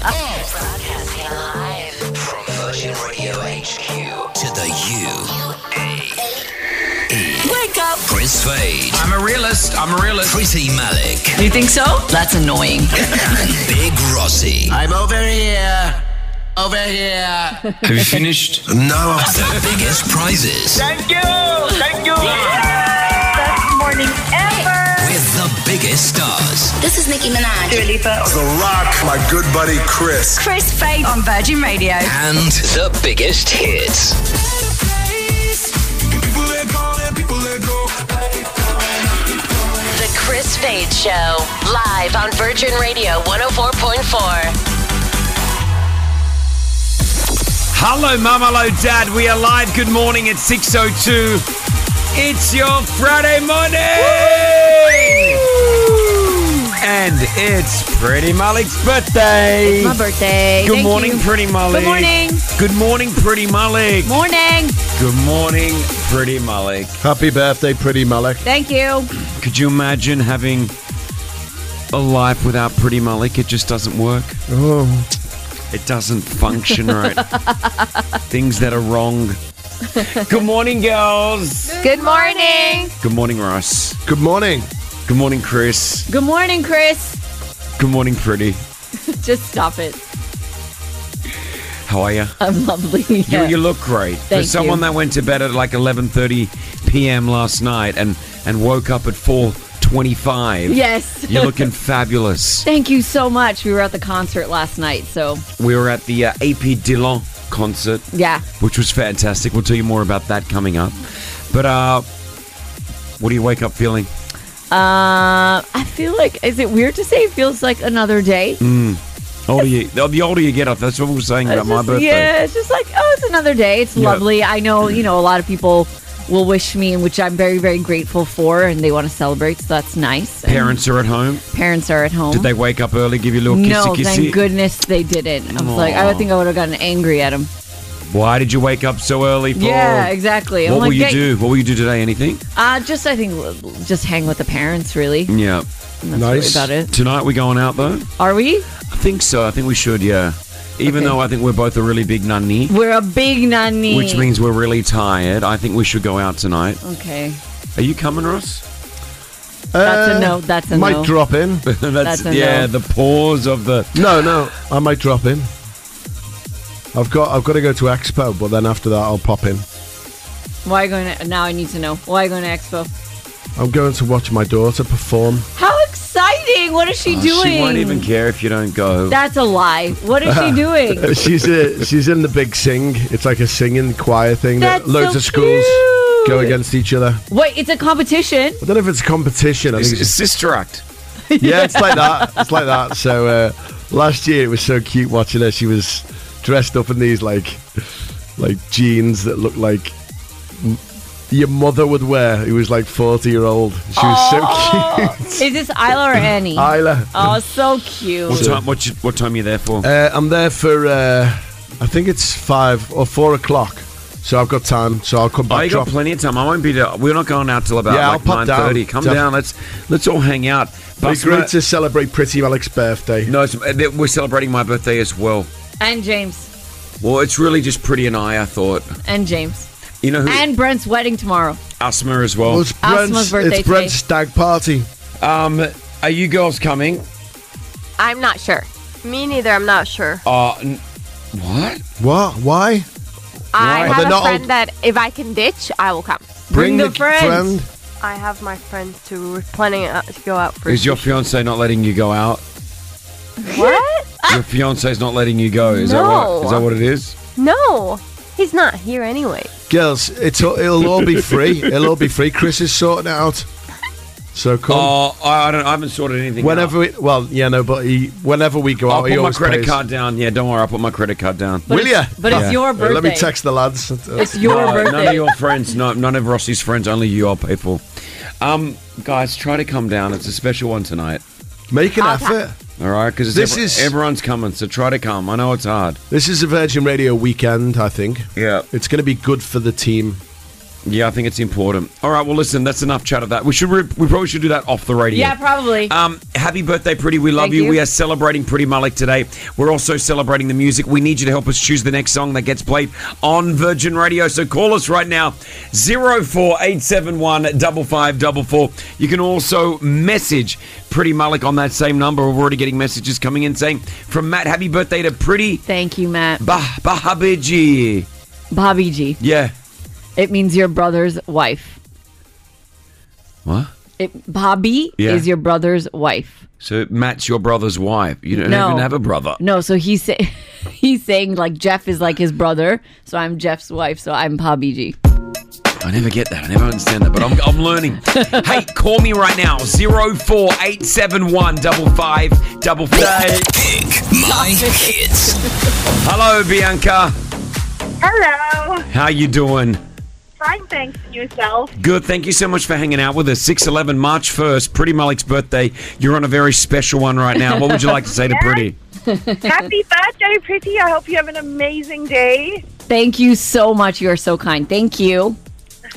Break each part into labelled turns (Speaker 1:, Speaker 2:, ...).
Speaker 1: Broadcasting live from Virgin Radio HQ to the UAE. Wake up! Chris Fade,
Speaker 2: I'm a realist. I'm a realist.
Speaker 1: Pretty Malik,
Speaker 3: You think so?
Speaker 4: That's annoying.
Speaker 1: and Big Rossi.
Speaker 2: I'm over here. Over here.
Speaker 5: Have you finished?
Speaker 1: No. The biggest prizes
Speaker 6: Thank you. Thank you. Best morning ever.
Speaker 1: with the biggest stars.
Speaker 7: This is Nicki Minaj.
Speaker 6: Dua Lipa.
Speaker 8: The Rock, my good buddy Chris.
Speaker 3: Chris Fade on Virgin Radio.
Speaker 1: And the biggest hits.
Speaker 7: The Chris Fade Show. Live on Virgin Radio 104.4.
Speaker 5: Hello, mum. Hello, dad. We are live. Good morning. It's 6.02. It's your Friday morning. And it's Pretty Malik's birthday.
Speaker 3: My birthday.
Speaker 5: Good
Speaker 3: Thank
Speaker 5: morning,
Speaker 3: you.
Speaker 5: Pretty Malik.
Speaker 3: Good morning.
Speaker 5: Good morning, Pretty Malik.
Speaker 3: Morning.
Speaker 5: Good morning, Pretty Malik.
Speaker 9: Happy birthday, Pretty Malek.
Speaker 3: Thank you.
Speaker 5: Could you imagine having a life without Pretty Malik? It just doesn't work.
Speaker 9: Oh,
Speaker 5: It doesn't function right. Things that are wrong. Good morning, girls.
Speaker 3: Good morning.
Speaker 5: Good morning, Ross.
Speaker 9: good morning.
Speaker 5: Good morning, Chris.
Speaker 3: Good morning, Chris.
Speaker 5: Good morning, Pretty.
Speaker 3: Just stop it.
Speaker 5: How are you?
Speaker 3: I'm lovely.
Speaker 5: You,
Speaker 3: Yeah.
Speaker 5: you look great.
Speaker 3: Thank
Speaker 5: For someone
Speaker 3: you.
Speaker 5: that went to bed at like 11:30 p.m. last night and and woke up at 4:25,
Speaker 3: yes.
Speaker 5: you're looking fabulous.
Speaker 3: Thank you so much. We were at the concert last night, so
Speaker 5: We were at the uh, AP Dillon concert,
Speaker 3: yeah.
Speaker 5: which was fantastic. We'll tell you more about that coming up. But uh, what do you wake up feeling?
Speaker 3: Uh, I feel like is it weird to say it feels like another day?
Speaker 5: Older you, Mm. the older you get, that's what we were saying
Speaker 3: It's
Speaker 5: about my
Speaker 3: just-
Speaker 5: birthday.
Speaker 3: Yeah, it's just like, oh, it's another day. It's
Speaker 5: Yeah.
Speaker 3: lovely. I know, you know, a lot of people will wish me, which I'm very, very grateful for, and they want to celebrate, so that's nice. And
Speaker 5: Parents are at home.
Speaker 3: parents are at home.
Speaker 5: Did they wake up early, give you a little kissy
Speaker 3: no,
Speaker 5: kissy?
Speaker 3: thank goodness they didn't. I was like, I
Speaker 5: Aw.
Speaker 3: would think I would have gotten angry at them.
Speaker 5: Why did you wake up so early, Paul?
Speaker 3: Yeah, exactly.
Speaker 5: What
Speaker 3: I'm like,
Speaker 5: will you
Speaker 3: "Get-
Speaker 5: do? What will you do today? Anything?
Speaker 3: Uh, just I think just hang with the parents, really.
Speaker 5: Yeah.
Speaker 3: And that's
Speaker 9: Nice.
Speaker 3: really about it.
Speaker 5: Tonight we going out though?
Speaker 3: Are we?
Speaker 5: I think so. I think we should, yeah. Even
Speaker 3: Okay.
Speaker 5: though I think we're both a really big nunny,
Speaker 3: We're a big nanny.
Speaker 5: which means we're really tired. I think we should go out tonight.
Speaker 3: okay,
Speaker 5: Are you coming, Ross?
Speaker 3: that's
Speaker 9: Uh,
Speaker 3: a no. That's a
Speaker 9: might
Speaker 3: no.
Speaker 9: drop in.
Speaker 5: That's,
Speaker 3: That's a
Speaker 5: yeah,
Speaker 3: no.
Speaker 5: the pause of the
Speaker 9: No, no, I might drop in. I've got, I've got to go to Expo, but then after that, I'll pop in.
Speaker 3: Why going to, now? I need to know. Why going to expo?
Speaker 9: I'm going to watch my daughter perform.
Speaker 3: How exciting! What is she doing?
Speaker 5: Uh, She won't even care if you don't go.
Speaker 3: That's a lie. What is she doing?
Speaker 9: She's, a, she's in the big sing. It's like a singing choir thing
Speaker 3: That's
Speaker 9: that loads
Speaker 3: so
Speaker 9: of schools
Speaker 3: cute.
Speaker 9: go against each other.
Speaker 3: Wait, it's a competition.
Speaker 9: I don't know if it's a competition. I
Speaker 5: It's-
Speaker 9: think
Speaker 5: it's
Speaker 9: it's,
Speaker 5: sister act.
Speaker 9: yeah, it's like that. It's like that. So uh, last year it was so cute watching her. She was dressed up in these like like jeans that looked like m- your mother would wear. It was like forty year old. She was so cute.
Speaker 3: Is this Isla or Annie?
Speaker 9: Isla.
Speaker 3: oh, so cute.
Speaker 5: What time? What, you, what time are you there for?
Speaker 9: Uh, I'm there for uh, I think it's five or four o'clock. So I've got time. So I'll come
Speaker 5: Oh,
Speaker 9: back.
Speaker 5: you got
Speaker 9: Drop.
Speaker 5: plenty of time. I won't be. there- We're not going out till about
Speaker 9: Yeah, I'll
Speaker 5: like nine
Speaker 9: pop down.
Speaker 5: thirty. Come
Speaker 9: Def-
Speaker 5: down. Let's let's all hang out.
Speaker 9: It'd
Speaker 5: Bus
Speaker 9: be great
Speaker 5: ma-
Speaker 9: to celebrate Pretty Malik's birthday.
Speaker 5: no, it's, uh, we're celebrating my birthday as well.
Speaker 3: And James.
Speaker 5: Well, it's really just pretty and I. I thought
Speaker 3: And James.
Speaker 5: you know who
Speaker 3: And Brent's wedding tomorrow.
Speaker 5: asthma as well.
Speaker 9: Well, it's
Speaker 3: Asma's
Speaker 9: Brent's,
Speaker 3: birthday
Speaker 9: it's Brent's stag party.
Speaker 5: Um, are you girls coming?
Speaker 10: I'm not sure. Me neither. I'm not sure.
Speaker 5: Uh, n- what?
Speaker 9: What? Why?
Speaker 10: I
Speaker 9: Why?
Speaker 10: have
Speaker 9: They're
Speaker 10: a
Speaker 9: not all-
Speaker 10: friend that if I can ditch, I will come.
Speaker 3: Bring the friends.
Speaker 9: friend.
Speaker 10: I have my friends too. We're planning out to go out for.
Speaker 5: Is your fiance not letting you go out?
Speaker 10: what?
Speaker 5: Your fiance's not letting you go. Is that what? Is
Speaker 10: No.
Speaker 5: that what it is?
Speaker 10: No, he's not here anyway.
Speaker 9: Girls, it's all- it'll all be free. It'll all be free. Chris is sorting it out. So come
Speaker 5: Oh, I, I don't. I haven't sorted anything.
Speaker 9: whenever we well, yeah, no, but he, whenever we go
Speaker 5: out. I'll
Speaker 9: out, he
Speaker 5: put my
Speaker 9: always
Speaker 5: credit
Speaker 9: pays.
Speaker 5: card down. Yeah, don't worry. I'll put my credit card down.
Speaker 3: But
Speaker 9: Will
Speaker 3: it's-
Speaker 9: ya?
Speaker 3: But it's
Speaker 5: Yeah. Uh,
Speaker 3: your birthday.
Speaker 9: Let me text the lads.
Speaker 3: It's your
Speaker 5: No,
Speaker 3: birthday.
Speaker 5: None of your friends, no, none of Rossi's friends, only you I'll pay for. Um, guys, try to come down. It's a special one tonight.
Speaker 9: Make an effort.
Speaker 5: All right, because
Speaker 9: This
Speaker 5: this
Speaker 9: is-
Speaker 5: is everyone's coming, so try to come. I know it's hard.
Speaker 9: This is a Virgin Radio weekend. I think
Speaker 5: Yeah,
Speaker 9: it's going to be good for the team.
Speaker 5: Yeah, I think it's important. All right, well, listen, that's enough chat of that. We should re- we probably should do that off the radio.
Speaker 3: Yeah, probably.
Speaker 5: Um, happy birthday, Pretty. We love
Speaker 3: Thank
Speaker 5: you.
Speaker 3: you.
Speaker 5: We are celebrating Pretty Malik today. We're also celebrating the music. We need you to help us choose the next song that gets played on Virgin Radio. So call us right now, 04871 5544. You can also message Pretty Malik on that same number. We're already getting messages coming in saying, from Matt, happy birthday to Pretty
Speaker 3: Thank you, Matt.
Speaker 5: bah- Bahabiji.
Speaker 3: Bobby G.
Speaker 5: Yeah.
Speaker 3: It means your brother's wife.
Speaker 5: What?
Speaker 3: It, Bobby
Speaker 5: Yeah.
Speaker 3: is your brother's wife.
Speaker 5: So Matt's your brother's wife. You don't
Speaker 3: No.
Speaker 5: even have a brother.
Speaker 3: No, so he's say, he's saying like Jeff is like his brother, so I'm Jeff's wife, so I'm Bobby G.
Speaker 5: I never get that. I never understand that, but I'm, I'm learning. hey, call me right now. 04871
Speaker 1: Pick my hits.
Speaker 5: Hello, Bianca.
Speaker 6: Hello.
Speaker 5: How you doing?
Speaker 6: Fine, thanks. and Yourself.
Speaker 5: Good. Thank you so much for hanging out with us. 611 March 1st, Pretty Malik's birthday. You're on a very special one right now. What would you like to say to Pretty?
Speaker 6: Happy birthday, pretty. I hope you have an amazing day.
Speaker 3: Thank you so much. You are so kind. Thank you.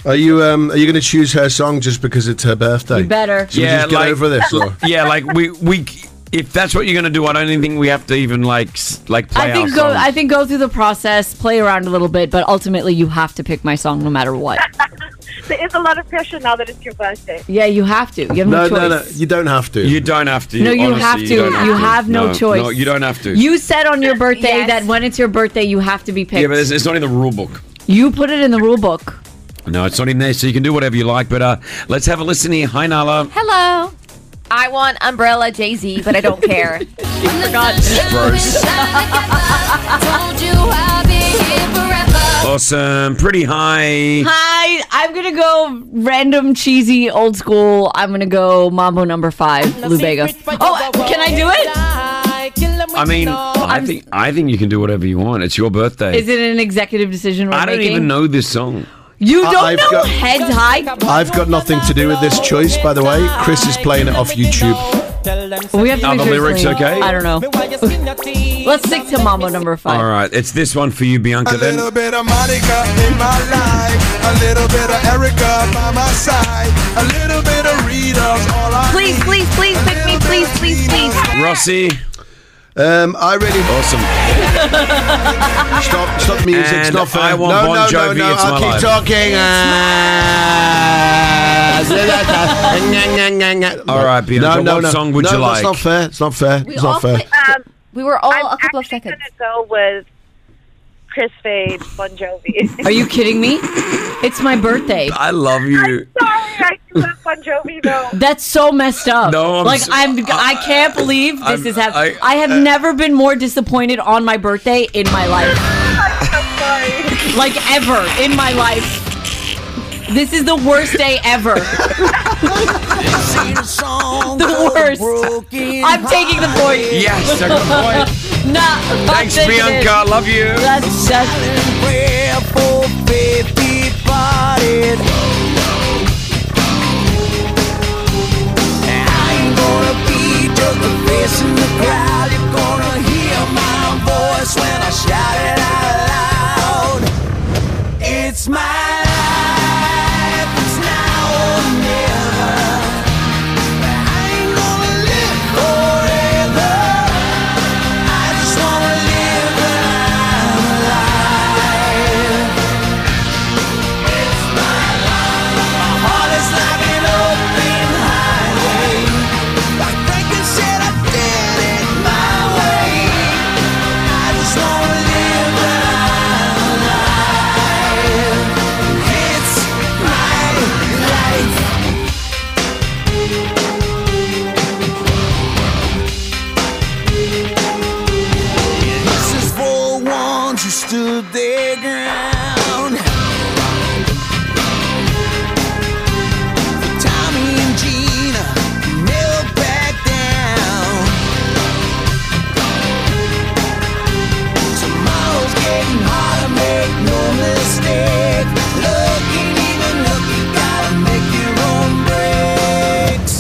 Speaker 9: Are you um, are you going to choose her song just because it's her birthday?
Speaker 3: You better.
Speaker 9: Should
Speaker 5: Yeah,
Speaker 9: we just get
Speaker 5: like-
Speaker 9: over this? Or?
Speaker 5: Yeah, like we we if that's what you're going to do, I don't even think we have to even like s- like play
Speaker 3: I think
Speaker 5: our
Speaker 3: go.
Speaker 5: songs.
Speaker 3: I think go through the process, play around a little bit, but ultimately you have to pick my song no matter what.
Speaker 6: There is a lot of pressure now that it's your birthday.
Speaker 3: yeah, you have to. You have no,
Speaker 9: no,
Speaker 3: choice.
Speaker 9: no, no. You don't have to.
Speaker 5: You don't have to.
Speaker 3: No, you
Speaker 5: honestly,
Speaker 3: have to. You,
Speaker 5: don't
Speaker 3: have no, choice.
Speaker 5: No, you don't have to.
Speaker 3: You said on your birthday
Speaker 10: Yes.
Speaker 3: that when it's your birthday, you have to be picked.
Speaker 5: yeah, but it's, it's not in the rule book.
Speaker 3: you put it in the rule book.
Speaker 5: No, it's not in there, so you can do whatever you like. But uh, let's have a listen here. Hi, Nala.
Speaker 10: Hello. I want Umbrella Jay Z, but I don't care.
Speaker 5: Awesome. Pretty high.
Speaker 3: Hi, I'm gonna go random, cheesy, old school. I'm gonna go Mambo number five, Lubega. Oh, can I do it?
Speaker 5: I mean, I
Speaker 3: I'm-
Speaker 5: think I think you can do whatever you want. It's your birthday.
Speaker 3: Is it an executive decision we're
Speaker 5: I don't
Speaker 3: making?
Speaker 5: even know this song.
Speaker 3: You
Speaker 9: I-
Speaker 3: don't
Speaker 9: I've
Speaker 3: know
Speaker 9: got-
Speaker 3: Oh, heads high.
Speaker 9: I've got nothing to do with this choice, by the way. Chris is playing it off YouTube.
Speaker 3: We have to
Speaker 5: Are
Speaker 3: make
Speaker 5: the
Speaker 3: sure
Speaker 5: lyrics
Speaker 3: it's clean.
Speaker 5: okay?
Speaker 3: I don't know. Let's stick to Mambo number five.
Speaker 5: All right, it's this one for you, Bianca. Then
Speaker 8: bit of Monica in my life, a little bit of Erica by my side, a little bit of Rita's all I
Speaker 7: Please, please, please pick me, please, please, please.
Speaker 5: Rossi.
Speaker 9: Um, I really
Speaker 5: Awesome.
Speaker 9: stop stop music.
Speaker 5: And
Speaker 9: it's not fair.
Speaker 5: I want
Speaker 9: no,
Speaker 5: Bon
Speaker 9: no, no,
Speaker 5: Jovi,
Speaker 9: no.
Speaker 5: It's
Speaker 9: I'll
Speaker 5: My
Speaker 9: keep
Speaker 5: Life.
Speaker 9: talking. uh, Ah.
Speaker 5: All right, Bianca.
Speaker 9: No, no,
Speaker 5: what
Speaker 9: no.
Speaker 5: song would
Speaker 9: no,
Speaker 5: you
Speaker 9: that's
Speaker 5: like?
Speaker 9: not fair. It's not fair.
Speaker 10: We
Speaker 9: It's
Speaker 10: all
Speaker 9: not fair.
Speaker 10: pick-
Speaker 6: Um,
Speaker 10: we were all
Speaker 6: I'm
Speaker 10: a couple of
Speaker 6: actually
Speaker 10: seconds.
Speaker 6: gonna go with Chris Fade, Bon Jovi.
Speaker 3: Are you kidding me? It's my birthday.
Speaker 5: I love you.
Speaker 6: Sorry, I do love Bon Jovi though.
Speaker 3: That's so messed up.
Speaker 5: No, I'm
Speaker 3: like
Speaker 5: so-
Speaker 3: I'm. I can't believe this
Speaker 5: I'm-
Speaker 3: is happening.
Speaker 5: I- uh,
Speaker 3: I, have never been more disappointed on my birthday in my life,
Speaker 6: I'm sorry.
Speaker 3: like ever in my life. This is the worst day ever. the worst. I'm taking the point.
Speaker 5: Yes, a good point.
Speaker 3: Nah, I'm
Speaker 5: Thanks,
Speaker 3: taking it.
Speaker 5: Bianca. I love you.
Speaker 3: That's that's
Speaker 1: It's my life, it's now or never. I ain't gonna live forever. I just wanna live when I'm alive. It's my life. My heart is like an open highway. Like Franklin said, I did it my way. I just wanna live when I'm alive. It's my life. This is for ones who stood their ground. For Tommy and Gina, who never back down. Tomorrow's getting harder, make no mistake. Luck ain't even luck, you gotta make your own breaks.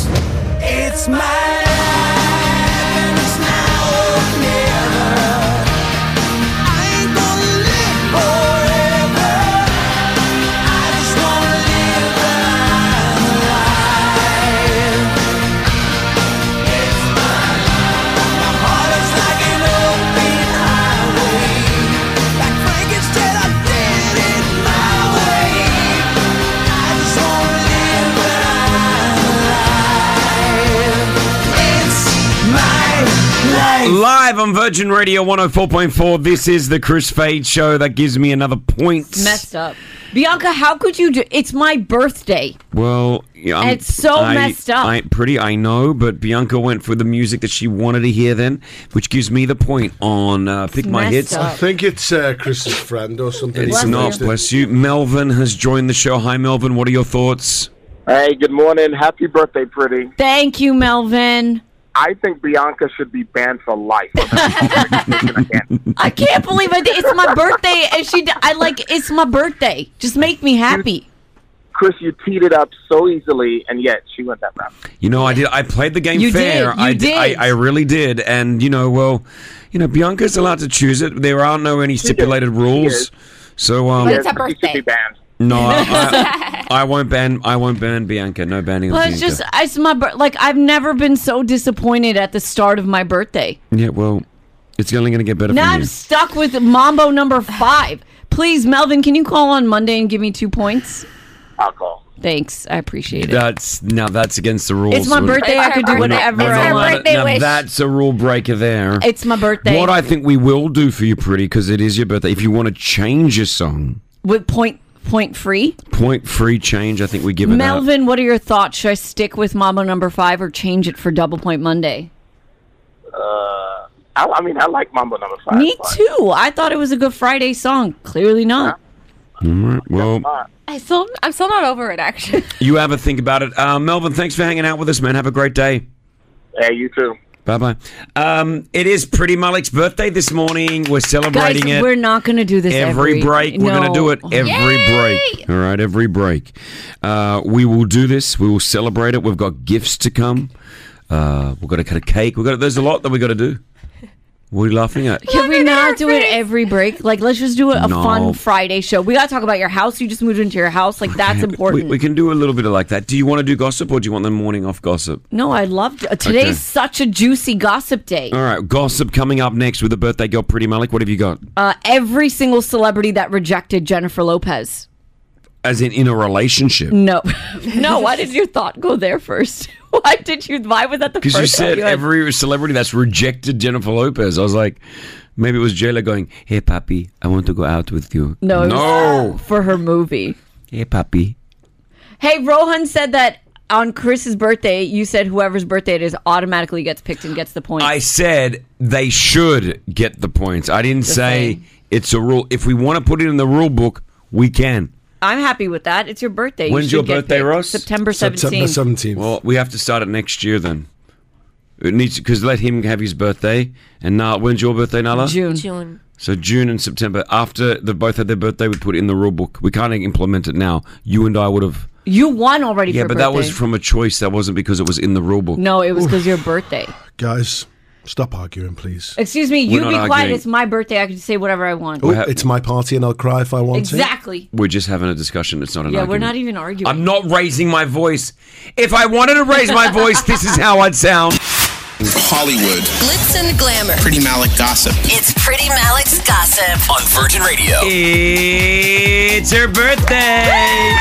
Speaker 1: It's my life, and it's now or never. I ain't gonna live forever. life.
Speaker 5: Live on Virgin Radio 104.4, this is the Chris Fade Show. That gives me another point.
Speaker 3: Messed up. Bianca, how could you do It's my birthday.
Speaker 5: Well, yeah, I'm-
Speaker 3: It's so
Speaker 5: I-
Speaker 3: messed up.
Speaker 5: I, pretty, I know, but Bianca went for the music that she wanted to hear then, which gives me the point on uh, Pick My
Speaker 3: messed
Speaker 5: Hits.
Speaker 3: up.
Speaker 9: I think it's uh, Chris's friend or something.
Speaker 5: It's
Speaker 9: He
Speaker 5: not,
Speaker 9: posted.
Speaker 5: bless you. Melvin has joined the show. Hi, Melvin. What are your thoughts?
Speaker 4: Hey, good morning. Happy birthday, pretty.
Speaker 3: Thank you, Melvin.
Speaker 4: I think Bianca should be banned for life.
Speaker 3: I can't believe I did. It's my birthday, and she. d- I like. It's my birthday. Just make me happy.
Speaker 4: Chris, you teed it up so easily, and yet she went that route.
Speaker 5: You know, I did. I played the game
Speaker 3: You did,
Speaker 5: fair.
Speaker 3: you
Speaker 5: I,
Speaker 3: did.
Speaker 5: I I really did. And you know, well, you know, Bianca's allowed to choose it. There are no any stipulated rules.
Speaker 4: is.
Speaker 5: So um,
Speaker 7: But it's her
Speaker 4: Yes, She should
Speaker 7: birthday.
Speaker 4: be banned.
Speaker 5: no, I, I, I won't ban. I won't ban Bianca. No banning. of
Speaker 3: But
Speaker 5: Bianca.
Speaker 3: it's just. It's my. bir- Like I've never been so disappointed at the start of my birthday.
Speaker 5: yeah. Well, it's only going to get better.
Speaker 3: Now
Speaker 5: from
Speaker 3: I'm
Speaker 5: you.
Speaker 3: stuck with Mambo number five. Please, Melvin, can you call on Monday and give me two points?
Speaker 4: I'll call.
Speaker 3: Thanks, I appreciate it.
Speaker 5: That's now that's against the rules.
Speaker 3: It's my
Speaker 5: We're-
Speaker 3: birthday. I could do
Speaker 5: we're not-
Speaker 3: whatever
Speaker 5: we're not
Speaker 3: I
Speaker 7: her
Speaker 5: allowed to-
Speaker 3: want.
Speaker 7: birthday
Speaker 5: now
Speaker 7: wish.
Speaker 5: That's a rule breaker there.
Speaker 3: It's my birthday.
Speaker 5: What I think we will do for you, pretty, because it is your birthday. If you want to change your song,
Speaker 3: with point point free.
Speaker 5: point free change. I think we give it that.
Speaker 3: Melvin, what are your thoughts? Should I stick with Mambo number five or change it for Double Point Monday?
Speaker 4: Uh, I, I mean, I like Mambo Number Five.
Speaker 3: Me
Speaker 4: but-
Speaker 3: too. I thought it was a Good Friday song. Clearly not.
Speaker 5: Well,
Speaker 7: I still, I'm still not over it. Actually,
Speaker 5: you have a think about it. Uh, Melvin, thanks for hanging out with us, man. Have a great day.
Speaker 4: Hey, you too.
Speaker 5: Bye bye. Um, it is Pretty Malik's birthday this morning. We're
Speaker 3: Guys,
Speaker 5: celebrating it.
Speaker 3: we're not going to do this
Speaker 5: every,
Speaker 3: every,
Speaker 5: break. We're going to do it
Speaker 3: No.
Speaker 5: every
Speaker 7: Yay!
Speaker 5: break. All right, every break. Uh, we will do this. We will celebrate it. We've got gifts to come. Uh, we've got to cut a cake. We've got to, there's a lot that we got to do. What are you laughing at?
Speaker 3: Can we
Speaker 7: at
Speaker 3: not
Speaker 7: our
Speaker 3: do it
Speaker 7: face.
Speaker 3: every break? Like, let's just do a, a
Speaker 5: No.
Speaker 3: fun Friday show. We got to talk about your house. You just moved into your house. Like, that's
Speaker 5: We,
Speaker 3: important.
Speaker 5: we can do a little bit of like that. Do you want to do gossip or do you want the morning off gossip?
Speaker 3: no, I loved it. Today's
Speaker 5: Okay.
Speaker 3: such a juicy gossip day.
Speaker 5: All right, gossip coming up next with the birthday girl, Pretty Malik. What have you got?
Speaker 3: Uh, every single celebrity that rejected Jennifer Lopez.
Speaker 5: As in, in a relationship.
Speaker 3: No. no, why did your thought go there first? Why did you, why was that the first
Speaker 5: Because you
Speaker 3: thought
Speaker 5: said
Speaker 3: had?
Speaker 5: every celebrity that's rejected Jennifer Lopez. I was like, maybe it was Jayla going, "Hey, papi, I want to go out with you."
Speaker 3: No, it was-
Speaker 5: no.
Speaker 3: for her movie.
Speaker 5: Hey, papi.
Speaker 3: Hey, Rohan said that on Chris's birthday, you said whoever's birthday it is automatically gets picked and gets the point.
Speaker 5: I said they should get the points. I didn't say
Speaker 3: same.
Speaker 5: it's a rule. If we want to put it in the rule book, we can.
Speaker 3: I'm happy with that. It's your birthday. You
Speaker 5: When's
Speaker 3: should
Speaker 5: your
Speaker 3: get
Speaker 5: birthday,
Speaker 3: picked.
Speaker 5: Ross?
Speaker 3: September 17th.
Speaker 9: September 17th.
Speaker 5: Well, we have to start it next year then. It needs because let him have his birthday. And now, when's your birthday, Nala?
Speaker 3: June.
Speaker 10: June.
Speaker 5: So June and September. After they both had their birthday, we put it in the rule book. We can't implement it now. You and I would have.
Speaker 3: You won already
Speaker 5: Yeah,
Speaker 3: for
Speaker 5: but
Speaker 3: birthday.
Speaker 5: that was from a choice. That wasn't because it was in the rule book.
Speaker 3: No, it was because your birthday.
Speaker 9: Guys, stop arguing, please.
Speaker 3: Excuse me, you
Speaker 5: We're
Speaker 3: be
Speaker 5: not
Speaker 3: quiet.
Speaker 5: arguing.
Speaker 3: It's my birthday. I can say whatever I want.
Speaker 9: Oh,
Speaker 5: ha-
Speaker 9: it's my party and I'll cry if I want
Speaker 3: Exactly.
Speaker 5: We're just having a discussion. It's not an
Speaker 3: Yeah,
Speaker 5: argument.
Speaker 3: we're not even arguing.
Speaker 5: I'm not raising my voice. If I wanted to raise my voice, this is how I'd sound.
Speaker 11: Hollywood.
Speaker 1: Glitz and glamour.
Speaker 11: Pretty Malik gossip.
Speaker 1: It's Pretty Malik's Gossip.
Speaker 11: On Virgin Radio.
Speaker 5: It's her birthday.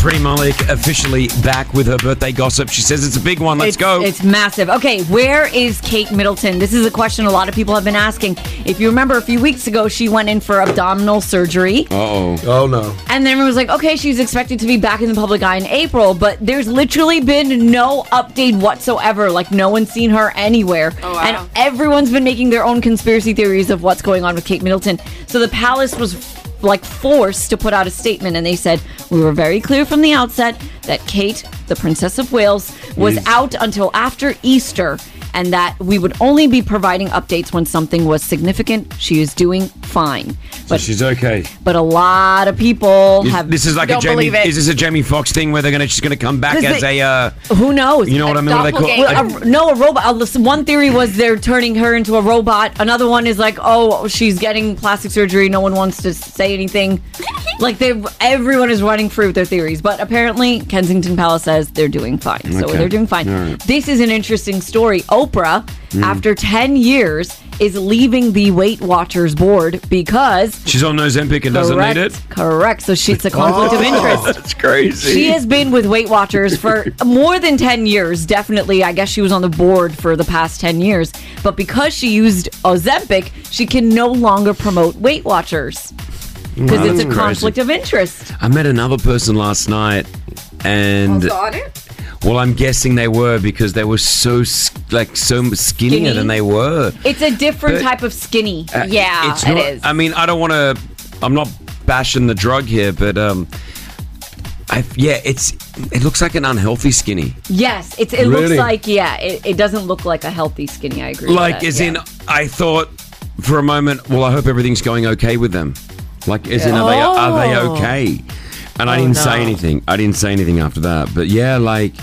Speaker 5: Pretty Malik officially back with her birthday gossip. She says it's a big one. Let's
Speaker 3: it's,
Speaker 5: go.
Speaker 3: It's massive. Okay, where is Kate Middleton? This is a question a lot of people have been asking. If you remember, a few weeks ago, she went in for abdominal surgery.
Speaker 5: Uh-oh.
Speaker 9: to. Oh, no.
Speaker 3: And then everyone was like, okay, she's expected to be back in the public eye in April, but there's literally been no update whatsoever. Like, no one's seen her anywhere. And everyone's been making their own conspiracy theories of what's going on with Kate Middleton. So the palace was like forced to put out a statement and they said we were very clear from the outset that Kate the princess of Wales was out until after Easter and that we would only be providing updates when something was significant she is doing fine but
Speaker 5: She's okay.
Speaker 3: but a lot of people have.
Speaker 5: this is like a
Speaker 7: Don't
Speaker 5: Jamie.
Speaker 7: believe it.
Speaker 5: Is this a Jamie Fox thing where they're gonna she's gonna come back
Speaker 3: This
Speaker 5: as
Speaker 3: is-
Speaker 5: a uh,
Speaker 3: who knows?
Speaker 5: you know what I mean? What they call
Speaker 7: Doppelganger.
Speaker 5: a-
Speaker 3: A- no, a robot. Uh, listen, One theory was they're turning her into a robot. Another one is like, oh, she's getting plastic surgery. No one wants to say anything. Like they, everyone is running through their theories, but apparently Kensington Palace says they're doing fine. So
Speaker 12: Okay.
Speaker 3: they're doing fine.
Speaker 12: All right.
Speaker 3: This is an interesting story. Oprah,
Speaker 5: Mm.
Speaker 3: after ten years, is leaving the Weight Watchers board because
Speaker 5: She's on Ozempic and doesn't need it.
Speaker 3: correct. So she's a conflict
Speaker 9: Oh.
Speaker 3: of interest.
Speaker 5: That's crazy.
Speaker 3: She has been with Weight Watchers for more than 10 years, definitely. I guess she was on the board for the past 10 years. But because she used Ozempic, she can no longer promote Weight Watchers because
Speaker 5: Wow,
Speaker 3: it's
Speaker 5: that's
Speaker 3: a
Speaker 5: crazy.
Speaker 3: conflict of interest.
Speaker 5: I met another person last night, and
Speaker 3: Oh,
Speaker 5: well, I'm guessing they were because they were so s- like so skinnier
Speaker 3: Skinny.
Speaker 5: than they were.
Speaker 3: It's a different
Speaker 5: But-
Speaker 3: type of skinny.
Speaker 5: Uh,
Speaker 3: yeah,
Speaker 5: it's not-
Speaker 3: it is.
Speaker 5: I mean, I don't want to. I'm not bashing the drug here, but um, I yeah, it's it looks like an unhealthy skinny.
Speaker 3: Yes, it's, it looks
Speaker 5: Really?
Speaker 3: like, yeah, it, it doesn't look like a healthy skinny. I agree. with
Speaker 5: Like,
Speaker 3: that,
Speaker 5: as
Speaker 3: yeah.
Speaker 5: in, I thought for a moment, well, I hope everything's going okay with them. Like, as in,
Speaker 3: Yeah.
Speaker 5: are they are they
Speaker 3: Oh.
Speaker 5: okay? And I
Speaker 3: Oh,
Speaker 5: didn't say
Speaker 3: no.
Speaker 5: anything. I didn't say anything after that. But yeah, like,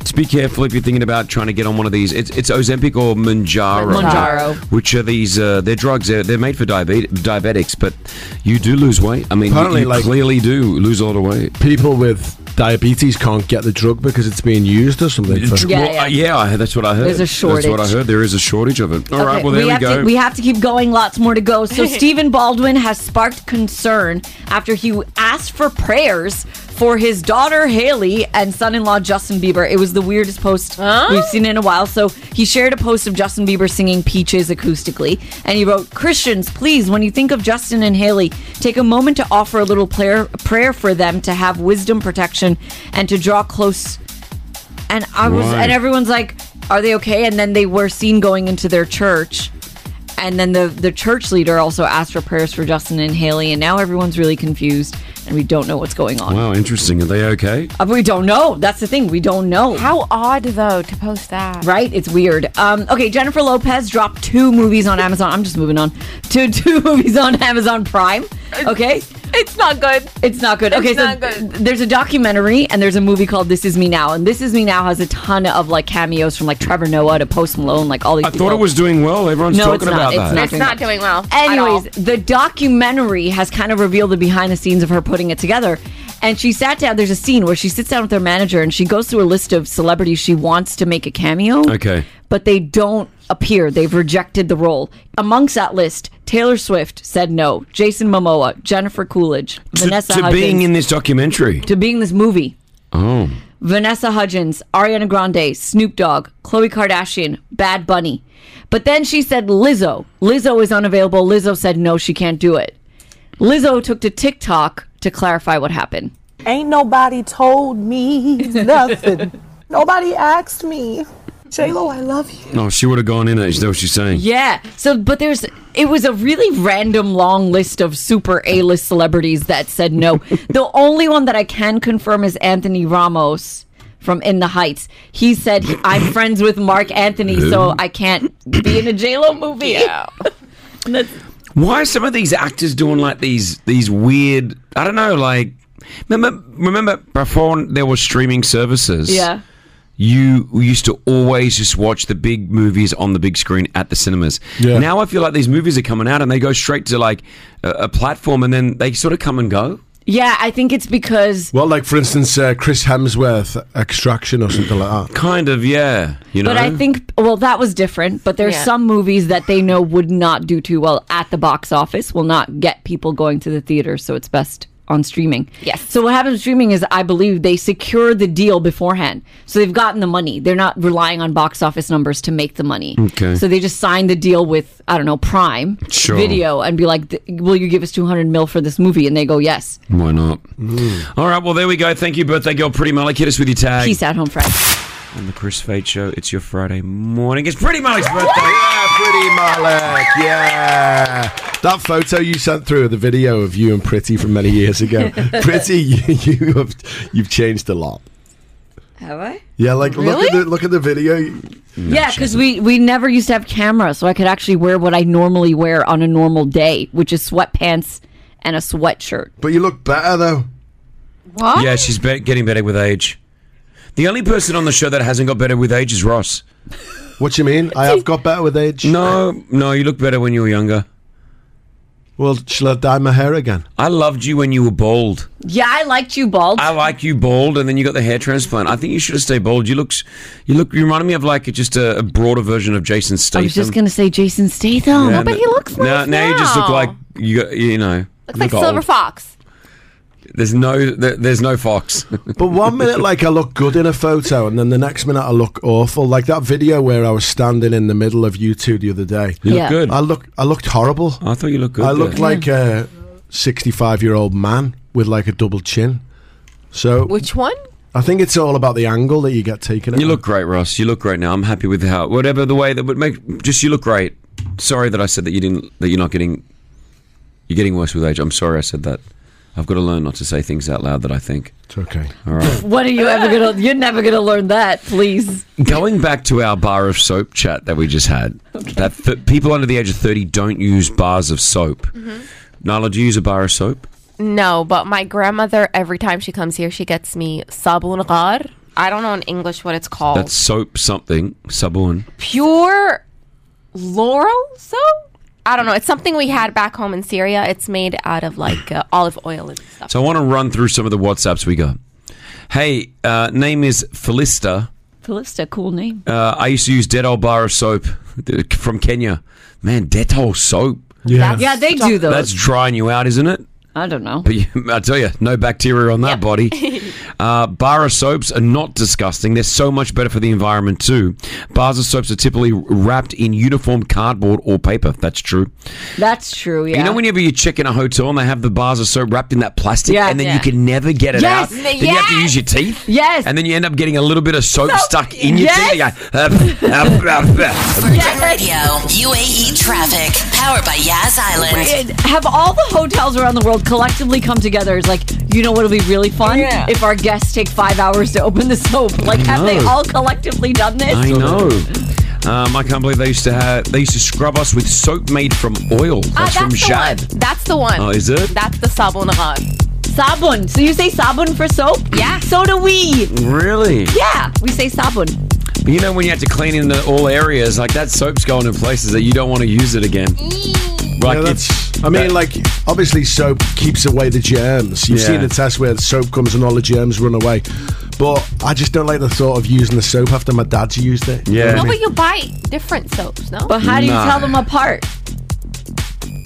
Speaker 5: just be careful if you're thinking about trying to get on one of these. It's, it's Ozempic or Manjaro,
Speaker 3: Mounjaro.
Speaker 5: which are these? Uh, they're drugs. They're, they're made for diabet- diabetics, but you do lose weight. I mean, you-
Speaker 9: Apparently,
Speaker 5: you
Speaker 9: like-
Speaker 5: clearly do lose a lot of weight.
Speaker 9: People with diabetes can't get the drug because it's being used or something. for-
Speaker 3: Yeah,
Speaker 5: Well, uh, yeah, I- that's what I heard.
Speaker 3: There's a
Speaker 5: That's what I
Speaker 3: shortage.
Speaker 5: heard. There is a shortage of it. All right,
Speaker 3: Okay,
Speaker 5: well, there we,
Speaker 3: have
Speaker 5: go.
Speaker 3: To, we have to keep going. Lots more to go. So Stephen Baldwin has sparked concern after he asked for prayers for his daughter Haley and son-in-law Justin Bieber. It was the weirdest post we've seen in a while. So he shared a post of Justin Bieber singing "Peaches" acoustically, and he wrote, "Christians, please, when you think of Justin and Haley, take a moment to offer a little prayer prayer for them to have wisdom, protection, and to draw close." And I was,
Speaker 12: Right.
Speaker 3: and everyone's like, "Are they okay?" And then they were seen going into their church, and then the the church leader also asked for prayers for Justin and Haley, and now everyone's really confused, and we don't know what's going on.
Speaker 5: Wow, interesting. Are they okay?
Speaker 3: Uh, We don't know. That's the thing. We don't know. How odd though to post that, right? It's weird. Um, okay, Jennifer Lopez dropped two movies on Amazon. I'm just moving on to two movies on Amazon Prime. Okay, it's not good. It's not good.
Speaker 12: It's
Speaker 3: Okay, so
Speaker 12: not good.
Speaker 3: there's a documentary and there's a movie called This Is Me Now, and This Is Me Now has a ton of like cameos from like Trevor Noah to Post Malone, like all these.
Speaker 5: I thought it
Speaker 3: people.
Speaker 5: was doing well. Everyone's
Speaker 3: No,
Speaker 5: talking
Speaker 3: it's not.
Speaker 5: about that.
Speaker 3: It's not
Speaker 7: doing well.
Speaker 3: Anyways, the documentary has kind of revealed the behind the scenes of her putting it together. And she sat down, there's a scene where she sits down with her manager and she goes through a list of celebrities she wants to make a cameo.
Speaker 5: Okay.
Speaker 3: But they don't appear. They've rejected the role. Amongst that list, Taylor Swift said no. Jason Momoa, Jennifer Coolidge, Vanessa
Speaker 5: to
Speaker 3: Hudgens.
Speaker 5: being in this documentary.
Speaker 3: to being in this movie.
Speaker 5: Oh.
Speaker 3: Vanessa Hudgens, Ariana Grande, Snoop Dogg, Khloe Kardashian, Bad Bunny. But then she said Lizzo. Lizzo is unavailable. Lizzo said no, she can't do it. Lizzo took to TikTok to clarify what happened.
Speaker 13: Ain't nobody told me nothing. nobody asked me. J Lo, I love you.
Speaker 5: No, she would have gone in it. Is that what she's saying?
Speaker 3: Yeah. So, but there's, it was a really random long list of super A list celebrities that said no. the only one that I can confirm is Anthony Ramos from In the Heights. He said, I'm friends with Mark Anthony, so
Speaker 5: Who?
Speaker 3: I can't be in a JLo movie. Yeah.
Speaker 5: Why are some of these actors doing like these these weird? I don't know. Like, remember remember before there were streaming services.
Speaker 3: Yeah.
Speaker 5: You we used to always just watch the big movies on the big screen at the cinemas. Yeah. Now I feel like these movies are coming out and they go straight to like a, a platform and then they sort of come and go.
Speaker 3: Yeah, I think it's because.
Speaker 9: Well, like for instance, uh, Chris Hemsworth Extraction or something like that.
Speaker 5: Kind of, yeah. You know.
Speaker 3: But I think, well, that was different. But there's
Speaker 9: Yeah.
Speaker 3: some movies that they know would not do too well at the box office, will not get people going to the theater. So it's best on streaming. Yes. So what happens with streaming is, I believe they secure the deal beforehand. So they've gotten the money. They're not relying on box office numbers to make the money.
Speaker 5: Okay.
Speaker 3: So they just sign the deal with, I don't know, Prime
Speaker 5: Sure.
Speaker 3: Video and be like, "Th- will you give us 200 mil for this movie? And they go, yes.
Speaker 5: Why not? All right, well, there we go. Thank you, birthday girl, Pretty Malik. Hit us with your tag.
Speaker 3: Peace out, home friends.
Speaker 5: On the Chris Fade Show, it's your Friday morning. It's Pretty Malik's birthday.
Speaker 9: Yeah, Pretty Malik. Yeah. That photo you sent through, the video of you and Pretty from many years ago. Pretty, you, you have you've changed a lot.
Speaker 3: Have I?
Speaker 9: Yeah, like look at
Speaker 3: Really?
Speaker 9: the look at the video.
Speaker 3: Yeah, because we, we never used to have cameras, so I could actually wear what I normally wear on a normal day, which is sweatpants and a sweatshirt.
Speaker 9: But you look better though.
Speaker 3: What?
Speaker 5: Yeah, she's be- getting better with age. The only person on the show that hasn't got better with age is Ross.
Speaker 9: What you mean? I have got better with age.
Speaker 5: No, no, you look better when you were younger.
Speaker 9: Well, shall I dye my hair again?
Speaker 5: I loved you when you were bald.
Speaker 3: Yeah, I liked you bald.
Speaker 5: I like you bald, and then you got the hair transplant. I think you should have stayed bald. You look, s- you look, you reminded me of like just a, a broader version of Jason Statham.
Speaker 3: I was just Oh, gonna say Jason Statham.
Speaker 5: Yeah, n- now, now you just look like you. got- You know,
Speaker 10: Looks like
Speaker 5: look
Speaker 10: Silver
Speaker 5: old.
Speaker 10: Fox.
Speaker 5: There's no, there, there's no fox.
Speaker 9: But one minute, like I look good in a photo, and then the next minute I look awful. Like that video where I was standing in the middle of you two the other day.
Speaker 5: You look Yeah. good.
Speaker 9: I look, I looked horrible.
Speaker 5: I thought you looked good
Speaker 9: I
Speaker 5: there.
Speaker 9: looked like a sixty-five-year-old man with like a double chin. So
Speaker 10: Which one?
Speaker 9: I think it's all about the angle that you get taken. At.
Speaker 5: You look great, Ross. You look great now. I'm happy with how whatever the way that would make just you look great. Sorry that I said that you didn't that you're not getting you're getting worse with age. I'm sorry I said that. I've got to learn not to say things out loud that I think.
Speaker 9: It's okay.
Speaker 5: All right.
Speaker 3: What are you ever gonna? You're never gonna learn that. Please.
Speaker 5: Going back to our bar of soap chat that we just had, that th- people under the age of 30 don't use bars of soap. Nyla, do you use a bar of soap?
Speaker 10: No, but my grandmother, every time she comes here, she gets me sabun ghar. I don't know in English what it's called.
Speaker 5: That's soap something, sabun.
Speaker 10: pure laurel soap? I don't know. It's something we had back home in Syria. It's made out of like uh, olive oil and stuff.
Speaker 5: So I want to run through some of the WhatsApps we got. Hey, uh, name is Felista.
Speaker 3: Callista, cool name.
Speaker 5: Uh, I used to use Dettol bar of soap from Kenya. Man, Dettol soap.
Speaker 3: Yeah. That's- Yeah, they do those. Oh.
Speaker 5: That's drying you out, isn't it?
Speaker 3: I don't know.
Speaker 5: But you- I tell you, no bacteria on that body. Uh, bar of soaps are not disgusting. They're so much better for the environment too. Bars of soaps are typically wrapped in uniform cardboard or paper. That's true.
Speaker 3: That's true. Yeah.
Speaker 5: You know whenever you check in a hotel and they have the bars of soap wrapped in that plastic,
Speaker 3: Yeah.
Speaker 5: and then
Speaker 3: Yeah.
Speaker 5: you can never get it
Speaker 3: Yes.
Speaker 5: out. Then you have to use your teeth.
Speaker 3: Yes.
Speaker 5: And then you end up getting a little bit of soap
Speaker 3: So-
Speaker 5: stuck in your
Speaker 3: Yes.
Speaker 5: teeth. You go, "Up, up, up, up."
Speaker 12: Radio, UAE traffic, powered by Yaz Island.
Speaker 3: It- have all the hotels around the world collectively come together? It's like, you know what will be really fun?
Speaker 12: Yeah.
Speaker 3: If our guests take five hours to open the soap. Like, have they
Speaker 5: know.
Speaker 3: all collectively done this?
Speaker 5: I know. Um, I can't believe they used to have. They used to scrub us with soap made from oil.
Speaker 10: Ah,
Speaker 5: That's from
Speaker 10: the
Speaker 5: Jad.
Speaker 10: one. That's the one.
Speaker 5: Oh, is it?
Speaker 10: That's the sabun ghar.
Speaker 3: Sabun. So you say sabun for soap? Yeah. So do we.
Speaker 5: Really?
Speaker 3: Yeah, we say sabun.
Speaker 5: But you know when you have to clean in the, all areas, like that soap's going in places that you don't want to use it again.
Speaker 3: Mm.
Speaker 5: Like it's.
Speaker 9: I mean, like obviously, soap keeps away the germs. You've
Speaker 5: Yeah.
Speaker 9: seen the test where the soap comes and all the germs run away. But I just don't like the thought of using the soap after my dad's used it. You know what I
Speaker 10: No,
Speaker 9: mean?
Speaker 10: but you buy different soaps, no?
Speaker 3: But how do you
Speaker 9: Nah.
Speaker 3: tell them apart?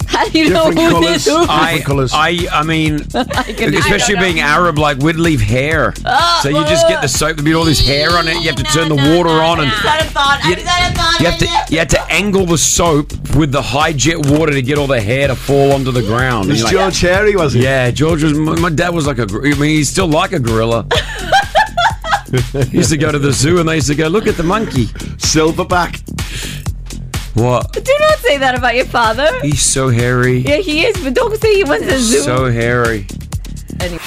Speaker 3: How do you
Speaker 5: Different
Speaker 3: know who
Speaker 5: colours.
Speaker 3: is who?
Speaker 5: I, I, I mean,
Speaker 3: can-
Speaker 5: especially
Speaker 3: I don't
Speaker 5: being
Speaker 3: know.
Speaker 5: Arab, like we'd leave hair.
Speaker 3: Ah,
Speaker 5: so you just get the soap, there'd be all this hair on it. You have to turn the water on, and You, you have to you have to angle the soap with the high jet water to get all the hair to fall onto the ground.
Speaker 9: It was
Speaker 5: And you're
Speaker 9: George Harry, was it?
Speaker 5: Yeah, George was. My, my dad was like a. gor- I mean, he's still like a gorilla. he used to go to the zoo and they used to go look at the monkey,
Speaker 9: silverback.
Speaker 5: What?
Speaker 3: Do not say that about your father.
Speaker 5: He's so hairy.
Speaker 3: Yeah, he is, but don't say he was a zoo.
Speaker 5: So Oh hairy.
Speaker 3: Anyway.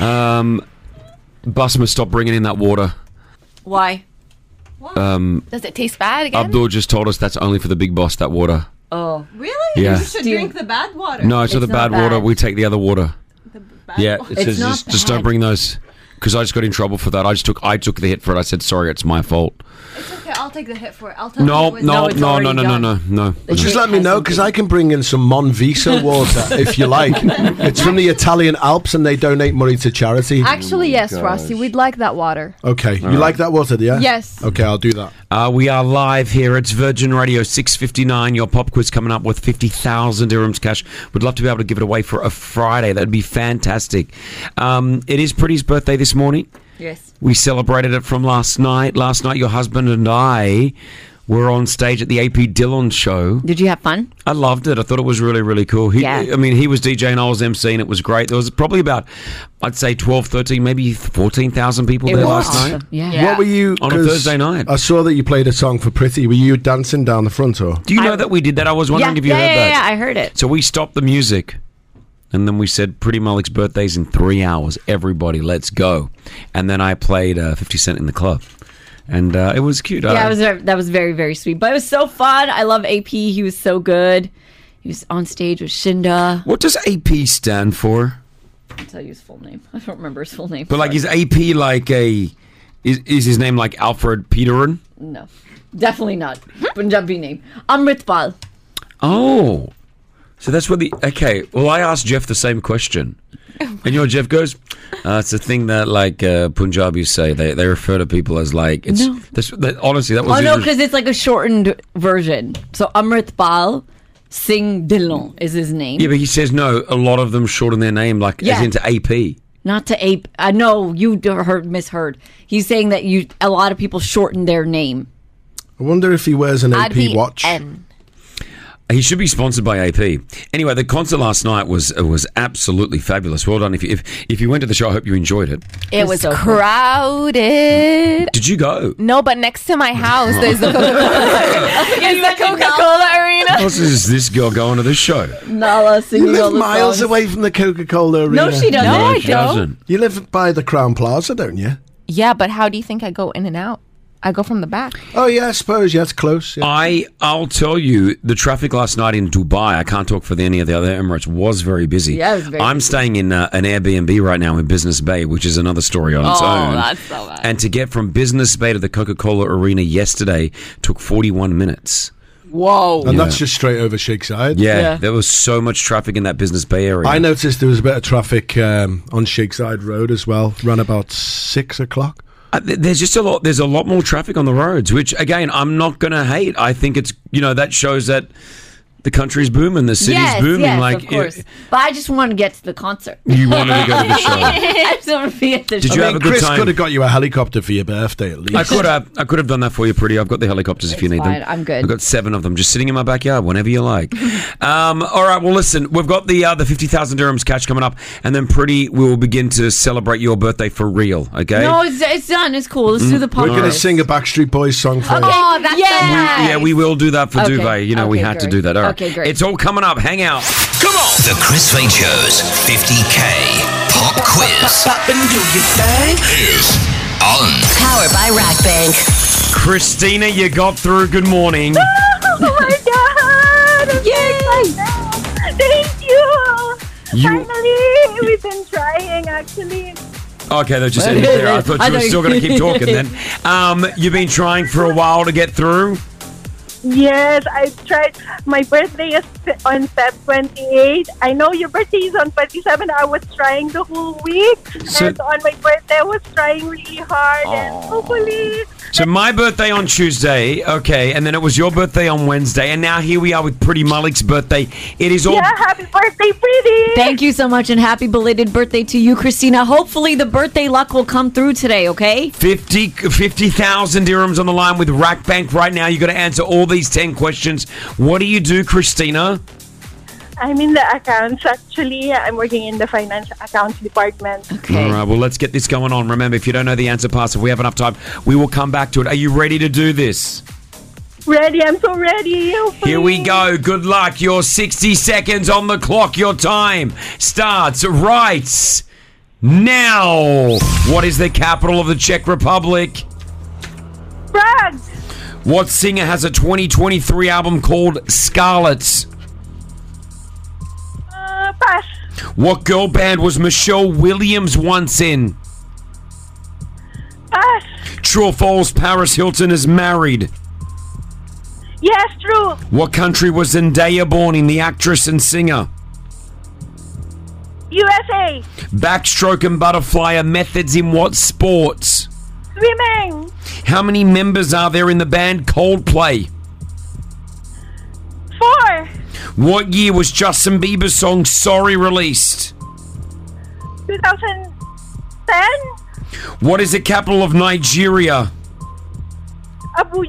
Speaker 5: Um, bus must stop bringing in that water.
Speaker 3: Why?
Speaker 5: Um,
Speaker 10: Does it taste bad again?
Speaker 5: Abdul just told us that's only for the big boss. That water.
Speaker 3: Oh.
Speaker 10: Really?
Speaker 5: Yeah.
Speaker 10: You should drink the bad water.
Speaker 5: No, it's, not the bad, water. We take the other water. yeah,
Speaker 10: water.
Speaker 5: it
Speaker 10: It's
Speaker 5: says
Speaker 10: not
Speaker 5: just, just don't
Speaker 10: bad.
Speaker 5: bring those. Because I just got in trouble for that. I just took I took the hit for it. I said sorry, it's my fault.
Speaker 7: It's okay. I'll take the hit for it. I'll tell
Speaker 5: No,
Speaker 7: you. it was-
Speaker 5: no,
Speaker 7: it's
Speaker 5: no,
Speaker 7: already
Speaker 5: no, no, no,
Speaker 7: done.
Speaker 5: no, no.
Speaker 9: Just let me know because I can bring in some Monviso water if you like. It's from the Italian Alps and they donate money to charity.
Speaker 7: Actually, yes, Rossi. We'd like that water.
Speaker 9: Okay, you
Speaker 5: right.
Speaker 9: like that water, yeah?
Speaker 7: Yes.
Speaker 9: Okay, I'll do that.
Speaker 5: Uh, we are live here. It's Virgin Radio 659. Your pop quiz coming up with 50,000 dirhams cash. We'd love to be able to give it away for a Friday. That'd be fantastic. Um, it is Pretty's birthday this morning.
Speaker 3: Yes.
Speaker 5: We celebrated it from last night. Last night, your husband and I were on stage at the AP Dillon show.
Speaker 3: Did you have fun?
Speaker 5: I loved it. I thought it was really, really cool. He,
Speaker 3: Yeah.
Speaker 5: I mean, he was DJing, I was MCing. It was great. There was probably about, I'd say, 12, 13, maybe 14,000 people
Speaker 9: It
Speaker 5: there
Speaker 9: was
Speaker 5: last
Speaker 9: awesome.
Speaker 5: night.
Speaker 9: What were you
Speaker 5: On a
Speaker 9: 'cause
Speaker 5: Thursday night.
Speaker 9: I saw that you played a song for Pretty. Were you dancing down the front or?
Speaker 5: Do you know that we did that? I was wondering
Speaker 3: yeah,
Speaker 5: if you
Speaker 3: yeah,
Speaker 5: heard
Speaker 3: yeah,
Speaker 5: that.
Speaker 3: yeah, I heard it.
Speaker 5: So we stopped the music and then we said, Pretty Malik's birthday's in three hours. Everybody, let's go. And then I played uh, 50 Cent in the club. And uh, it was cute.
Speaker 3: Yeah,
Speaker 5: I-
Speaker 3: it was that was very very sweet, but it was so fun. I love AP. He was so good. He was on stage with Shinda.
Speaker 5: what does AP stand for?
Speaker 3: I'll tell you his full name. I don't remember his full name.
Speaker 5: But like, is AP like a. Is, is his name like Alfred Peterin?
Speaker 3: no, definitely not Punjabi name. Amritpal.
Speaker 5: Oh. So that's where the okay. Well, I asked Jeff the same question, and you know, Jeff goes, uh, "It's a thing that like uh, Punjabis say. They they refer to people as like it's.
Speaker 3: No.
Speaker 5: This, that, honestly, that was
Speaker 3: Oh no,
Speaker 5: inter-
Speaker 3: because it's like a shortened version. So Amrit Pal Singh Dillon is his name.
Speaker 5: yeah, but he says no. A lot of them shorten their name like as
Speaker 3: Yeah.
Speaker 5: into AP.
Speaker 3: Not to ape. I know you d- heard misheard. He's saying that you a lot of people shorten their name.
Speaker 9: I wonder if he wears an AP watch.
Speaker 5: He should be sponsored by AP. Anyway, the concert last night was uh, was absolutely fabulous. Well done. If you, if if you went to the show, I hope you enjoyed it.
Speaker 10: It was crowded.
Speaker 5: Did you go?
Speaker 10: No, but next to my house, there's the Coca-Cola. it's the Coca-Cola arena.
Speaker 5: How else is this girl going to this show?
Speaker 3: Nala
Speaker 9: You
Speaker 3: singing all
Speaker 9: live
Speaker 3: the
Speaker 9: miles
Speaker 3: songs.
Speaker 9: away from the Coca Cola arena.
Speaker 10: No, she doesn't. No, I don't.
Speaker 9: You live by the Crown Plaza, don't you?
Speaker 10: Yeah, but how do you think I go in and out? I go from the back.
Speaker 9: Oh yeah, I suppose. Yeah, it's close. Yeah.
Speaker 5: I I'll tell you, the traffic last night in Dubai. I can't talk for the- any of the other Emirates. Was very busy.
Speaker 3: Yeah, it was very
Speaker 5: I'm staying in uh, an Airbnb right now in Business Bay, which is another story on its
Speaker 3: Oh,
Speaker 5: own.
Speaker 3: that's so bad.
Speaker 5: And to get from Business Bay to the Coca-Cola Arena yesterday took 41 minutes.
Speaker 10: Oh.
Speaker 3: Whoa.
Speaker 9: And
Speaker 5: Yeah.
Speaker 9: that's just straight over Shakeside.
Speaker 5: Yeah, there was so much traffic in that Business Bay area.
Speaker 9: I noticed there was a bit of traffic um, on Shakeside Road as well, around about six o'clock.
Speaker 5: Uh, th- There's just a lot. There's a lot more traffic on the roads, which again, I'm not going to hate. I think it's you know that shows that the country's booming, the city's
Speaker 3: yes,
Speaker 5: booming.
Speaker 3: yes,
Speaker 5: like
Speaker 3: of course.
Speaker 5: it-
Speaker 3: but I just want to get to the concert.
Speaker 5: You wanted to go to the show.
Speaker 3: I just want to be at the show.
Speaker 9: I mean, Chris could have got you a helicopter for your birthday at least.
Speaker 5: I could have. I could have done that for you, pretty. I've got the helicopters if you need
Speaker 3: fine,
Speaker 5: them.
Speaker 3: I'm good.
Speaker 5: I've got seven of them, just sitting in my backyard whenever you like. um, all right. Well, listen, we've got the uh, the fifty thousand dirhams catch coming up, and then pretty, we will begin to celebrate your birthday for real. Okay.
Speaker 3: No, it's, it's done. It's cool.
Speaker 5: Mm.
Speaker 3: Let's do the pop.
Speaker 9: We're going to
Speaker 5: Alright.
Speaker 9: sing a Backstreet Boys song for you.
Speaker 3: Oh, that's
Speaker 5: We- yeah, we will do that for
Speaker 3: Okay.
Speaker 5: duvet. You know, we
Speaker 3: Okay,
Speaker 5: had to
Speaker 3: great.
Speaker 5: do that. All right.
Speaker 3: Okay, great.
Speaker 5: It's all coming up. Hang out.
Speaker 11: Come on! The Chris Fade Show's 50K Pop Quiz is on.
Speaker 12: Powered by Rack Bank.
Speaker 5: Christina, you got through. Good morning.
Speaker 6: Oh my god! I'm so excited. Thank you!
Speaker 5: You-
Speaker 6: Finally! We've been trying actually.
Speaker 5: Okay, they just ended there. I thought
Speaker 6: I
Speaker 5: you were
Speaker 6: thought-
Speaker 5: still going to keep talking then. Um, you've been trying for a while to get through.
Speaker 6: Yes, I tried. My birthday is on Feb 28. I know your birthday is on 27. I was trying the whole week.
Speaker 5: So-
Speaker 6: and on my birthday, I was trying really hard. And hopefully,
Speaker 5: So my birthday on Tuesday, okay, and then it was your birthday on Wednesday, and now here we are with Pretty Malik's birthday. It is all
Speaker 6: happy birthday, pretty.
Speaker 3: Thank you so much, and happy belated birthday to you, Christina. Hopefully, the birthday luck will come through today. Okay.
Speaker 5: 50 50,000 dirhams on the line with Rack Bank right now. You've got to answer all these 10 questions. What do you do, Christina?
Speaker 6: I'm in the accounts actually. I'm working in the finance accounts department.
Speaker 5: All right, well, let's get this going on. Remember, if you don't know the answer, pass. If we have enough time, we will come back to it. Are you ready to do this?
Speaker 6: Ready? I'm so ready.
Speaker 5: Here we go. Good luck. Your 60 seconds on the clock. Your time starts right now. What is the capital of the Czech Republic?
Speaker 6: Prague.
Speaker 5: What singer has a 2023 album called Scarlet?
Speaker 6: Uh, pass.
Speaker 5: What girl band was Michelle Williams once in?
Speaker 6: Pass.
Speaker 5: True or false, Paris Hilton is married.
Speaker 6: Yes, true.
Speaker 5: What country was Zendaya born in, the actress and singer?
Speaker 6: USA.
Speaker 5: Backstroke and butterfly are methods in what sports?
Speaker 6: Swimming.
Speaker 5: How many members are there in the band Coldplay?
Speaker 6: Four.
Speaker 5: What year was Justin Bieber's song Sorry released?
Speaker 6: 2010.
Speaker 5: What is the capital of Nigeria?
Speaker 6: Abu.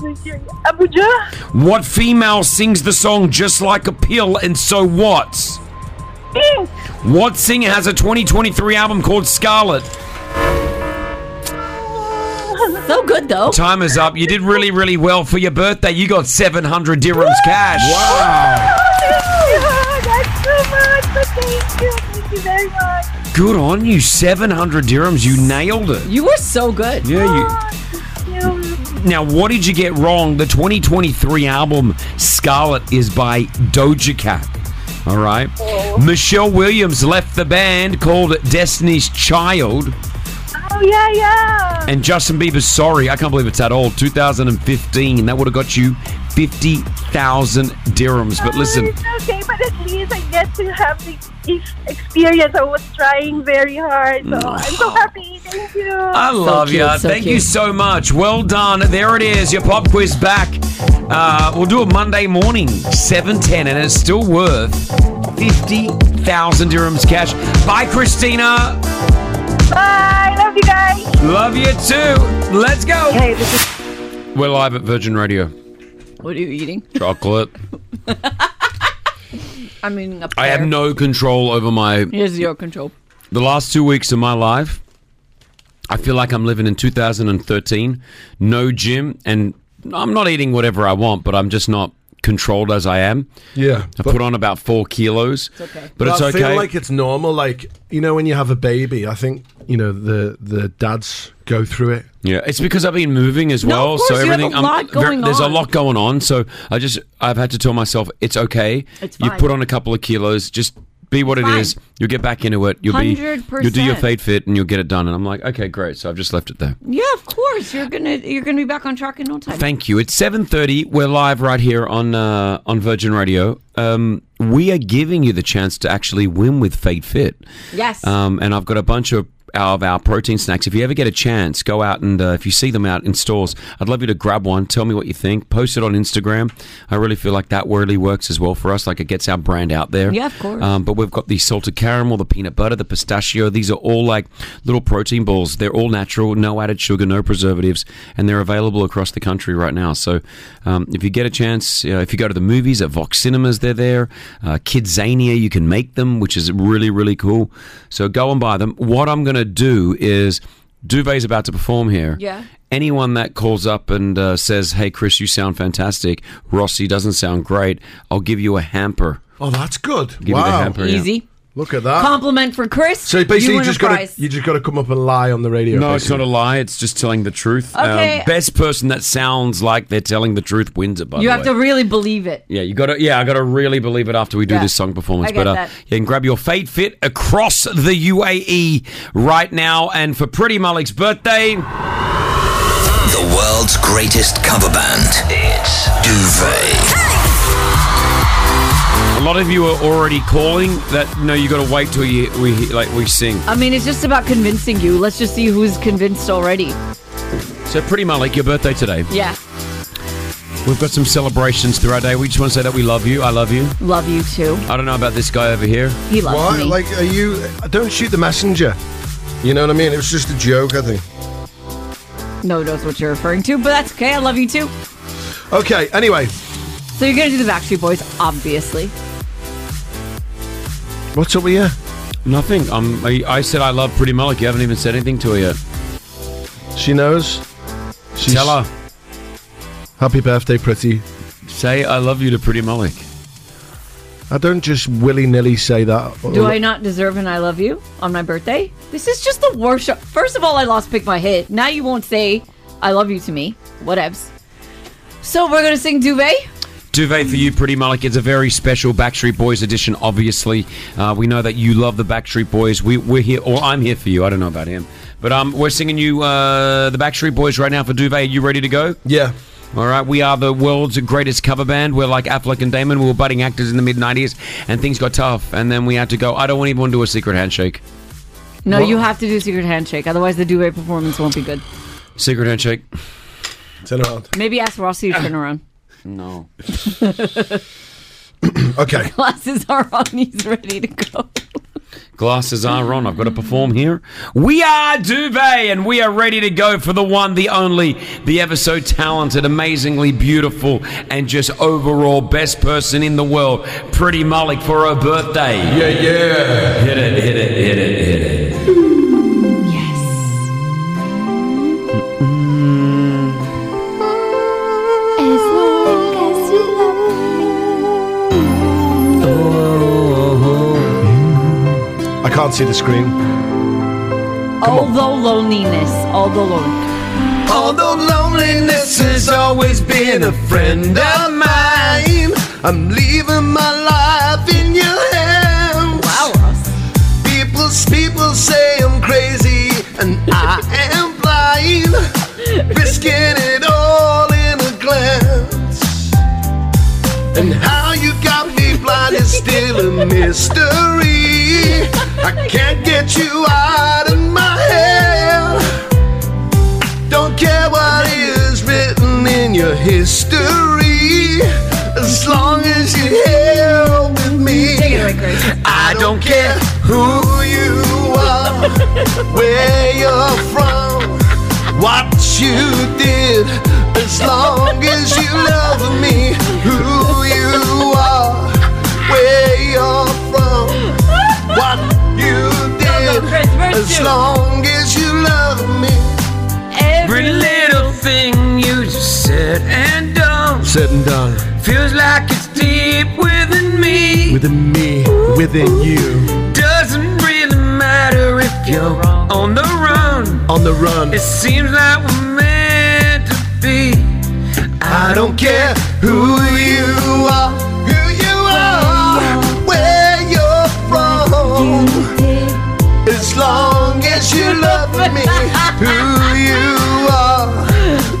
Speaker 6: Abuja.
Speaker 5: What female sings the song Just Like a Pill and So What?
Speaker 6: Pink.
Speaker 5: What singer has a 2023 album called Scarlet?
Speaker 3: So good though.
Speaker 5: Time is up. You did really, really well for your birthday. You got 700 dirhams cash.
Speaker 6: Wow. That's so much. But thank you. Thank you very much.
Speaker 5: Good on you. 700 dirhams. You nailed it.
Speaker 3: You were so good.
Speaker 5: Yeah,
Speaker 6: you.
Speaker 5: you. Now, what did you get wrong? The 2023 album Scarlet is by Doja Cat. All right. Michelle Williams left the band called Destiny's Child.
Speaker 6: Oh yeah, yeah.
Speaker 5: And Justin Bieber's Sorry, I can't believe it's at all. 2015. That would have got you 50,000 dirhams. But listen,
Speaker 6: It's okay, but at least I get to have the ex- experience. I was trying very hard, so I'm so happy. Thank you.
Speaker 5: I love you. Thank you so much. Well done. There it is. Your pop quiz back. Uh, we'll do it Monday morning, seven ten, and it's still worth fifty thousand dirhams cash. Bye, Christina.
Speaker 6: Bye. Love you guys.
Speaker 5: Love you too. Let's go.
Speaker 6: Hey, this is.
Speaker 5: We're live at Virgin Radio.
Speaker 3: What are you eating?
Speaker 5: Chocolate.
Speaker 3: I'm eating up.
Speaker 5: I have no control over my
Speaker 3: Here's your control.
Speaker 5: the last two weeks of my life, I feel like I'm living in 2013. No gym, and I'm not eating whatever I want, but I'm just not controlled as I am.
Speaker 9: Yeah,
Speaker 5: I put on about four kilos. It's okay. But it's
Speaker 9: I
Speaker 5: okay.
Speaker 9: feel like it's normal. Like you know, when you have a baby, I think you know the the dads go through it.
Speaker 5: yeah, it's because I've been moving as
Speaker 9: No,
Speaker 5: well,
Speaker 9: of
Speaker 5: so
Speaker 9: course, you have
Speaker 5: everything.
Speaker 9: a
Speaker 5: I'm
Speaker 9: lot
Speaker 5: ver-
Speaker 9: going
Speaker 5: There's a
Speaker 9: on.
Speaker 5: lot going on, so I just I've had to tell myself it's okay.
Speaker 3: It's
Speaker 5: you
Speaker 3: fine.
Speaker 5: put on a couple of kilos, just be what
Speaker 3: Fine.
Speaker 5: it is. You'll get back into it. You'll be you'll do your
Speaker 3: 100%.
Speaker 5: fade fit and you'll get it done. And I'm like, okay, great. So I've just left it there.
Speaker 3: Yeah, of course. You're gonna you're gonna be back on track in no time.
Speaker 5: Thank you. It's seven thirty. We're live right here on uh, on Virgin Radio. Um, we are giving you the chance to actually win with Fade Fit.
Speaker 3: Yes.
Speaker 5: Um, and I've got a bunch of of our protein snacks. If you ever get a chance, go out and uh, if you see them out in stores, I'd love you to grab one. Tell me what you think. Post it on Instagram. I really feel like that really works as well for us. Like it gets our brand out there.
Speaker 14: Yeah, of course.
Speaker 5: Um, but we've got the salted caramel, the peanut butter, the pistachio. These are all like little protein balls. They're all natural, no added sugar, no preservatives, and they're available across the country right now. So um, if you get a chance, you know, if you go to the movies at Vox Cinemas, they're there. Uh, Kidzania, you can make them, which is really, really cool. So go and buy them. What I'm going to do is Duvet's about to perform here.
Speaker 3: Yeah.
Speaker 5: Anyone that calls up and uh, says, "Hey, Chris, you sound fantastic. Rossi doesn't sound great. I'll give you a hamper."
Speaker 9: Oh, that's good.
Speaker 5: Give me the
Speaker 9: wow,
Speaker 5: hamper, yeah. Easy.
Speaker 9: Look at that.
Speaker 3: Compliment for Chris.
Speaker 9: so basically,
Speaker 3: you
Speaker 9: you,
Speaker 3: win
Speaker 9: just
Speaker 3: a
Speaker 9: got
Speaker 3: prize.
Speaker 9: to you just got to come up and lie on the radio.
Speaker 5: No, it's
Speaker 9: basically.
Speaker 5: not a lie. It's just telling the truth. Um,
Speaker 3: Okay.
Speaker 5: best person that sounds like they're telling the truth wins it. By
Speaker 3: you
Speaker 5: the
Speaker 3: have
Speaker 5: way.
Speaker 3: to really believe it.
Speaker 5: Yeah, you got to. Yeah, I got to really believe it after we do
Speaker 3: Yeah.
Speaker 5: this song performance.
Speaker 3: I get
Speaker 5: but uh,
Speaker 3: that.
Speaker 5: you can grab your fate fit across the UAE right now, and for Pretty Malik's birthday,
Speaker 11: The world's greatest cover band. It's Duvet.
Speaker 5: a lot of you are already calling that. No, you got to wait till you we like we sing.
Speaker 3: I mean, it's just about convincing you. Let's just see who's convinced already.
Speaker 5: So Pretty Malik, your birthday today.
Speaker 3: Yeah.
Speaker 5: We've got some celebrations through our day. We just want to say that we love you. I love you.
Speaker 3: Love you too.
Speaker 5: I don't know about this guy over here.
Speaker 3: He loves
Speaker 9: Why?
Speaker 3: me.
Speaker 9: Like, are you? Don't shoot the messenger. You know what I mean? It was just a joke, I think.
Speaker 3: No knows what you're referring to, but that's okay. I love you too.
Speaker 9: Okay. Anyway,
Speaker 3: So you're gonna do the Backstreet Boys, obviously.
Speaker 9: what's up with you?
Speaker 5: Nothing. Um, I, I said I love Pretty Malik. You haven't even said anything to her yet.
Speaker 9: She knows. She's,
Speaker 5: Tell her.
Speaker 9: Happy birthday, pretty.
Speaker 5: Say I love you to Pretty Malik.
Speaker 9: I don't just willy nilly say that.
Speaker 3: Do I not deserve an I love you on my birthday? This is just the worst. show- First of all, I lost pick my hit. Now you won't say I love you to me. Whatevs. So we're gonna sing Duvet.
Speaker 5: Duvet for you, Pretty Malik. It's a very special Backstreet Boys edition, obviously. Uh, we know that you love the Backstreet Boys. We, we're here, or I'm here for you. I don't know about him. But um, we're singing you uh, the Backstreet Boys right now for Duvet. Are you ready to go?
Speaker 9: Yeah.
Speaker 5: All right, we are the world's greatest cover band. We're like Affleck and Damon. We were budding actors in the mid 90s, and things got tough. And then we had to go, I don't want anyone to do a secret handshake.
Speaker 3: No,
Speaker 5: What?
Speaker 3: you have to do secret handshake. Otherwise, the Duvet performance won't be good.
Speaker 5: Secret handshake.
Speaker 9: Turn around.
Speaker 3: Maybe ask Rossi to turn around.
Speaker 5: No.
Speaker 9: okay.
Speaker 3: Glasses are on. He's ready to go.
Speaker 5: Glasses are on. I've got to perform here. We are Duvet, and we are ready to go for the one, the only, the ever so talented, amazingly beautiful, and just overall best person in the world, Pretty Malik, for her birthday. Yeah, yeah. Hit it, hit it, hit it, hit it.
Speaker 1: As long as you
Speaker 9: I can't see the screen.
Speaker 3: Although loneliness, although lonely.
Speaker 1: Although loneliness has always been a friend of mine, I'm leaving my life in your hands. Wow, People, people say I'm crazy and I am blind, risking it all in a glance.
Speaker 14: And how you got me blind is still a mystery. I can't get you out of my head. Don't care what is written in your history. As long as you're here with me, I don't care who you are, where you're from, what you did. As long as you love me, who you are, where you're from, what you did. As long as you love me.
Speaker 1: Every little thing you just said and done
Speaker 9: Said and done.
Speaker 1: feels like it's deep within me.
Speaker 9: Within me, within you.
Speaker 1: Doesn't really matter if you're on the run.
Speaker 9: On the run.
Speaker 1: It seems like we're meant to be.
Speaker 14: I don't care who you are, who you are, where you're from. As long as you love me, who you are,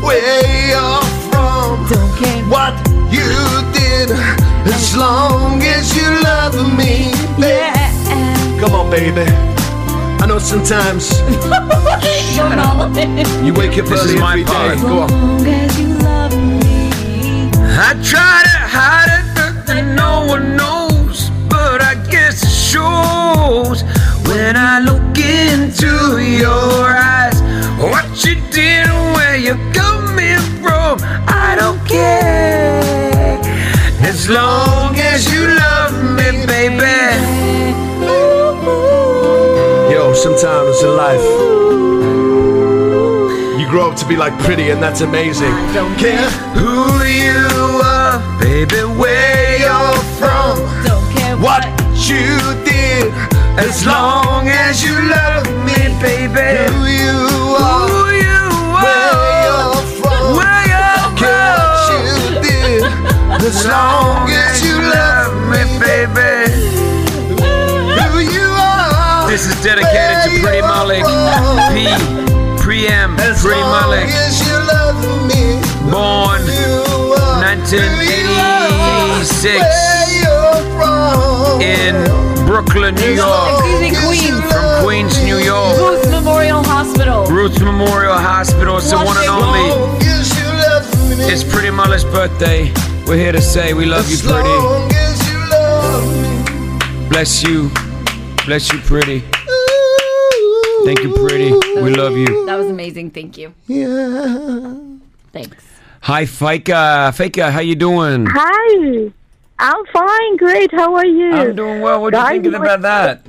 Speaker 14: where you're from, what you did. As long as you love me, babe. Come on, baby. I know sometimes you wake up
Speaker 1: This is
Speaker 14: early
Speaker 1: my
Speaker 14: every day.
Speaker 1: part.
Speaker 14: Go on.
Speaker 1: I try to hide it, but then no one knows. But I guess it shows when I look into your eyes. What you did and where you're coming from, I don't care. As long as you love me, baby.
Speaker 14: Yo, sometimes in life, you grow up to be like pretty, and that's amazing. Don't care who you are, baby, where you're from. Don't care what you did, as long as you love me, baby. Who you are, who you are, where you're from. Where you're don't care what you did, as long as you love me, baby. Who you are.
Speaker 1: This is dedicated to Pretty
Speaker 14: oh,
Speaker 1: Malik. P. Pream Pretty Malik.
Speaker 14: Yes, you love me.
Speaker 1: Born 1986 in Brooklyn, New York. From Queens, New York.
Speaker 3: Booth Memorial Hospital.
Speaker 1: Roots Memorial Hospital. It's the one and only. It's Pretty Malik's birthday. We're here to say we love you, Pretty. Bless you. Bless you, Pretty. Thank you, Pretty. We love you.
Speaker 3: That was amazing. Thank you. Yeah. Thanks.
Speaker 5: Hi, Fika. Fika, how you doing?
Speaker 6: Hi. I'm fine, great. How are you?
Speaker 5: I'm doing well. What are you
Speaker 6: Guys,
Speaker 5: thinking
Speaker 6: were-
Speaker 5: about that?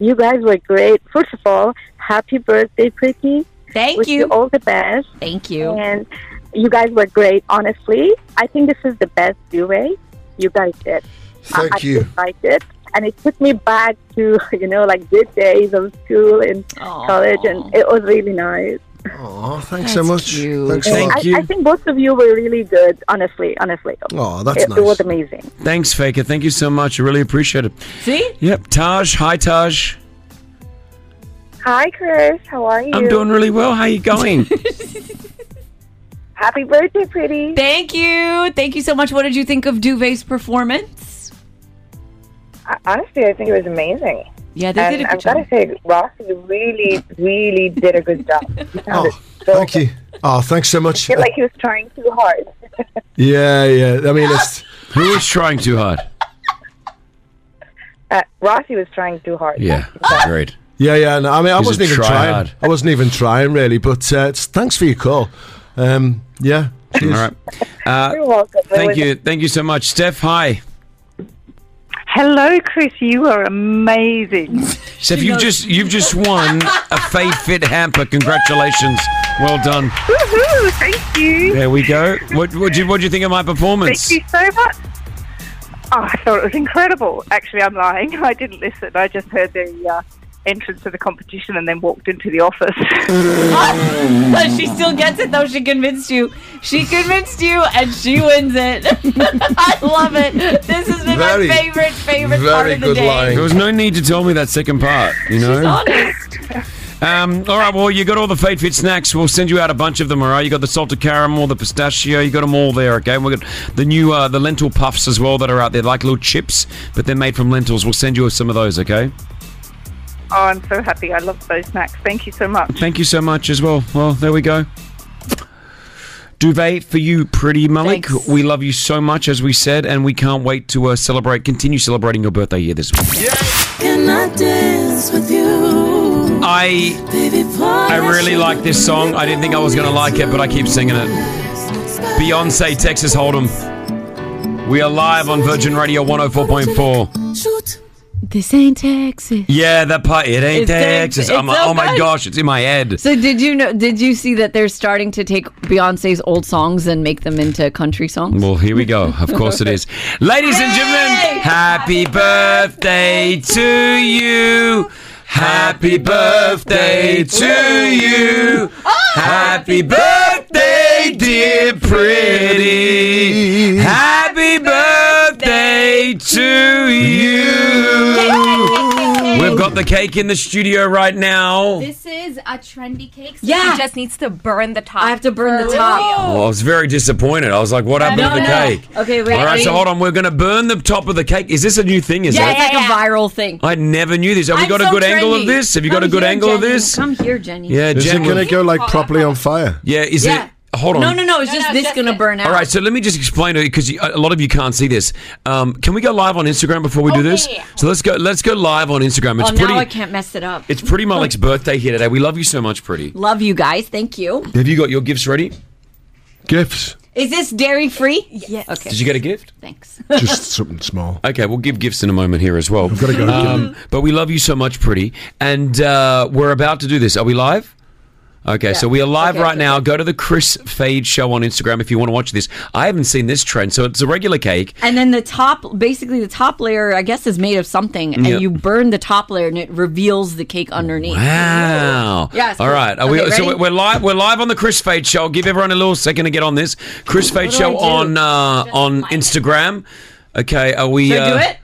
Speaker 6: You guys were great. First of all, happy birthday, Pretty.
Speaker 3: Thank
Speaker 6: Wish you. All the best.
Speaker 3: Thank you.
Speaker 6: And you guys were great. Honestly, I think this is the best duet you guys did.
Speaker 14: Thank
Speaker 6: I, I
Speaker 14: you.
Speaker 6: just liked it, and it took me back to you know like good days of school and college, and it was really nice.
Speaker 9: Oh, thanks so much. Thanks a
Speaker 6: And
Speaker 9: lot.
Speaker 6: I, I think both of you were really good. Honestly, honestly.
Speaker 5: Aw, that's
Speaker 6: it,
Speaker 5: nice.
Speaker 6: It was amazing.
Speaker 5: Thanks, Faker. Thank you so much. I really appreciate it.
Speaker 3: See?
Speaker 5: Yep. Taj. Hi, Taj.
Speaker 10: Hi, Chris. How are you?
Speaker 5: I'm doing really well. How you going?
Speaker 10: Happy birthday, pretty.
Speaker 3: Thank you. Thank you so much. What did you think of Duvet's performance?
Speaker 10: I- Honestly, I think it was amazing.
Speaker 3: Yeah, they
Speaker 10: and
Speaker 3: did a good
Speaker 10: I've got to
Speaker 3: job.
Speaker 10: say, Rossi really, really did a good job. He sounded
Speaker 9: Thank you. Oh, thanks so much.
Speaker 10: like he was trying too hard.
Speaker 9: Yeah, yeah. I mean, it's.
Speaker 5: Who is trying too hard?
Speaker 10: Uh, Rossi was trying too hard.
Speaker 5: Yeah, great.
Speaker 9: Yeah, yeah. No, I mean, I
Speaker 5: He's a
Speaker 9: wasn't even
Speaker 5: tryhard.
Speaker 9: trying. I wasn't even trying really, but uh, it's, thanks for your call. Um, yeah.
Speaker 5: All right. Uh,
Speaker 10: You're welcome.
Speaker 5: thank you. Thank you so much. Steph, hi.
Speaker 15: Hello, Chris. You are amazing.
Speaker 5: Steph, you've just you've just won a Faye Fit hamper. Congratulations. Well done.
Speaker 15: Woohoo! Thank you.
Speaker 5: There we go. What what do you what do you think of my performance?
Speaker 15: Thank you so much. Oh, I thought it was incredible. Actually, I'm lying. I didn't listen. I just heard the uh, entrance to the competition and then walked into the Oh,
Speaker 5: Mm.
Speaker 15: office.
Speaker 3: But she still gets it though. She convinced you. She convinced you, and she wins it. I love it. This has been
Speaker 5: Very,
Speaker 3: my favorite, favorite part of the day.
Speaker 5: There was no need to tell me that second part. You know.
Speaker 3: Honest.
Speaker 5: Um, all right, well, you got all the Fate Fit snacks. We'll send you out a bunch of them, all right? You got the salted caramel, the pistachio, you got them all there, okay? And we got the new, uh, the lentil puffs as well that are out there, like little chips, but they're made from lentils. We'll send you some of those, okay?
Speaker 16: Oh, I'm so happy. I love those snacks. Thank you so much.
Speaker 5: Thank you so much as well. Well, there we go. Duvet for you, pretty Malik. We love you so much, as we said, and we can't wait to uh, celebrate, continue celebrating your birthday here this week.
Speaker 1: Can I dance with you?
Speaker 5: I I really like this song. I didn't think I was going to like it, but I keep singing it. Beyonce, Texas Hold'em. We are live on Virgin Radio 104.4.
Speaker 3: Shoot. This ain't Texas.
Speaker 5: Yeah, that part. It ain't
Speaker 3: It's
Speaker 5: Texas.
Speaker 3: Texas.
Speaker 5: I'm like,
Speaker 3: It's so
Speaker 5: oh my
Speaker 3: good.
Speaker 5: gosh, it's in my head.
Speaker 3: So did you know? Did you see that they're starting to take Beyonce's old songs and make them into country songs?
Speaker 5: Well, here we go. Of course it is. Ladies and gentlemen, happy birthday to you. Happy birthday to you. Happy birthday, dear pretty. Happy birthday to you. We've got the cake in the studio right
Speaker 3: Oh.
Speaker 5: now.
Speaker 10: This is a trendy cake. So
Speaker 3: Yeah.
Speaker 10: She just needs to burn the top. I have
Speaker 3: to burn the top.
Speaker 5: Well, I was very disappointed. I was like, what happened
Speaker 3: No,
Speaker 5: to the
Speaker 3: no.
Speaker 5: cake?
Speaker 3: Okay, wait.
Speaker 5: All right, so
Speaker 3: Wait.
Speaker 5: hold on. We're going to burn the top of the cake. Is this a new thing? Is
Speaker 3: yeah,
Speaker 5: it?
Speaker 3: it's like a viral thing.
Speaker 5: I never knew this. Have we
Speaker 3: I'm
Speaker 5: got a
Speaker 3: so
Speaker 5: good angle
Speaker 3: trendy.
Speaker 5: of this? Have you got
Speaker 3: Come
Speaker 5: a good
Speaker 3: here,
Speaker 5: angle of
Speaker 3: Jenny.
Speaker 5: this?
Speaker 3: Come here, Jenny.
Speaker 5: Yeah,
Speaker 9: Is
Speaker 5: Jen
Speaker 9: it going to
Speaker 5: was-
Speaker 9: go like properly on fire?
Speaker 5: Yeah, is
Speaker 3: Yeah.
Speaker 5: it? Hold on.
Speaker 3: No, no, no. It's just this gonna burn out.
Speaker 5: All right, so let me just explain to you because a lot of you can't see this. Um, can we go live on Instagram before
Speaker 3: Oh,
Speaker 5: we do this? So let's go. Let's go live on Instagram. It's
Speaker 3: well,
Speaker 5: pretty.
Speaker 3: Oh, now I can't mess it up.
Speaker 5: It's pretty Malik's birthday here today. We love you so much, pretty.
Speaker 3: Love you guys. Thank you.
Speaker 5: Have you got your gifts ready? Gifts.
Speaker 3: Is this dairy free? Yes. Okay.
Speaker 5: Did you get a gift?
Speaker 3: Thanks.
Speaker 5: something small. Okay, we'll give gifts in a moment here as well. Um,
Speaker 9: gotta go to
Speaker 5: but we love you so much, pretty, and uh, we're about to do this. Are we live? Okay, so we are live right now. Go to the Chris Fade Show on Instagram if you want to watch this. I haven't seen this trend, so it's a regular cake.
Speaker 3: And then the top, basically the top layer, I guess, is made of something, and
Speaker 5: Yeah.
Speaker 3: you burn the top layer, and it reveals the cake underneath.
Speaker 5: Wow.
Speaker 3: Yeah, it's
Speaker 5: All
Speaker 3: cool.
Speaker 5: right. Are we,
Speaker 3: Okay,
Speaker 5: so
Speaker 3: ready?
Speaker 5: we're live. We're live on the Chris Fade Show. I'll give everyone a little second to get on this. Chris Fade
Speaker 3: What do
Speaker 5: Show
Speaker 3: I do?
Speaker 5: on uh, on Instagram. Okay. Are we?
Speaker 3: Should I do
Speaker 5: uh,
Speaker 3: it?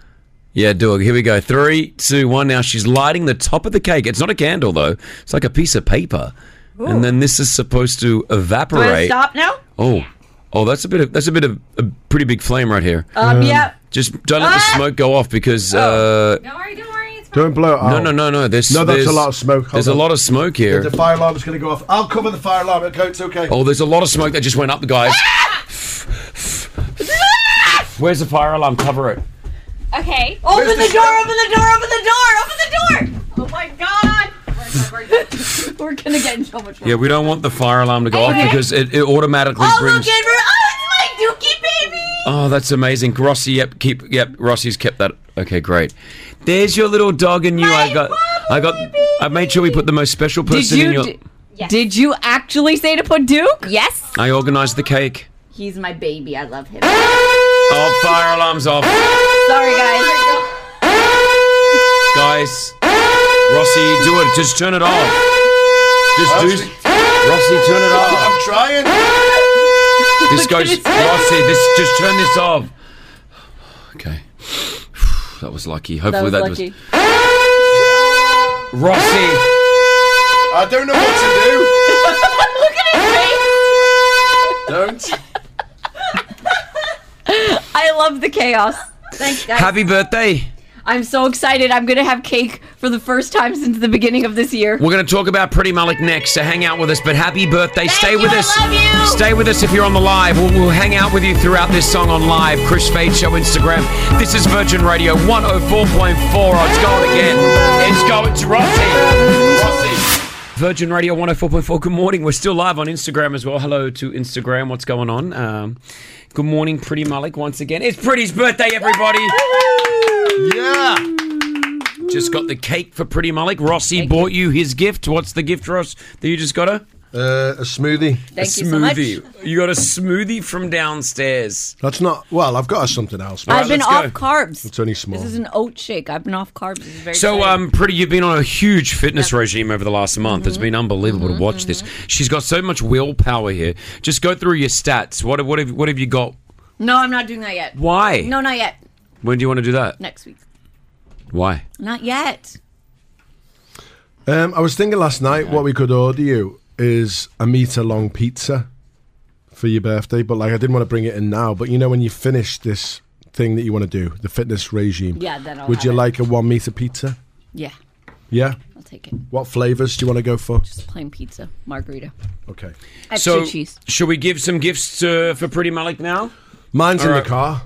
Speaker 5: Yeah. Do it. Here we go. Three, two, one. Now she's lighting the top of the cake. It's not a candle though. It's like a piece of paper. And then this is supposed to
Speaker 3: Do I
Speaker 5: evaporate.
Speaker 3: stop now?
Speaker 5: Oh. Oh, that's a bit of that's a bit of a pretty big flame right here.
Speaker 3: Um, yeah. Ah! Oh.
Speaker 5: Just don't let the smoke go off because. Uh, don't worry, don't worry. Don't blow it No, no, no, no. There's,
Speaker 9: No, that's a
Speaker 5: there's-
Speaker 9: lot of smoke. Hold
Speaker 5: There's a
Speaker 9: on.
Speaker 5: lot of smoke here.
Speaker 9: The fire alarm's going to go off. I'll cover the fire alarm. Okay, it's okay.
Speaker 5: Oh, there's a lot of smoke that just went up, guys.
Speaker 3: Ah!
Speaker 5: Where's the fire alarm? Cover it.
Speaker 10: Okay.
Speaker 3: Open the, door! Open the door! Open the door! Open the door! Oh my god! We're gonna get in so much trouble.
Speaker 5: Yeah, we don't want the fire alarm to go off
Speaker 3: Okay.
Speaker 5: because it, it automatically
Speaker 3: Oh
Speaker 5: brings.
Speaker 3: look, Amber! Oh, it's my Dookie baby!
Speaker 5: Oh, that's amazing. Rossi, yep, keep, yep. Rossi's kept that. Okay, great. There's your little dog and you. I got, I got, I made sure we put the most special
Speaker 3: Did
Speaker 5: person in
Speaker 3: you
Speaker 5: your.
Speaker 3: d- did you actually say to put Duke? Yes.
Speaker 5: I organised the cake.
Speaker 3: He's my baby. I love him.
Speaker 5: Oh, fire alarm's off,
Speaker 3: Sorry, guys.
Speaker 5: guys. Rossi, do it. Just turn it off. Just do. Rossi, turn it off.
Speaker 9: I'm trying.
Speaker 5: This goes, Rossi. This just turn this off. Okay, that was lucky. Hopefully that was, Rossi.
Speaker 9: I don't know what to do. Look at his face.
Speaker 3: I love the chaos. Thanks, guys.
Speaker 5: Happy birthday.
Speaker 3: I'm so excited. I'm gonna have cake for the first time since the beginning of this year.
Speaker 5: We're going to talk about Pretty Malik next, so hang out with us. But happy birthday. Stay with us. Stay with us if you're on the live. We'll, we'll hang out with you throughout this song on live. Chris Fade Show Instagram. This is Virgin Radio 104.4. Oh, it's going again. It's going to Rossi. Rossi. Virgin Radio 104.4. Good morning. We're still live on Instagram as well. Hello to Instagram. What's going on? Um, good morning, Pretty Malik, once again. It's Pretty's birthday, everybody.
Speaker 9: Yeah.
Speaker 5: Just got the cake for Pretty Malik. Rossi bought you. his gift. What's the gift, Ross, that you just got her?
Speaker 9: Uh, a smoothie.
Speaker 5: a smoothie. You got a smoothie from downstairs.
Speaker 9: That's not. Well, I've got something else.
Speaker 5: All right,
Speaker 3: I've been
Speaker 5: let's go.
Speaker 3: off carbs.
Speaker 9: It's only small.
Speaker 3: This is an oat shake. I've been off carbs. This is very
Speaker 5: So,
Speaker 3: exciting. Mm-hmm.
Speaker 5: um, Pretty, you've been on a huge fitness regime over the last month. It's been unbelievable to watch this. She's got so much willpower here. Just go through your stats. What, what, have, what have you got?
Speaker 3: no, I'm not doing that yet.
Speaker 5: uh, Why?
Speaker 3: No, not yet.
Speaker 5: When do you want to do that?
Speaker 3: Next week.
Speaker 5: Why?
Speaker 3: Not yet.
Speaker 9: Um, I was thinking last night what we could order you is a meter long pizza for your birthday, but like I didn't want to bring it in now. But you know when you finish this thing that you want to do, the fitness regime.
Speaker 3: Yeah, then I'll
Speaker 9: Would
Speaker 3: have
Speaker 9: you
Speaker 3: it.
Speaker 9: like a one meter pizza?
Speaker 3: Yeah,
Speaker 9: Yeah.
Speaker 3: I'll take it.
Speaker 9: What flavors do you want to go for?
Speaker 3: Plain pizza, margarita.
Speaker 9: Okay.
Speaker 3: Extra
Speaker 5: So,
Speaker 3: cheese.
Speaker 5: should we give some gifts to, for Pretty Malik now?
Speaker 9: Mine's in
Speaker 5: All
Speaker 9: the
Speaker 5: right.
Speaker 9: car.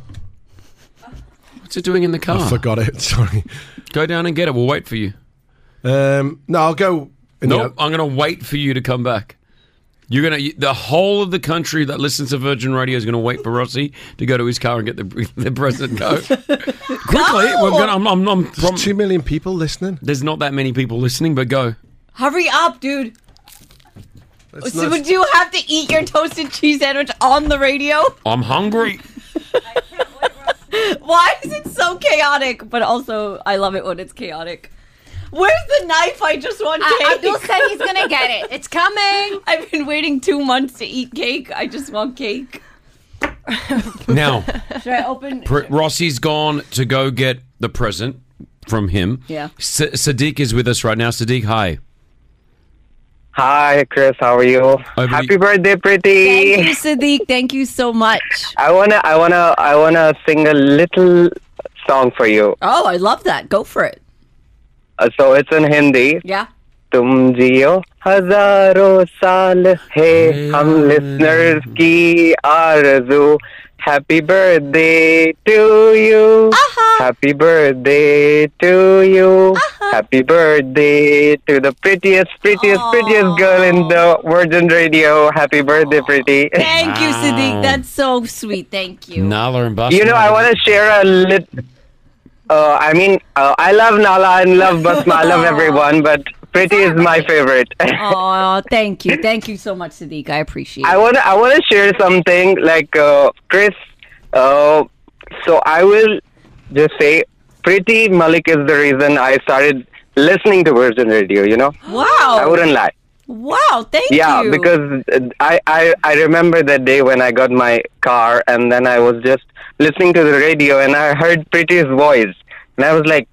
Speaker 5: What's it doing in the car?
Speaker 9: I forgot it. Sorry.
Speaker 5: Go down and get it. We'll wait for you.
Speaker 9: Um, no, I'll go. In
Speaker 5: No, I'm going to wait for you to come back. You're going to the whole of the country that listens to Virgin Radio is going to wait for Rossi to go to his car and get the the present go. Quickly, we're going. I'm. I'm, I'm prom-
Speaker 9: Two million people listening.
Speaker 5: There's not that many people listening, but go.
Speaker 3: Hurry up, dude.
Speaker 9: That's
Speaker 3: So
Speaker 5: not-
Speaker 3: would you have to eat your toasted cheese sandwich on the radio?
Speaker 5: I'm hungry.
Speaker 3: Why is it so chaotic? But also, I love it when it's chaotic. Where's the knife I just want
Speaker 10: Uh,
Speaker 3: cake?
Speaker 10: Abdul said he's gonna get it.
Speaker 3: It's coming. I've been waiting two months to eat cake. I just want cake.
Speaker 5: Now,
Speaker 3: Should I open?
Speaker 5: Pr- Rossi's gone to go get the present from him.
Speaker 3: Yeah.
Speaker 5: S- Sadiq is with us right now. Sadiq, hi.
Speaker 17: Hi, Chris. How are you? Happy birthday, pretty.
Speaker 3: Thank you, Sadiq. Thank you so much.
Speaker 17: I wanna, I wanna, I wanna sing a little song for you.
Speaker 3: Oh, I love that. Go for it.
Speaker 17: Uh, so it's in Hindi.
Speaker 3: Yeah.
Speaker 17: तुम जियो हजारों साल है हम listeners की आरज़ू happy birthday to you happy birthday to you happy birthday to the prettiest prettiest prettiest girl in the Virgin Radio happy birthday pretty
Speaker 3: Thank you, Sadiq.
Speaker 17: Wow.
Speaker 3: That's so sweet. Thank you.
Speaker 5: Nala and Buster.
Speaker 17: You know, I want to share a lit. Uh, I mean, uh, I love Nala and love Basma. I love everyone, but Pretty is my favorite.
Speaker 3: Oh, thank you. Thank you so much, Sadiq. I appreciate it.
Speaker 17: I want to I want to share something like uh, Chris. Uh, so I will just say, Pretty Malik is the reason I started listening to Virgin Radio. You know,
Speaker 3: Wow.
Speaker 17: I wouldn't lie.
Speaker 3: Wow, Oh. thank
Speaker 17: yeah,
Speaker 3: you.
Speaker 17: because uh, I, I I remember that day when I got my car and then I was just listening to the radio and I heard Pretty's voice and I was like,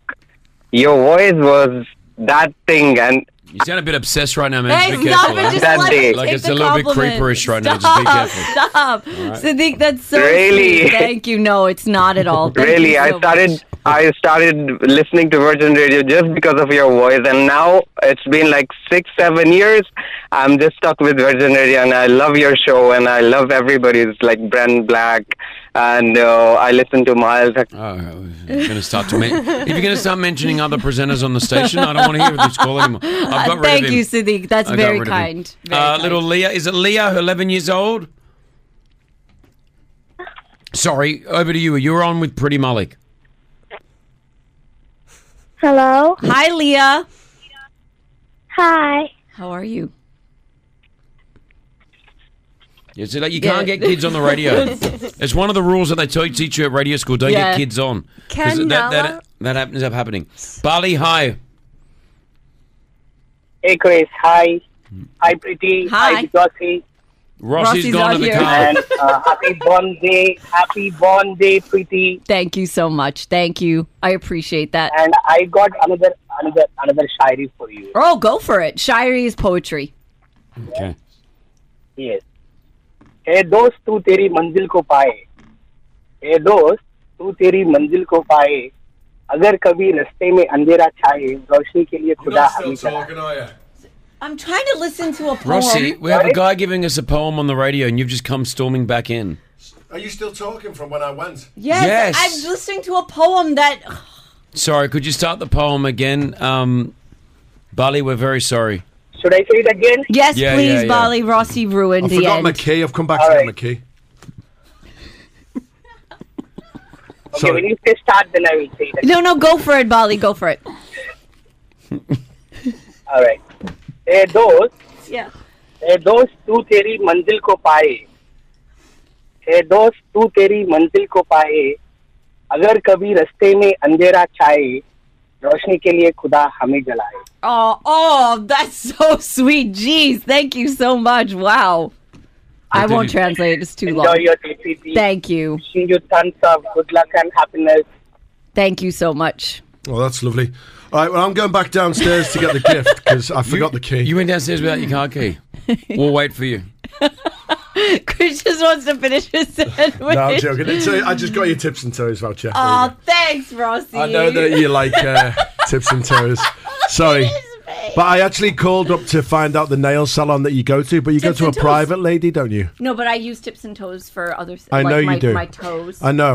Speaker 17: your voice was that thing and
Speaker 5: You sound a bit obsessed right now, man.
Speaker 3: Hey,
Speaker 5: Just be
Speaker 3: stop
Speaker 5: careful,
Speaker 3: it.
Speaker 5: eh?
Speaker 3: Just let it.
Speaker 5: Like
Speaker 3: Take
Speaker 5: it's
Speaker 3: the
Speaker 5: a little bit
Speaker 3: compliment.
Speaker 5: creeperish right now. Just be
Speaker 3: Stop.
Speaker 5: careful.
Speaker 3: Stop. Sadiq, that's so
Speaker 17: Really?
Speaker 3: sweet. Thank you. No, it's not at all. Thank
Speaker 17: really
Speaker 3: you
Speaker 17: I
Speaker 3: so
Speaker 17: started I started listening to Virgin Radio just because of your voice and now it's been like six seven years I'm just stuck with Virgin Radio and I love your show and I love everybody's like Brent Black and uh, I listen to Miles.
Speaker 5: I'm going to start to men- if you're going to start mentioning other presenters on the station, I don't want to hear this call anymore. I've got rid
Speaker 3: Thank
Speaker 5: of him.
Speaker 3: you, Sadiq. That's
Speaker 5: I got
Speaker 3: very
Speaker 5: rid of him.
Speaker 3: kind.
Speaker 5: uh, Little Leah, is it Leah? who 11 years old. Sorry, over to you. You're on with Pretty Malik.
Speaker 18: Hello.
Speaker 3: Hi, Leah.
Speaker 18: Hi.
Speaker 3: How are you?
Speaker 5: It's like you
Speaker 3: Yeah.
Speaker 5: can't get kids on the radio. it's one of the rules that they tell you, teach you at radio school. Don't
Speaker 3: Yeah.
Speaker 5: get kids on. 'Cause
Speaker 17: Can
Speaker 5: that,
Speaker 17: Nala-
Speaker 5: that, that happens up happening. Bali, hi.
Speaker 17: Hey Chris, hi. Hi Pretty.
Speaker 3: Hi, hi
Speaker 17: Rossi.
Speaker 5: Rossi's Rossi's gone out to the here. car.
Speaker 17: And uh, happy Bond Day. Happy Bond Day, Pretty.
Speaker 3: Thank you so much. Thank you. I appreciate that.
Speaker 17: And I got another another another shairi for you.
Speaker 3: Oh, go for it. Shirey is poetry.
Speaker 5: Okay.
Speaker 17: Yes. ए दोस्त तू तेरी मंजिल को पाए ए दोस्त तू तेरी मंजिल को पाए अगर कभी रास्ते में अंधेरा छाए रोशनी के लिए खुदा हमें चलाए
Speaker 3: I'm trying to listen to a poem.
Speaker 5: Rossi, we have a guy giving us a poem on the radio, and you've just come storming back in.
Speaker 9: Are you still talking from when I went?
Speaker 3: Yes,
Speaker 5: Yes.
Speaker 3: I'm listening to a poem that.
Speaker 5: Sorry, could you start the poem again? Um, Bali, we're very sorry.
Speaker 17: Should I say it again?
Speaker 3: Yes,
Speaker 5: Yeah,
Speaker 3: please,
Speaker 5: yeah, yeah.
Speaker 3: Bali. Rossi ruined
Speaker 9: I
Speaker 3: the
Speaker 9: forgot
Speaker 3: end.
Speaker 9: my key. I've come back to get my key.
Speaker 17: Okay, when you say start, then I will say it.
Speaker 3: No, no, go for it, Bali. Go for it.
Speaker 17: All right. ए दोस्त
Speaker 3: Yeah.
Speaker 17: ए दोस्त तू तेरी मंजिल को पाए ए दोस्त तू तेरी मंजिल को पाए अगर कभी रास्ते में अंधेरा छाए रोशनी के लिए खुदा हमें जलाए
Speaker 3: Oh, oh, that's so sweet. Jeez, thank you so much. Wow. I won't translate. It's too
Speaker 17: Enjoy
Speaker 3: long.
Speaker 17: your day, Preeti.
Speaker 3: Thank you.
Speaker 17: Wishing you tons of good luck and happiness.
Speaker 3: Thank you so much.
Speaker 9: Oh, that's lovely. All right, well, I'm going back downstairs to get the gift because I forgot the key.
Speaker 5: You went downstairs without your car key. We'll wait for you.
Speaker 3: Chris just wants to finish his sandwich.
Speaker 9: No, I'm joking. It's a, I just got your tips and toes voucher.
Speaker 3: Oh, thanks, Rossi.
Speaker 9: I know that you like uh, tips and toes. Sorry. But I actually called up to find out the nail salon that you go to, but you
Speaker 3: Tips
Speaker 9: go to a
Speaker 3: and toes.
Speaker 9: private lady, don't you?
Speaker 3: No, but I use tips and toes for other. s-
Speaker 9: I
Speaker 3: like
Speaker 9: know
Speaker 3: my,
Speaker 9: you do.
Speaker 3: My toes.
Speaker 9: I know.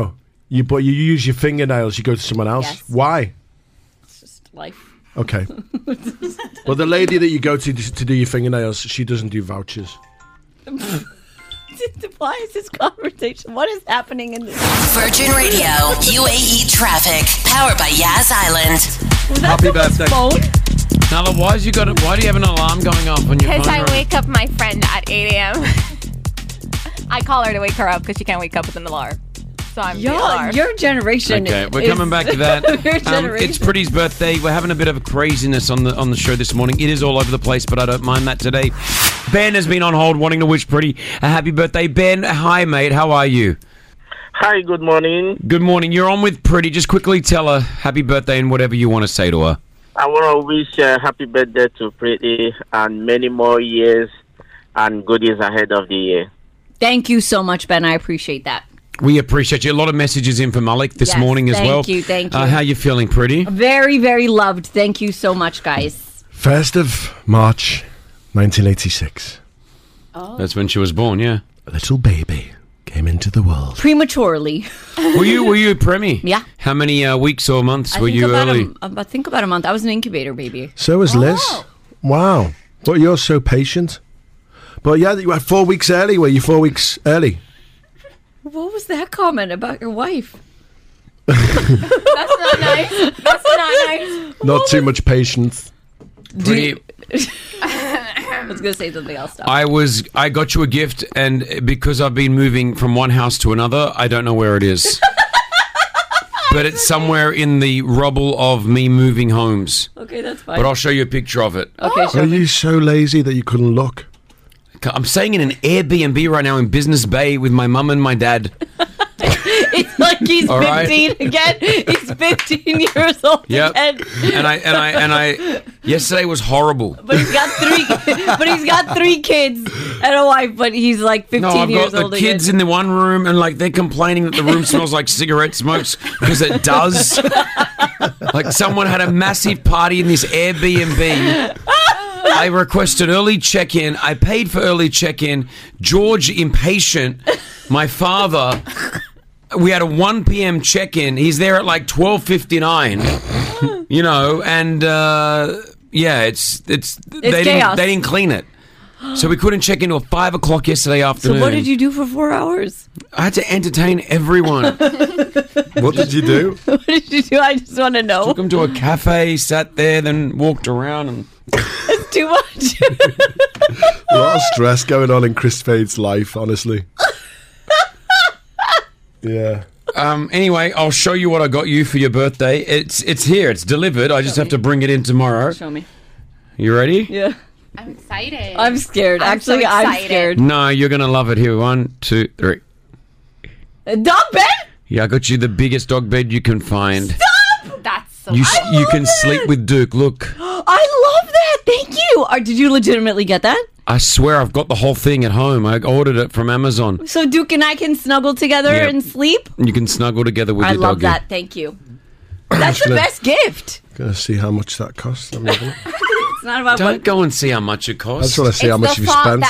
Speaker 9: You but you use your fingernails, you go to someone else.
Speaker 3: Yes.
Speaker 9: Why?
Speaker 3: Life.
Speaker 9: Okay. well, the lady that you go to to do your fingernails, she doesn't do vouchers.
Speaker 3: Why is this conversation? What is happening in this?
Speaker 12: Virgin Radio, UAE traffic, powered by Yaz Island.
Speaker 5: Happy birthday. Nala, why has you got it? Why do you have an alarm going off on your phone?
Speaker 10: Because I
Speaker 5: right?
Speaker 10: wake up my friend at 8 a.m. I call her to wake her up because she can't wake up with an alarm. So I'm the
Speaker 3: Your,
Speaker 10: alarm.
Speaker 3: your generation.
Speaker 5: Okay, we're
Speaker 3: is-
Speaker 5: coming back to that.
Speaker 3: your
Speaker 5: Um,
Speaker 3: generation.
Speaker 5: it's Pretty's birthday. We're having a bit of a craziness on the on the show this morning. It is all over the place, but I don't mind that today. Ben has been on hold wanting to wish Pretty a happy birthday. Ben, hi mate, how are you?
Speaker 19: Hi, good morning.
Speaker 5: Good morning. You're on with Pretty. Just quickly tell her happy birthday and whatever you want to say to her.
Speaker 19: I want to wish a happy birthday to Pretty and many more years and goodies ahead of the year.
Speaker 3: Thank you so much, Ben. I appreciate that.
Speaker 5: We appreciate you. A lot of messages in for Malik this
Speaker 3: Yes,
Speaker 5: morning as
Speaker 3: thank
Speaker 5: well.
Speaker 3: you, thank
Speaker 5: Uh,
Speaker 3: you.
Speaker 5: how you feeling, Pretty?
Speaker 3: Very, very loved. Thank you so much, guys.
Speaker 9: First of March, 1986.
Speaker 5: That's when she was born. Yeah,
Speaker 9: a little baby came into the world.
Speaker 3: Prematurely.
Speaker 5: Were you were you a preemie?
Speaker 3: Yeah.
Speaker 5: How many uh, weeks or months
Speaker 3: I
Speaker 5: were
Speaker 3: think
Speaker 5: you
Speaker 3: about
Speaker 5: early?
Speaker 3: A, I think about a month. I was an incubator baby.
Speaker 9: So was Liz. Wow. But you're so patient. But yeah, you were four weeks early. Were you four weeks early?
Speaker 3: What was that comment about your wife?
Speaker 10: That's not nice. That's not nice.
Speaker 9: Not too much patience.
Speaker 5: Pretty,
Speaker 3: I was gonna say something else.
Speaker 5: I was I got you a gift, and because I've been moving from one house to another, I don't know where it is. but it's somewhere in the rubble of me moving homes.
Speaker 3: Okay, that's fine.
Speaker 5: But I'll show you a picture of it.
Speaker 9: Are you so lazy that you couldn't look?
Speaker 5: I'm staying in an Airbnb right now in Business Bay with my mum and my dad.
Speaker 3: it's like he's
Speaker 5: All right.
Speaker 3: 15 again. He's 15 years old
Speaker 5: Yep.
Speaker 3: again.
Speaker 5: And I and I and I yesterday was horrible.
Speaker 3: But he's got three. but he's got three kids and a wife. But he's like 15
Speaker 5: No, I've
Speaker 3: years
Speaker 5: got the
Speaker 3: old
Speaker 5: kids in the one room, and like they're complaining that the room smells like cigarette smokes because it does. like someone had a massive party in this Airbnb. I requested early check in. I paid for early check in. George, impatient, my father. We had a 1 p.m. check in. He's there at like 12:59. You know, and uh, yeah, it's it's, they didn't
Speaker 3: chaos.
Speaker 5: they didn't clean it. So we couldn't check in till five o'clock yesterday
Speaker 3: So
Speaker 5: afternoon.
Speaker 3: what did you do for four hours?
Speaker 5: I had to entertain everyone.
Speaker 9: what did you do?
Speaker 3: What did you do? I just want to know.
Speaker 5: Took them to a cafe, sat there, then walked around. And
Speaker 3: It's too much.
Speaker 9: A lot of stress going on in Chris Fade's life, honestly. yeah.
Speaker 5: um, anyway, I'll show you what I got you for your birthday. It's it's here. It's delivered. I just have to bring it in tomorrow.
Speaker 3: Show me.
Speaker 5: You ready?
Speaker 3: Yeah.
Speaker 10: I'm excited.
Speaker 3: I'm scared.
Speaker 10: I'm so
Speaker 3: Actually, I'm
Speaker 10: excited.
Speaker 3: scared.
Speaker 5: No, you're gonna love it. Here, one, two, three.
Speaker 3: Dog bed.
Speaker 5: Yeah, I got you the biggest dog bed you can find.
Speaker 10: That's so
Speaker 5: You s- you can sleep with Duke. Look,
Speaker 3: I love that. Thank you. Or did you legitimately get that?
Speaker 5: I swear I've got the whole thing at home. I ordered it from Amazon.
Speaker 3: So Duke and I can snuggle together
Speaker 5: Yep.
Speaker 3: and sleep.
Speaker 5: You can snuggle together with
Speaker 3: I
Speaker 5: your
Speaker 3: love
Speaker 5: doggy.
Speaker 3: that. Thank you. That's
Speaker 5: Actually-
Speaker 3: the best gift.
Speaker 9: Gonna see how much that costs. I'm having it.
Speaker 3: It's not about
Speaker 5: Don't go and see how much it costs.
Speaker 9: I just want to see how much you spent.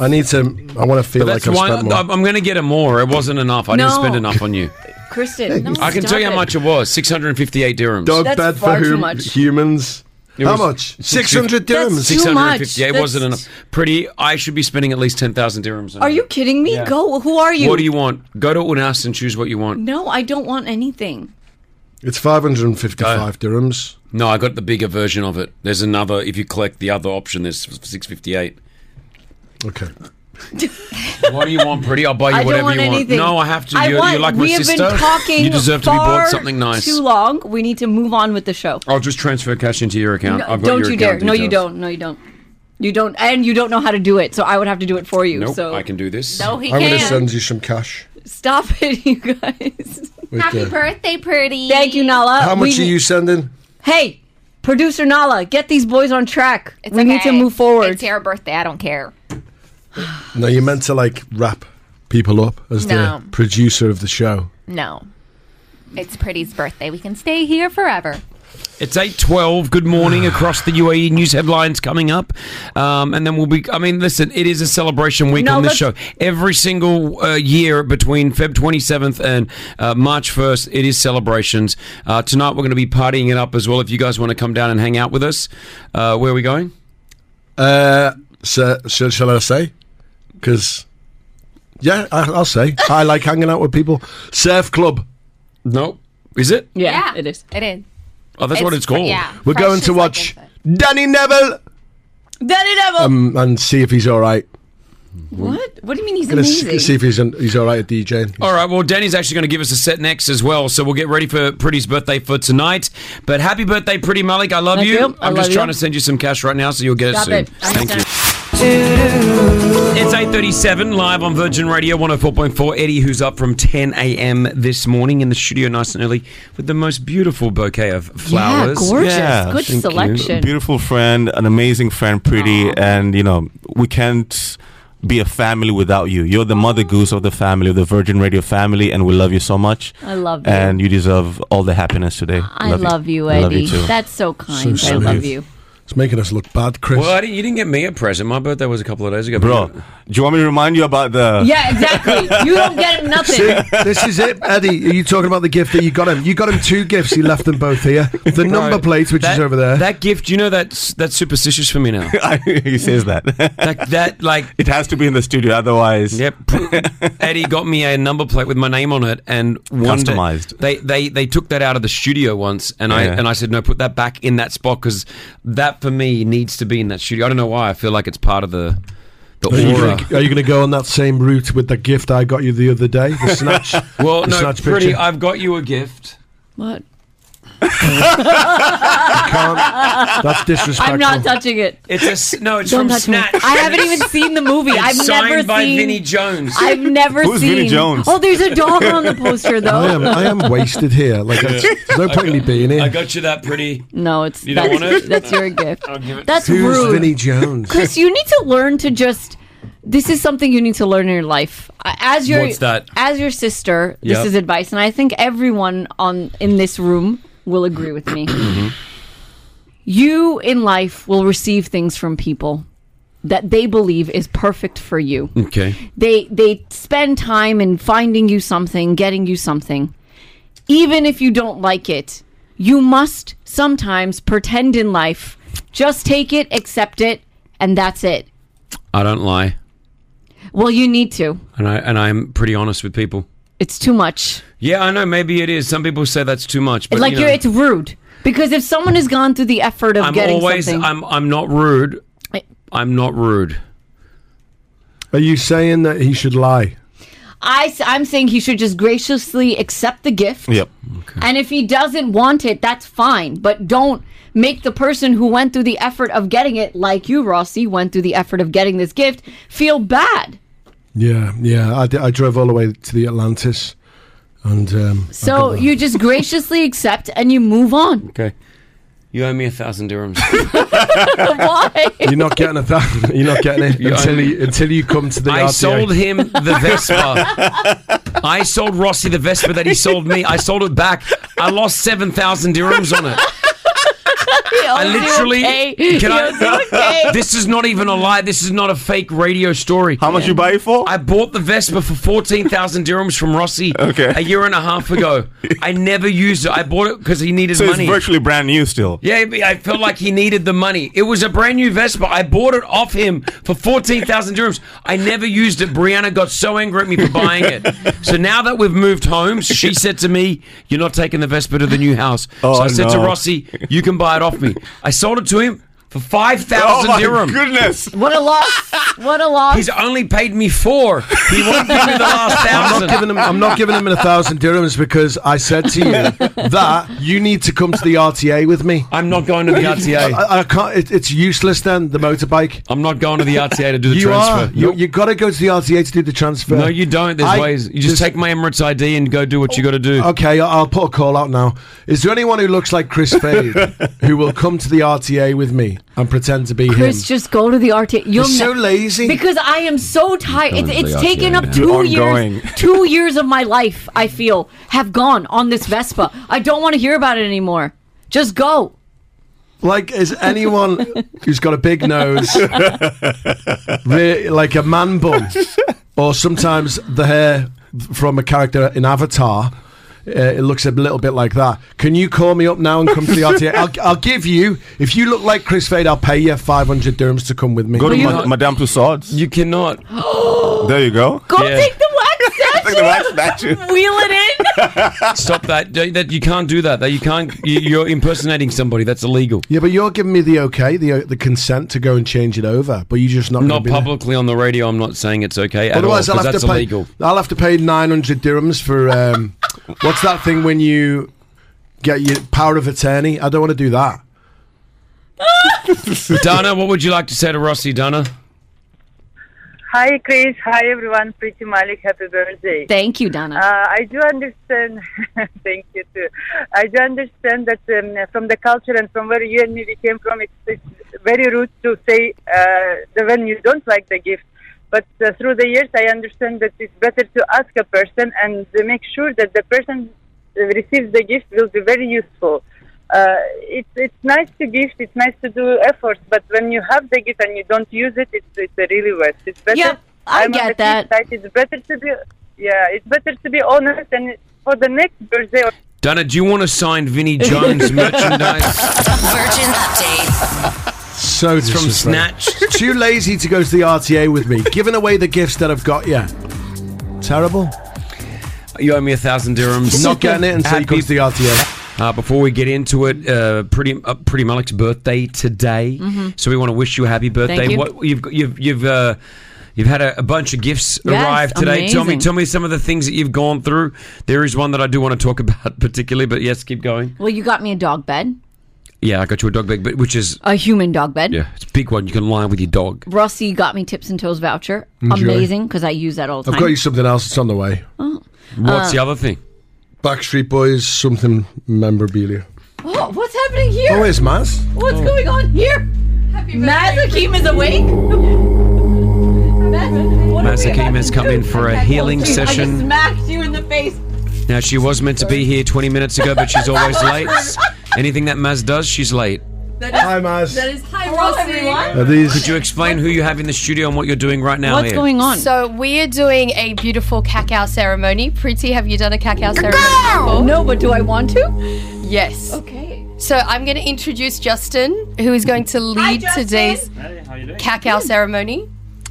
Speaker 9: I need to. I want to feel
Speaker 5: But
Speaker 9: like
Speaker 5: that's
Speaker 9: I've
Speaker 5: why
Speaker 9: spent more.
Speaker 5: I'm going to get a more. It wasn't enough. I didn't
Speaker 3: No.
Speaker 5: spend enough on you.
Speaker 3: Kristen.
Speaker 5: I can tell you how much it was. 658 dirhams.
Speaker 9: Dog
Speaker 3: That's
Speaker 9: bed for
Speaker 3: far too
Speaker 9: whom-
Speaker 3: much.
Speaker 9: humans.
Speaker 5: It
Speaker 9: how
Speaker 5: was
Speaker 9: much?
Speaker 5: 600
Speaker 9: 600 dirhams.
Speaker 3: That's too much.
Speaker 5: 658 wasn't enough. Pretty, I should be spending at least 10,000 dirhams on
Speaker 3: Are you kidding me?
Speaker 5: Yeah.
Speaker 3: Go. Who are you?
Speaker 5: What do you want? Go to Unas and choose what you want.
Speaker 3: No, I don't want anything.
Speaker 9: It's 555 dirhams.
Speaker 5: No, I got the bigger version of it. There's another, if you collect the other option, there's 658.
Speaker 9: Okay.
Speaker 5: what do you want, Pretty? I'll buy you
Speaker 3: I don't
Speaker 5: whatever
Speaker 3: want
Speaker 5: you want.
Speaker 3: anything.
Speaker 5: No, I have to.
Speaker 3: I
Speaker 5: You're,
Speaker 3: want,
Speaker 5: you're like my
Speaker 3: we
Speaker 5: sister.
Speaker 3: have been talking.
Speaker 5: you deserve to be
Speaker 3: far
Speaker 5: bought something nice.
Speaker 3: Too long. We need to move on with the show.
Speaker 5: I'll just transfer cash into your account.
Speaker 3: No,
Speaker 5: I've got
Speaker 3: don't
Speaker 5: your
Speaker 3: you dare.
Speaker 5: account
Speaker 3: No, you
Speaker 5: details.
Speaker 3: don't. No, you don't. You don't, and you don't know how to do it. So I would have to do it for you.
Speaker 5: Nope,
Speaker 3: so
Speaker 5: I can do this.
Speaker 10: No, he
Speaker 9: I'm going to
Speaker 10: can't.
Speaker 9: send you some cash.
Speaker 3: stop it, you guys.
Speaker 9: With
Speaker 10: Happy
Speaker 9: the-
Speaker 10: birthday, pretty.
Speaker 3: Thank you, Nala.
Speaker 9: How much
Speaker 3: Uh, We-
Speaker 9: are you sending?
Speaker 3: Hey, Producer Nala, get these boys on track. we need to
Speaker 10: okay.
Speaker 3: move forward.
Speaker 10: It's your birthday. I don't care.
Speaker 9: No, you're meant to like wrap people up as
Speaker 10: No.
Speaker 9: the producer of the show.
Speaker 10: No. It's Pretty's birthday. We can stay here forever.
Speaker 5: It's eight twelve. Good morning across the UAE. News headlines coming up, um, and then we'll be. I mean, listen, it is a celebration week
Speaker 3: No,
Speaker 5: on this show.
Speaker 3: let's-
Speaker 5: Every single uh, year between Feb twenty seventh and uh, March first, it is celebrations. Uh, tonight we're going to be partying it up as well. If you guys want to come down and hang out with us, uh, where are we going?
Speaker 9: Uh, so, shall, shall I say? Because, yeah, I, I'll say. I like hanging out with people. Surf Club.
Speaker 5: No. Is it?
Speaker 3: Yeah, it is.
Speaker 10: It is.
Speaker 5: Oh, that's what it's called.
Speaker 10: yeah,
Speaker 9: We're going to watch Danny Neville
Speaker 3: Danny Neville.
Speaker 9: um, and see if he's all right.
Speaker 3: what? What do you mean he's
Speaker 9: Gonna s-
Speaker 3: amazing?
Speaker 9: see if he's, an, he's all right at DJing.
Speaker 5: All right, well, Danny's actually going to give us a set next as well, so we'll get ready for Pretty's birthday for tonight. But happy birthday, Pretty Malik. I love
Speaker 1: Thank
Speaker 5: you.
Speaker 1: you.
Speaker 5: I'm
Speaker 1: I
Speaker 5: just
Speaker 1: love
Speaker 5: trying
Speaker 1: you.
Speaker 5: to send you some cash right now, so you'll get
Speaker 1: Stop
Speaker 5: it
Speaker 1: it.
Speaker 5: soon.
Speaker 1: I'm
Speaker 5: Thank you. It's 8.37, live on Virgin Radio 104.4. Eddie, who's up from 10 a.m. this morning in the studio nice and early with the most beautiful bouquet of flowers.
Speaker 20: thank you. Beautiful friend, an amazing friend, pretty, and you know we can't be a family without you. You're the mother goose of the family, of the Virgin Radio family, and we love you so much.
Speaker 3: I love you.
Speaker 20: and you deserve all the happiness today.
Speaker 3: I love, you,
Speaker 20: I
Speaker 3: Eddie.
Speaker 20: love you too.
Speaker 3: That's so kind. I love you.
Speaker 9: It's making us look bad, Chris.
Speaker 5: Well, I didn't, you didn't get me a present. My birthday was a couple of days ago.
Speaker 20: Bro, do you want me to remind you about the?
Speaker 3: Yeah, exactly. you don't get him nothing.
Speaker 9: See, this is it, Eddie. Are you talking about the gift that you got him? You got him two gifts. You left them both here. The
Speaker 5: Bro,
Speaker 9: number plates, which is
Speaker 5: that-
Speaker 9: over there.
Speaker 5: That gift, you know, that's that's superstitious for me now.
Speaker 20: he says that.
Speaker 5: that. That like
Speaker 20: it has to be in the studio, otherwise.
Speaker 5: Yep. Eddie got me a number plate with my name on it, and one day-
Speaker 20: Customized.
Speaker 5: they they they took that out of the studio once, and I
Speaker 20: Yeah.
Speaker 5: and I said no, put that back in that spot because that for me needs to be in that studio. I don't know why. I feel like it's part of the the
Speaker 9: Are you
Speaker 5: aura.
Speaker 9: gonna- are you going to go on that same route with the gift I got you the other day? The snatch.
Speaker 5: well,
Speaker 9: the
Speaker 5: no,
Speaker 9: snatch
Speaker 5: pretty.
Speaker 9: picture?
Speaker 5: I've got you a gift.
Speaker 3: What?
Speaker 9: That's disrespectful.
Speaker 3: I'm not touching it.
Speaker 5: It's a s- no. It's
Speaker 3: Don't
Speaker 5: from
Speaker 3: touch me.
Speaker 5: Snatch.
Speaker 3: I haven't even seen the movie.
Speaker 5: It's
Speaker 3: I've
Speaker 5: signed
Speaker 3: never
Speaker 5: by
Speaker 3: seen.
Speaker 5: Vinnie Jones.
Speaker 3: I've never
Speaker 5: Who's
Speaker 3: seen.
Speaker 5: Vinnie Jones?
Speaker 3: Oh, there's a dog on the poster though.
Speaker 9: I am, I am wasted here. Like,
Speaker 5: Yeah.
Speaker 9: it's- there's no
Speaker 5: I
Speaker 9: point in me
Speaker 5: got-
Speaker 9: being
Speaker 5: I
Speaker 9: here.
Speaker 5: got you that pretty.
Speaker 3: No, it's
Speaker 5: You don't
Speaker 3: that's,
Speaker 5: want it?
Speaker 3: that's your gift.
Speaker 5: I'll give it-
Speaker 3: That's
Speaker 9: Who's
Speaker 3: rude.
Speaker 9: Vinnie
Speaker 5: Mm.
Speaker 9: Jones?
Speaker 3: Chris, you need to learn to just. This is something you need to learn in your life. A- As your
Speaker 5: What's that?
Speaker 3: as your sister, this
Speaker 5: Yep.
Speaker 3: is advice, and I think everyone on in this room will agree with me. you in life will receive things from people that they believe is perfect for you.
Speaker 5: Okay.
Speaker 3: They they spend time in finding you something, getting you something. Even if you don't like it, you must sometimes pretend in life. Just take it, accept it, and that's it.
Speaker 5: I don't lie,
Speaker 3: Well, you need to.
Speaker 5: and I and I'm pretty honest with people.
Speaker 3: It's too much.
Speaker 5: Yeah, I know. Maybe it is. Some people say that's too much, but
Speaker 3: like
Speaker 5: you know,
Speaker 3: you're, it's rude because if someone has gone through the effort of
Speaker 5: I'm
Speaker 3: getting
Speaker 5: always.
Speaker 3: something,
Speaker 5: I'm. I'm not rude. I'm not rude. uh,
Speaker 9: Are you saying that he should lie?
Speaker 3: I, am saying he should just graciously accept the gift.
Speaker 9: Yep.
Speaker 3: And if he doesn't want it, that's fine. But don't make the person who went through the effort of getting it, like you, Rossi, went through the effort of getting this gift, feel bad.
Speaker 9: Yeah, yeah. I, d- I drove all the way to the Atlantis, and um,
Speaker 3: So you just graciously accept and you move on.
Speaker 5: Okay. You owe me a thousand dirhams.
Speaker 3: Why?
Speaker 9: you're not getting a thousand. You're not getting it
Speaker 5: You
Speaker 9: until
Speaker 5: owe me-
Speaker 9: you, until you come to the.
Speaker 5: I
Speaker 9: RTA.
Speaker 5: sold him the Vespa. I sold Rossi the Vespa that he sold me. I sold it back. I lost seven thousand dirhams on it. I literally. Can I, This is not even a lie. This is not a fake radio story. How
Speaker 20: much you buy it for?
Speaker 5: I bought the Vespa for fourteen thousand dirhams from Rossi. Okay. A year and a half ago. I never used it. I bought it because he needed
Speaker 20: So it's
Speaker 5: money.
Speaker 20: virtually brand new still.
Speaker 5: Yeah, but I felt like he needed the money. It was a brand new Vespa. I bought it off him for 14,000 dirhams. I never used it. Brianna got so angry at me for buying it. So now that we've moved homes, she said to me, You're not taking the Vespa to the new house.
Speaker 20: Oh,
Speaker 5: so I said to
Speaker 20: no.
Speaker 5: Rossi, You can buy it off me. I sold it to him. for five thousand
Speaker 20: Oh my
Speaker 5: dirham.
Speaker 20: goodness.
Speaker 3: What a loss! What a loss!
Speaker 5: He's only paid me four. He won't give me the last
Speaker 9: I'm
Speaker 5: thousand.
Speaker 9: not giving him. I'm not giving him a thousand dirhams because I said to you that you need to come to the RTA with me.
Speaker 5: I'm not going to the RTA.
Speaker 9: I, I can't. It, it's useless. Then the motorbike.
Speaker 5: I'm not going to the RTA to do the
Speaker 9: you
Speaker 5: transfer.
Speaker 9: Are. You, you got to go to the RTA to do the transfer.
Speaker 5: No, you don't. There's
Speaker 9: I-
Speaker 5: ways. You just
Speaker 9: there's-
Speaker 5: take my Emirates ID and go do what you got to do.
Speaker 9: Okay, I- I'll put a call out now. Is there anyone who looks like Chris Fade who will come to the RTA with me and pretend to be
Speaker 3: Chris,
Speaker 9: him?
Speaker 3: just go to the RTA. You're
Speaker 9: so lazy.
Speaker 3: Because I am so tired.
Speaker 9: Going
Speaker 3: It's,
Speaker 9: to the
Speaker 3: it's
Speaker 9: RTA
Speaker 3: taken up
Speaker 9: now.
Speaker 3: two
Speaker 9: You're
Speaker 3: years.
Speaker 9: ongoing.
Speaker 3: two years of my life, I feel, have gone on this Vespa. I don't want to hear about it anymore. Just go.
Speaker 9: Like, is anyone who's got a big nose, re- like a man bun, or sometimes the hair from a character in Avatar? Uh, it looks a little bit like that. Can you call me up now and come to the RTA? I'll, I'll give you, if you look like Chris Fade, I'll pay you 500 dirhams to come with me.
Speaker 20: Go to Ma- Madame Tussauds.
Speaker 5: You cannot.
Speaker 20: there you go.
Speaker 3: Go take the wax statue.
Speaker 20: Take the wax statue.
Speaker 3: Wheel it in.
Speaker 5: Stop that. Don't- That you can't do that. That you can't. You, you're impersonating somebody. That's illegal.
Speaker 9: Yeah, but you're giving me the okay, the uh, the consent to go and change it over, but you're just not. gonna
Speaker 5: Not
Speaker 9: be there.
Speaker 5: publicly on the radio. I'm not saying it's okay at all
Speaker 9: Otherwise, I'll
Speaker 5: because
Speaker 9: have
Speaker 5: that's
Speaker 9: to pay.
Speaker 5: illegal.
Speaker 9: I'll have to pay 900 dirhams for um, what's that thing when you get your power of attorney? I don't want to do that.
Speaker 5: Donna, what would you like to say to Rossi, Donna?
Speaker 15: Hi, Chris. Hi, everyone. Pretty Malik, happy birthday.
Speaker 3: Thank you, Donna.
Speaker 15: Uh, I do understand. thank you too. I do understand that um, from the culture and from where you and me we came from, it's, it's very rude to say uh, the, when you don't like the gift. But uh, through the years, I understand that it's better to ask a person and uh, make sure that the person uh, receives the gift will be very useful. Uh, it's it's nice to gift, it's nice to do efforts, but when you have the gift and you don't use it, it's it's a really waste. It's better.
Speaker 3: Yep, I
Speaker 15: I'm on
Speaker 3: get
Speaker 15: the
Speaker 3: that.
Speaker 15: flip side. It's better to be yeah, it's better to be honest and for the next birthday. Or-
Speaker 5: Donna, do you want to sign Vinnie Jones merchandise?
Speaker 12: Virgin update.
Speaker 9: So it's
Speaker 5: from Snatch.
Speaker 9: Too lazy to go to the RTA with me, giving away the gifts that I've got. Yeah, terrible.
Speaker 5: You owe me a thousand dirhams.
Speaker 9: Not getting it until you come to the RTA.
Speaker 5: Uh, before we get into it, uh, pretty uh, pretty Malik's birthday today,
Speaker 3: Mhm.
Speaker 5: so we want to wish you a happy birthday.
Speaker 3: you.
Speaker 5: What you've got- you've you've uh, you've had a, a bunch of gifts
Speaker 3: Yes,
Speaker 5: arrive today. Tell me
Speaker 3: amazing.
Speaker 5: tell me some of the things that you've gone through. There is one that I do want to talk about particularly, but yes, keep going.
Speaker 3: Well, you got me a dog bed,
Speaker 5: Yeah, I got you a dog bag, but which is
Speaker 3: a human dog bed.
Speaker 5: yeah, it's a big one. You can lie with your dog.
Speaker 3: Rossi got me tips and toes voucher.
Speaker 9: Enjoy.
Speaker 3: Amazing because I use that all the
Speaker 9: I've
Speaker 3: time.
Speaker 9: got you something else. It's on the way.
Speaker 5: What's
Speaker 3: Uh,
Speaker 5: the other thing?
Speaker 9: Backstreet Boys something memorabilia.
Speaker 3: Oh, what's happening here?
Speaker 9: Oh, it's Maz.
Speaker 3: What's going on here? Maz Hakim is awake. Maz, what are we about
Speaker 5: Masakim has
Speaker 3: to
Speaker 5: come
Speaker 3: do?
Speaker 5: in for a healing
Speaker 3: Jeez, I just
Speaker 5: session.
Speaker 3: smacked you in the face.
Speaker 5: Now she was meant to be here 20 minutes ago, but she's always late. Anything that Maz does, she's late.
Speaker 3: That
Speaker 9: is, Hi, Maz.
Speaker 7: That is hi,
Speaker 3: Hello,
Speaker 7: Rossi.
Speaker 3: everyone.
Speaker 5: Could you explain who you have in the studio and what you're doing right now? here?
Speaker 3: on?
Speaker 7: So we are doing a beautiful cacao ceremony. Pretty, have you done a cacao ceremony before?
Speaker 3: No, but do I want to?
Speaker 7: Yes.
Speaker 3: Okay.
Speaker 7: So I'm going to introduce Justin, who is going to lead today's cacao ceremony.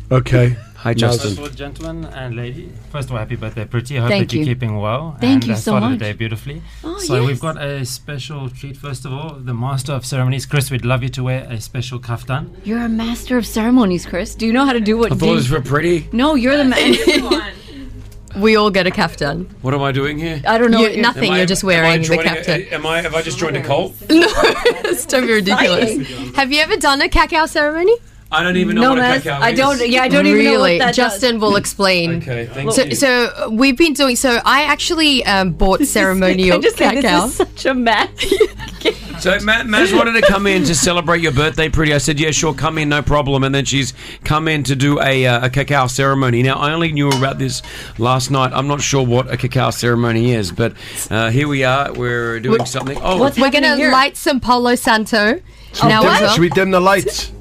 Speaker 9: Okay.
Speaker 5: Hi,
Speaker 21: First of all, gentlemen and lady, first of all, happy birthday, Pretty. I hope
Speaker 7: Thank
Speaker 21: that you're
Speaker 7: you.
Speaker 21: keeping well.
Speaker 7: Thank
Speaker 21: and
Speaker 7: you
Speaker 21: uh,
Speaker 7: so
Speaker 21: started
Speaker 7: much.
Speaker 21: the day beautifully.
Speaker 7: Oh,
Speaker 21: so
Speaker 7: yes.
Speaker 21: we've got a special treat, first of all. The master of ceremonies, Chris, we'd love you to wear a special kaftan.
Speaker 3: You're a master of ceremonies, Chris. Do you know how to do what?
Speaker 21: I thought it was
Speaker 3: Dean-
Speaker 21: for
Speaker 5: pretty.
Speaker 3: No, you're the man.
Speaker 7: we all get a kaftan.
Speaker 5: What am I doing here?
Speaker 7: I don't know You- what you're- nothing,
Speaker 5: Am I-
Speaker 7: you're just
Speaker 5: am I
Speaker 7: wearing the
Speaker 5: joining a-
Speaker 7: captain.
Speaker 5: am I? Have I just joined a cult?
Speaker 7: No, it's don't be ridiculous. Have you ever done a cacao ceremony?
Speaker 5: I don't even know what a cacao is.
Speaker 7: really. Justin will explain.
Speaker 5: Okay, thank
Speaker 7: so,
Speaker 5: you.
Speaker 7: so uh, we've been doing. So I actually um, bought ceremonial
Speaker 3: Can I just say this
Speaker 7: cacao.
Speaker 3: is such a mess.
Speaker 5: So Ma- Maz wanted to come in to celebrate your birthday, pretty. I said, yeah, sure, come in, no problem. And then she's come in to do a, uh, a cacao ceremony. Now, I only knew about this last night. I'm not sure what a cacao ceremony is, but uh, here we are. We're doing
Speaker 7: What-
Speaker 5: something. Oh,
Speaker 7: we're gonna light some Palo Santo now as well.
Speaker 9: dim the lights?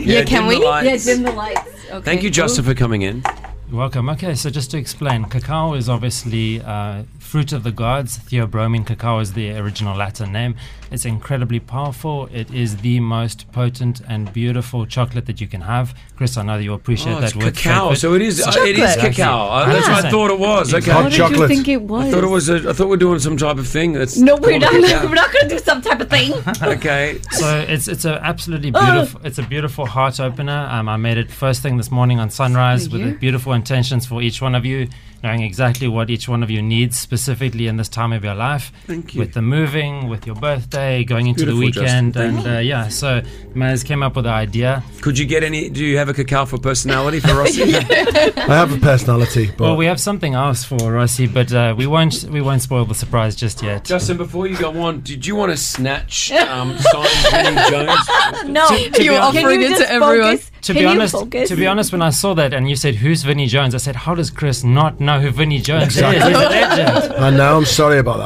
Speaker 7: Yeah,
Speaker 5: dim
Speaker 7: can
Speaker 5: the
Speaker 7: we?
Speaker 5: lights.
Speaker 7: lights. Okay.
Speaker 5: Thank you, Justin, for coming in.
Speaker 21: You're welcome. Okay, so just to explain, cacao is obviously uh, fruit of the gods. Theobromine cacao is the original Latin name. It's incredibly powerful. It is the most potent and beautiful chocolate that you can have. Chris, I know that you'll appreciate
Speaker 5: Oh, it's
Speaker 21: that word.
Speaker 5: cacao.
Speaker 21: Favourite.
Speaker 5: So it is- It's uh, it is chocolate. cacao. Uh, that's what I thought it was. Okay. Hot What did you chocolate. think
Speaker 3: it
Speaker 5: I thought it was. A, I thought we were doing some type of thing. That's
Speaker 3: No, we're not.
Speaker 5: Yeah.
Speaker 3: We're not going to do some type of thing.
Speaker 5: okay.
Speaker 21: So it's it's a absolutely
Speaker 3: Oh.
Speaker 21: beautiful. It's a beautiful heart opener. Um, I made it first thing this morning on sunrise
Speaker 3: Thank
Speaker 21: with
Speaker 3: you.
Speaker 21: the beautiful intentions for each one of you, knowing exactly what each one of you needs specifically in this time of your life.
Speaker 5: Thank you.
Speaker 21: With the moving, with your birthday, going into the
Speaker 5: Beautiful, Justin.
Speaker 21: weekend,
Speaker 5: Thank
Speaker 21: and uh, yeah. So Maz came up with the idea.
Speaker 5: Could you get any? Do you have a cacao for personality for Rossi?
Speaker 9: I have a personality, but
Speaker 21: Well, we have something else for Rossi, but uh, we won't we won't spoil the surprise just yet.
Speaker 5: Justin, before you go on, did you want to snatch um, Simon Vinnie Jones?
Speaker 3: no,
Speaker 5: To- to You be were honest- offering it to everyone.
Speaker 21: To
Speaker 5: Can
Speaker 21: be
Speaker 5: you
Speaker 21: honest,
Speaker 5: focus?
Speaker 21: to be honest, when I saw that and you said, "Who's Vinnie Jones?" I said, "How does Chris not know who Vinnie Jones is? He's a legend."
Speaker 9: I know. I'm sorry about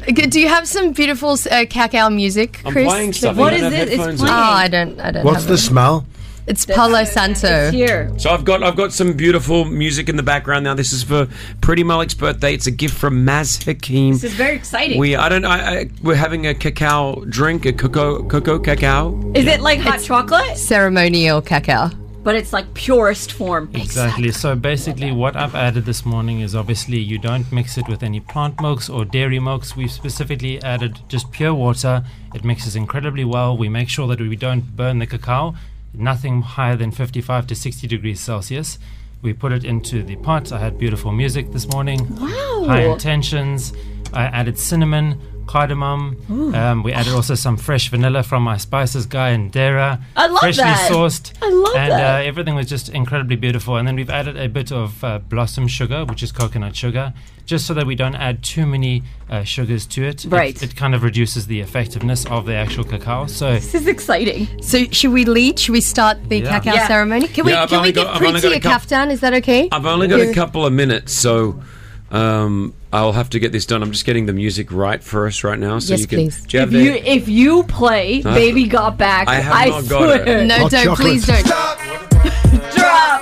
Speaker 9: that.
Speaker 7: Okay, Do you have some beautiful uh, cacao music,
Speaker 9: I'm
Speaker 7: Chris?
Speaker 9: playing something. What I don't is have it? It's headphones
Speaker 7: Oh,
Speaker 9: in.
Speaker 7: I don't. I don't.
Speaker 9: What's
Speaker 7: have
Speaker 9: the
Speaker 7: it.
Speaker 9: smell?
Speaker 7: It's Palo Santo.
Speaker 5: So I've got I've got some beautiful music in the background now. This is for Pretty Malik's birthday. It's a gift from Maz Hakim.
Speaker 3: This is very exciting.
Speaker 5: We I don't I, I we're having a cacao drink, a cocoa cocoa cacao.
Speaker 3: Is it like hot chocolate?
Speaker 7: Ceremonial cacao.
Speaker 3: But it's like purest form.
Speaker 21: Exactly. So basically, what I've added this morning is obviously you don't mix it with any plant milks or dairy milks. We've specifically added just pure water. It mixes incredibly well. We make sure that we don't burn the cacao, nothing higher than 55 to 60 degrees Celsius. We put it into the pot. I had beautiful music this morning.
Speaker 3: Wow.
Speaker 21: High intentions. I added cinnamon, cardamom.
Speaker 3: Ooh.
Speaker 21: Um, we added also some fresh vanilla from my spices guy in Dera.
Speaker 3: I love
Speaker 21: Freshly
Speaker 3: that.
Speaker 21: sourced.
Speaker 3: I love
Speaker 21: and,
Speaker 3: that.
Speaker 21: uh, everything was just incredibly beautiful. And then we've added a bit of uh, blossom sugar, which is coconut sugar, just so that we don't add too many uh, sugars to it. It-
Speaker 3: Right.
Speaker 21: It, kind of reduces the effectiveness of the actual cacao. So.
Speaker 3: This is exciting.
Speaker 7: So should we lead? Should we start the
Speaker 21: Yeah.
Speaker 7: cacao
Speaker 21: Yeah.
Speaker 7: ceremony? Can we?
Speaker 5: Yeah, I've
Speaker 7: can
Speaker 5: only
Speaker 7: we get
Speaker 5: got- I've only
Speaker 7: Pretty
Speaker 5: got
Speaker 7: a
Speaker 5: a cup-
Speaker 7: kaftan? Is that okay?
Speaker 5: I've only got
Speaker 7: Yeah.
Speaker 5: a couple of minutes, so um, I'll have to get this done. I'm just getting the music right for us right now, so
Speaker 3: Yes,
Speaker 5: you can.
Speaker 3: please.
Speaker 5: Do you have
Speaker 3: If
Speaker 5: the-
Speaker 3: you if you play
Speaker 5: Huh?
Speaker 3: Baby Got Back,
Speaker 5: I
Speaker 3: I,
Speaker 5: have not got
Speaker 3: swear.
Speaker 5: it. No, Hot don't, chocolate. please don't.
Speaker 3: Drop.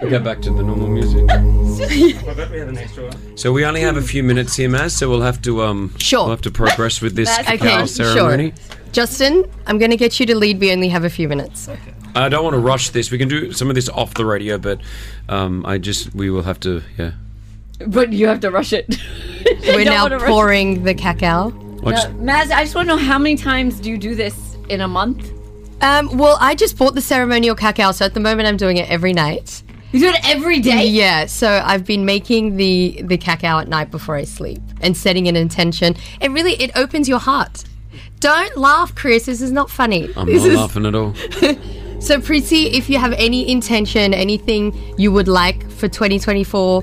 Speaker 5: We'll go back to the normal music. So we only have a few minutes here, Maz. So we'll have to um,
Speaker 7: Sure.
Speaker 5: we'll have to progress with this
Speaker 7: That's
Speaker 5: cacao
Speaker 7: okay,
Speaker 5: ceremony.
Speaker 7: Sure. Justin, I'm going to get you to lead. We only have a few minutes.
Speaker 5: I don't want to rush this. We can do some of this off the radio, but um, I just we will have to. Yeah,
Speaker 3: But you have to rush it.
Speaker 7: We're
Speaker 3: Don't
Speaker 7: now
Speaker 3: wanna rush it.
Speaker 7: pouring the cacao.
Speaker 5: I just-
Speaker 3: Maz, I just want to know how many times do you do this in a month?
Speaker 7: Um, well, I just bought the ceremonial cacao, so at the moment I'm doing it every night.
Speaker 3: You do it every day?
Speaker 7: Yeah, so I've been making the the cacao at night before I sleep and setting an intention. It really it opens your heart. Don't laugh, Chris. This is not funny.
Speaker 5: I'm
Speaker 7: this
Speaker 5: not
Speaker 7: is,
Speaker 5: laughing at all.
Speaker 7: So, Priti, if you have any intention, anything you would like for 2024,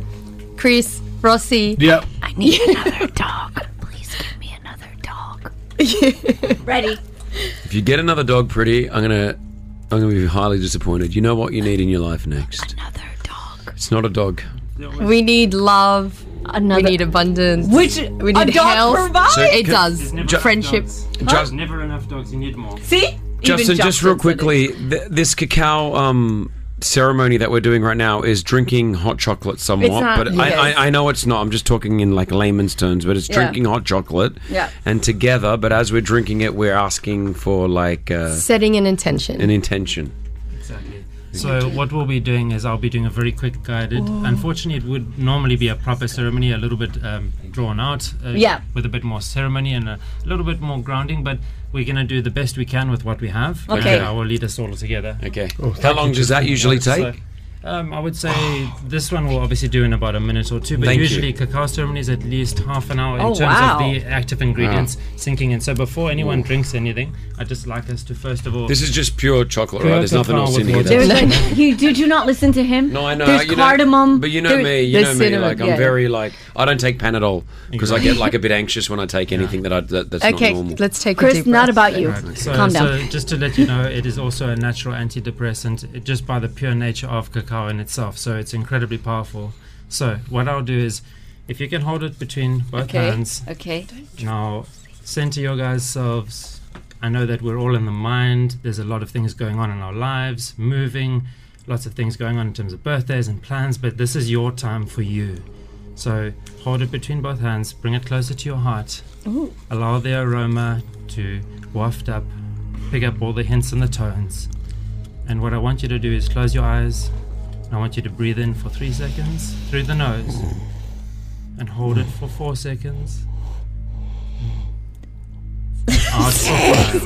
Speaker 7: Chris, Rossi.
Speaker 9: Yep.
Speaker 7: I need another dog.
Speaker 3: Ready.
Speaker 5: If you get another dog, pretty, I'm gonna, I'm gonna be highly disappointed. You know what you need in your life next? Another dog. It's not a dog.
Speaker 7: We need love. Another. We need abundance.
Speaker 3: Which
Speaker 7: we need
Speaker 3: a dog
Speaker 7: health.
Speaker 3: provides? So
Speaker 7: it
Speaker 5: can-
Speaker 7: does. Friendship.
Speaker 5: Just-
Speaker 21: never enough dogs. You need more.
Speaker 3: See?
Speaker 5: Justin, just real quickly, th- this cacao um, ceremony that we're doing right now is drinking hot chocolate somewhat,
Speaker 3: not-
Speaker 5: but
Speaker 3: yes.
Speaker 5: I, I, I know it's not. I'm just talking in like layman's terms, but it's
Speaker 3: Yeah.
Speaker 5: drinking hot chocolate
Speaker 7: Yeah.
Speaker 5: and together. But as we're drinking it, we're asking for like uh,
Speaker 7: Setting an intention.
Speaker 5: an intention.
Speaker 21: So what we'll be doing is I'll be doing a very quick guided.
Speaker 7: Ooh.
Speaker 21: Unfortunately, it would normally be a proper ceremony, a little bit um, drawn out, uh,
Speaker 3: Yeah.
Speaker 21: with a bit more ceremony and a little bit more grounding. But we're gonna do the best we can with what we have.
Speaker 5: Okay.
Speaker 21: And I will lead us all together.
Speaker 5: Okay. How long does that usually take?
Speaker 21: So, um, I would say this one we'll obviously do in about a minute or two, but
Speaker 5: Thank you.
Speaker 21: usually cacao ceremony is at least half an hour in
Speaker 5: Oh,
Speaker 21: terms
Speaker 5: wow.
Speaker 21: of the active ingredients sinking in. So before anyone drinks anything, I'd just like us to first of all
Speaker 5: This is just pure chocolate,
Speaker 21: Pure
Speaker 5: right? There's nothing
Speaker 21: cacao
Speaker 5: else
Speaker 21: with
Speaker 5: in here.
Speaker 21: water.
Speaker 5: that's-
Speaker 3: you did you not listen to him?
Speaker 5: No, I know.
Speaker 3: There's
Speaker 5: you know-
Speaker 3: cardamom.
Speaker 5: but you know
Speaker 3: there-
Speaker 5: me. You
Speaker 3: there's
Speaker 5: know me.
Speaker 3: cinnamon,
Speaker 5: like I'm
Speaker 3: yeah.
Speaker 5: very like I don't take Panadol because I get like a bit anxious when I take anything that I that, that's
Speaker 7: Okay,
Speaker 5: not normal.
Speaker 7: let's take
Speaker 3: Chris,
Speaker 7: a deep
Speaker 3: not
Speaker 7: breath.
Speaker 3: about you.
Speaker 21: Right. So,
Speaker 3: Calm down.
Speaker 21: so just to let you know, it is also a natural antidepressant it- just by the pure nature of cacao in itself. So it's incredibly powerful. So what I'll do is, if you can hold it between both
Speaker 3: Okay,
Speaker 21: hands.
Speaker 3: okay.
Speaker 21: Now, center your guys selves. I know that we're all in the mind. There's a lot of things going on in our lives, moving, lots of things going on in terms of birthdays and plans, but this is your time for you. So hold it between both hands, bring it closer to your heart,
Speaker 1: Ooh.
Speaker 21: allow the aroma to waft up, pick up all the hints and the tones. And what I want you to do is close your eyes. I want you to breathe in for three seconds through the nose and hold it for four seconds. Out for five.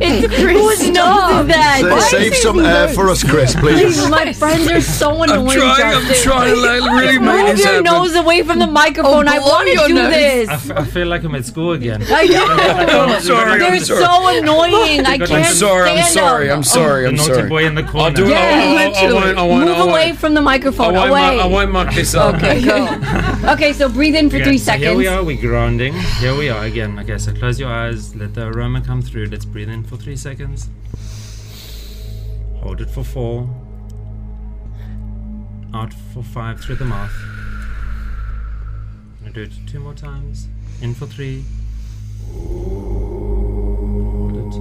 Speaker 3: It's
Speaker 1: Chris,
Speaker 3: Who is
Speaker 1: stop.
Speaker 3: that?
Speaker 9: Sa-
Speaker 3: Oh, Why is
Speaker 9: save
Speaker 3: his
Speaker 9: some air for us, Chris, please.
Speaker 3: My friends are so
Speaker 9: I'm
Speaker 3: annoying.
Speaker 9: trying, I'm
Speaker 3: Justin.
Speaker 9: trying to, like, really
Speaker 3: Move
Speaker 9: make this
Speaker 3: your
Speaker 9: happen.
Speaker 3: nose away from the microphone. I
Speaker 1: blow
Speaker 3: want to
Speaker 1: your
Speaker 3: do
Speaker 1: nose.
Speaker 3: this.
Speaker 21: I, f- I feel like I'm at school again.
Speaker 3: I know.
Speaker 1: I'm sorry,
Speaker 3: They're
Speaker 1: I'm sorry.
Speaker 3: so annoying. I
Speaker 21: I'm
Speaker 3: can't
Speaker 21: sorry,
Speaker 3: stand
Speaker 21: I'm sorry,
Speaker 3: them.
Speaker 21: I'm sorry, I'm
Speaker 5: naughty
Speaker 21: sorry.
Speaker 5: boy
Speaker 21: in the corner.
Speaker 5: do it.
Speaker 3: Yeah,
Speaker 5: I, won't, I won't,
Speaker 3: Move
Speaker 5: I won't.
Speaker 3: away from the microphone.
Speaker 5: I won't,
Speaker 3: away.
Speaker 5: mark, I won't mark this up.
Speaker 3: Okay, go. Okay, so breathe in for
Speaker 21: Okay,
Speaker 3: three
Speaker 21: so
Speaker 3: seconds.
Speaker 21: Here we are, we're grounding. Here we are again. Okay, so close your eyes, let the aroma come through. Let's breathe in for three seconds. Hold it for four. Out for five through the mouth. I'm gonna do it two more times. In for three. Hold it.